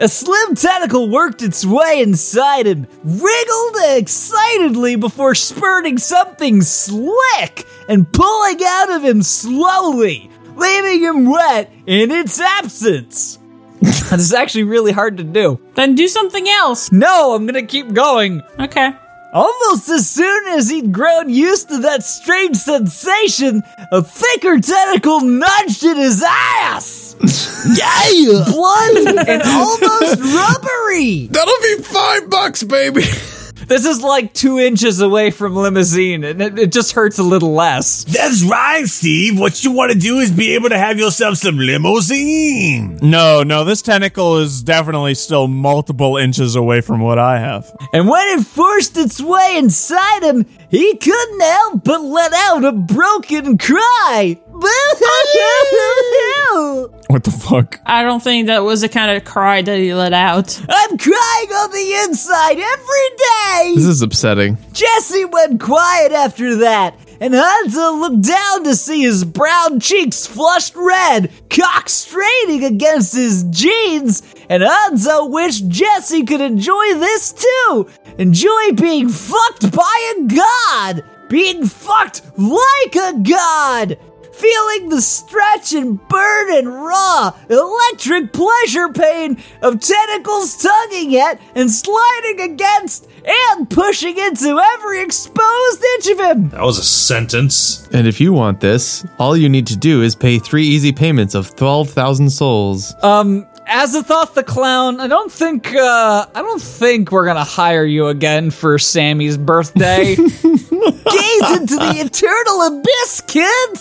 A slim tentacle worked its way inside him, wriggled excitedly before spurting something slick and pulling out of him slowly, leaving him wet in its [LAUGHS] absence. this is actually really hard to do. Then do something else. No, I'm gonna keep going. Okay. Almost as soon as he'd grown used to that strange sensation, a thicker tentacle nudged at his ass. yeah, blunt and almost [LAUGHS] rubbery. That'll be five bucks, baby. This is like two inches away from limousine, and it, it just hurts a little less. That's right, Steve. What you want to do is be able to have yourself some limousine. No, no, this tentacle is definitely still multiple inches away from what I have. And when it forced its way inside him, he couldn't help but let out a broken cry. [LAUGHS] What the fuck? I don't think that was the kind of cry that he let out. I'm crying on the inside every day. This is upsetting. Jesse went quiet after that, and Hanzo looked down to see his brown cheeks flushed red, cock straining against his jeans, and Hanzo wished Jesse could enjoy this too! Enjoy being fucked by a god! Being fucked like a god! Feeling the stretch and burn and raw, electric pleasure pain of tentacles tugging at and sliding against and pushing into every exposed inch of [LAUGHS] him! That was a sentence. And if you want this, all you need to do is pay three easy payments of 12,000 souls. Um, Azathoth the clown, I don't think uh, I don't think we're gonna hire you again for Sammy's birthday. Gaze into the eternal abyss, kid! [LAUGHS]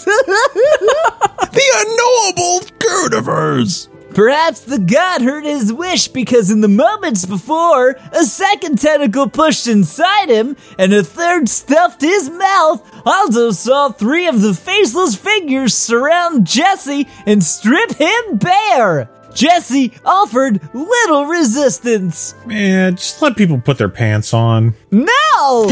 the unknowable Universe. Perhaps the god heard his wish because in the moments before, a second tentacle pushed inside him and a third stuffed his mouth. Also saw three of the faceless figures surround Jesse and strip him bare. Jesse offered little resistance. Man, just let people put their pants on. [LAUGHS] No!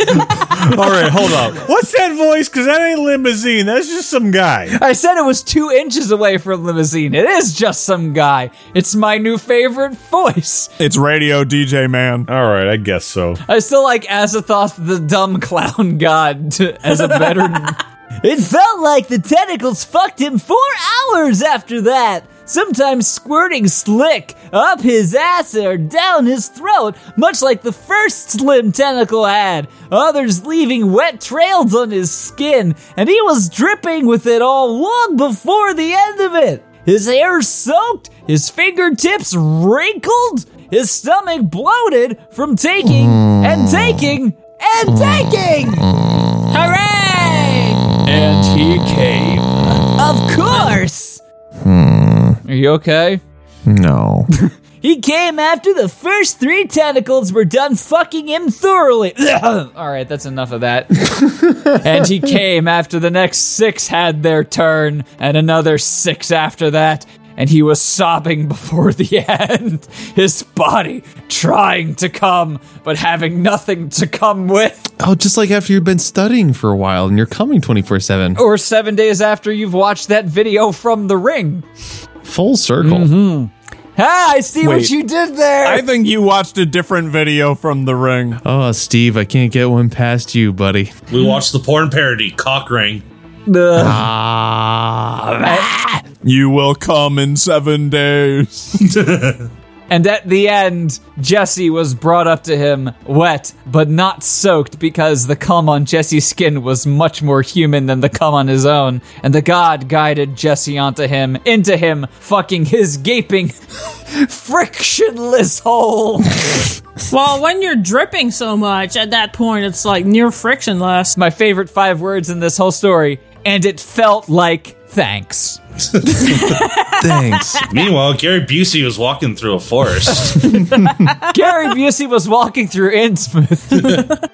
All right, hold up. What's that voice? Because that ain't limousine. That's just some guy. I said it was two inches away from limousine. It is just some guy. It's my new favorite voice. It's radio DJ man. All right, I guess so. I still like Azathoth the dumb [LAUGHS] clown god [LAUGHS] to, as a better. It felt like the tentacles fucked him four hours after that, sometimes squirting slick up his ass or down his throat, much like the first slim tentacle had, others leaving wet trails on his skin, and he was dripping with it all long before the end of it. His hair soaked, his fingertips wrinkled, his stomach bloated from taking and taking and taking! Hooray! and he Oh. came. Of course! Are you okay? No. He came after the first three tentacles were done fucking him thoroughly. [LAUGHS] All right, that's enough of that. [LAUGHS] and he came after the next six had their turn, and another six after that, and he was sobbing [LAUGHS] before the end. His body trying to come, but having nothing to come with. Oh, just like after you've been studying for a while and you're coming 24 7. Or seven days after you've watched that video from The Ring. Mm-hmm. Full circle. Hey, I see Wait. what you did there. I think you watched a different video from The Ring. Oh, Steve, I can't get one past you, buddy. We watched the porn parody, Cock Ring. Uh, You will come in seven days. [LAUGHS] And at the end, Jesse was brought up to him, wet but not soaked, because the cum on Jesse's skin was much more human than the cum on his own. And the god guided Jesse onto him, into him, fucking his gaping frictionless hole. [LAUGHS] well, when you're dripping so much, at that point, it's like near frictionless. My favorite five words in this whole story, and it felt like thanks. Thanks. [LAUGHS] Meanwhile, Gary Busey was walking through a forest. [LAUGHS] Gary Busey was walking through Innsmouth.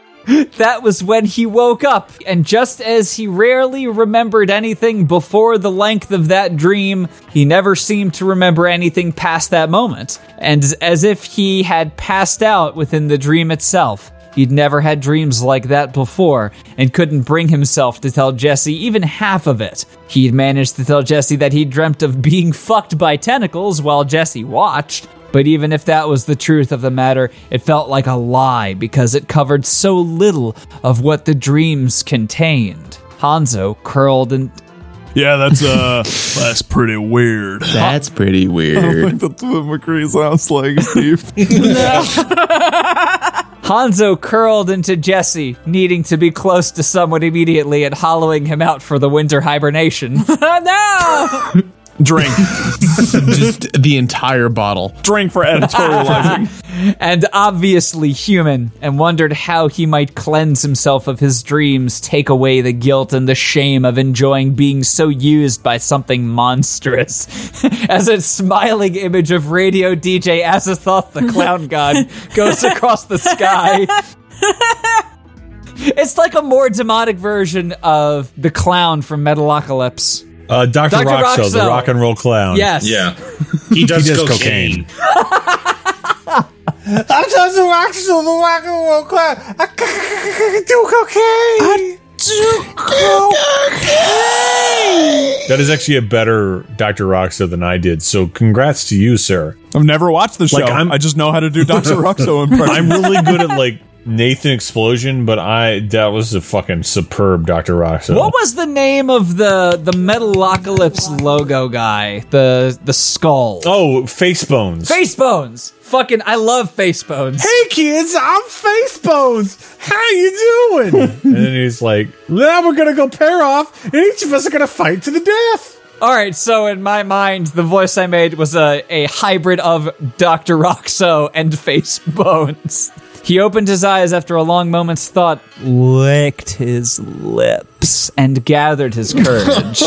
[LAUGHS] that was when he woke up, and just as he rarely remembered anything before the length of that dream, he never seemed to remember anything past that moment. And as if he had passed out within the dream itself. He'd never had dreams like that before and couldn't bring himself to tell Jesse even half of it. He'd managed to tell Jesse that he dreamt of being fucked by tentacles while Jesse watched, but even if that was the truth of the matter, it felt like a lie because it covered so little of what the dreams contained. Hanzo curled and Yeah, that's [LAUGHS] uh, that's pretty weird. [LAUGHS] That's pretty weird. that's what McCree sounds like, Steve. Hanzo curled into Jesse, needing to be close to someone immediately and hollowing him out for the winter hibernation. [LAUGHS] no! Drink. [LAUGHS] Just the entire bottle. Drink [LAUGHS] for editorializing. and obviously human, and wondered how he might cleanse himself of his dreams, take away the guilt and the shame of enjoying being so used by something monstrous. [LAUGHS] As a smiling image of radio DJ Asathoth the clown [LAUGHS] god goes across the sky. It's like a more demonic version of the clown from Metalocalypse. Uh, Dr. Dr. Roxo, the Roxo. rock and roll clown. Yes. [LAUGHS] Yeah. He does cocaine. I'm just a rock star, the rock and roll clown. I c- c- c- do cocaine. I do cocaine. That is actually a better Dr. Roxo than I did. So congrats to you, sir. I've never watched the show. Like, I'm- i just know how to [LAUGHS] do Dr. Roxo impression. I'm really good at [LAUGHS] like Nathan Explosion, but I that was a fucking superb Dr. Roxo. What was the name of the the Metalocalypse logo guy? The the skull. Oh, Facebones. Facebones. Fucking I love Facebones. Hey kids, I'm Facebones. How you doing? and [LAUGHS] then he's like, now we're gonna go pair off, and each of us are gonna fight to the death. All right, so in my mind, the voice I made was a, a hybrid of Dr. Roxo and Face Bones. He opened his eyes after a long moment's thought, licked his lips, and gathered his [LAUGHS] courage.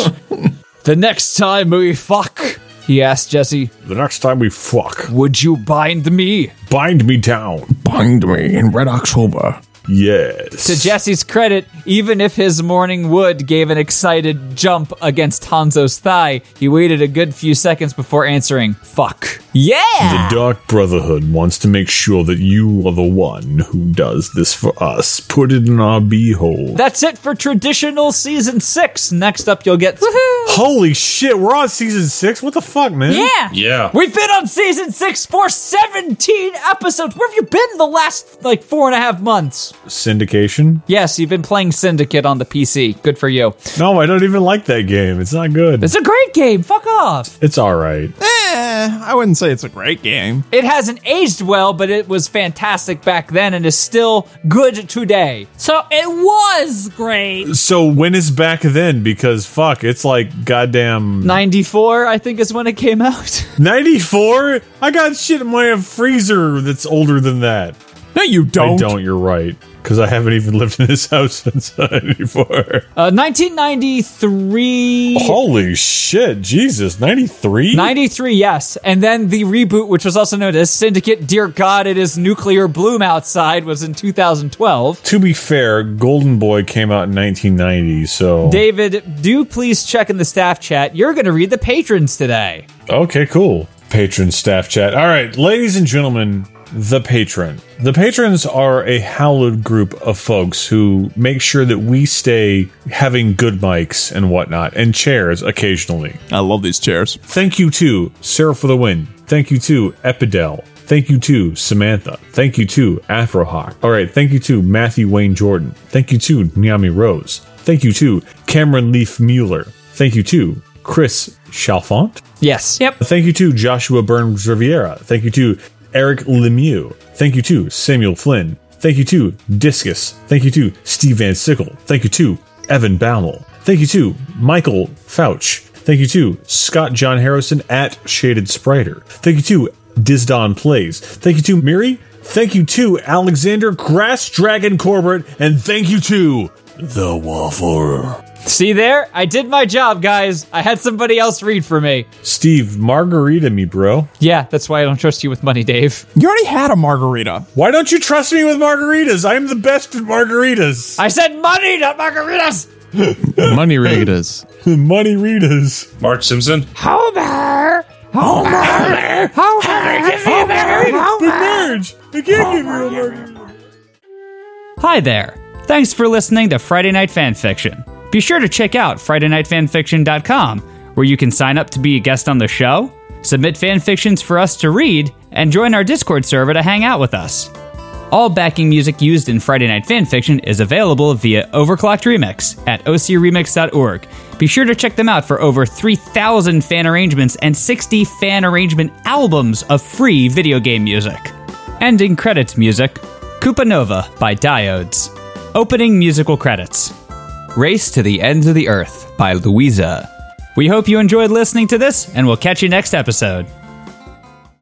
the next time we fuck, he asked Jesse, The next time we fuck, would you bind me? Bind me down. Bind me in Red October. Yes. To Jesse's credit, even if his morning wood gave an excited jump against Hanzo's thigh, he waited a good few seconds before answering, fuck. Yeah! The Dark Brotherhood wants to make sure that you are the one who does this for us. Put it in our beehole. That's it for traditional season six. Next up, you'll get. Holy shit, we're on season six? What the fuck, man? Yeah. Yeah. We've been on season six for 17 episodes. Where have you been the last, like, four and a half months? Syndication? Yes, you've been playing Syndicate on the PC. Good for you. No, I don't even like that game. It's not good. It's a great game. Fuck off. It's alright. I wouldn't say it's a great game. It hasn't aged well, but it was fantastic back then and is still good today. So it was great. So when is back then? Because fuck, it's like goddamn 94, I think, is when it came out. [LAUGHS] 94? I got shit in my freezer that's older than that. No, you don't. I don't, you're right. Because I haven't even lived in this [LAUGHS] house since 94. Uh, 1993. Holy shit, Jesus, 93? 93, yes. And then the reboot, which was also known as Syndicate, Dear God, It Is Nuclear Bloom Outside, was in 2012. To be fair, Golden Boy came out in 1990, so. David, do please check in the staff chat. You're going to read the patrons today. Okay, cool. Patron staff chat. All right, ladies and gentlemen, the patron. The patrons are a hallowed group of folks who make sure that we stay having good mics and whatnot and chairs occasionally. I love these chairs. Thank you to Sarah for the win. Thank you to Epidel. Thank you to Samantha. Thank you to Afrohawk. All right, thank you to Matthew Wayne Jordan. Thank you to Nyami Rose. Thank you to Cameron Leaf Mueller. Thank you to Chris Chalfont. Yes. Yep. Thank you to Joshua Burns Riviera. Thank you to Eric Lemieux. Thank you to Samuel Flynn. Thank you to Discus. Thank you to Steve Van Sickle. Thank you to Evan Baumel. Thank you to Michael Fouch. Thank you to Scott John Harrison at Shaded Spriter. Thank you to Dizdon Plays. Thank you to Miri. Thank you to Alexander Grass Dragon Corbett. And thank you to The Waffler. See there? I did my job, guys. I had somebody else read for me. Steve, margarita me, bro. Yeah, that's why I don't trust you with money, Dave. You already had a margarita. Why don't you trust me with margaritas? I'm the best at margaritas. I said money, not [LAUGHS] margaritas! Money readers. Money readers. Mark Simpson. Homer! Homer! Homer! Homer! Give me a margarita! merge! I can't give you a margarita! Hi there. Thanks for listening to Friday Night Fanfiction. Be sure to check out FridayNightFanfiction.com, where you can sign up to be a guest on the show, submit fanfictions for us to read, and join our Discord server to hang out with us. All backing music used in Friday Night Fanfiction is available via Overclocked Remix at ocremix.org. Be sure to check them out for over 3,000 fan arrangements and 60 fan arrangement albums of free video game music. Ending credits music Koopa Nova by Diodes. Opening musical credits Race to the Ends of the Earth by Louisa. We hope you enjoyed listening to this, and we'll catch you next episode.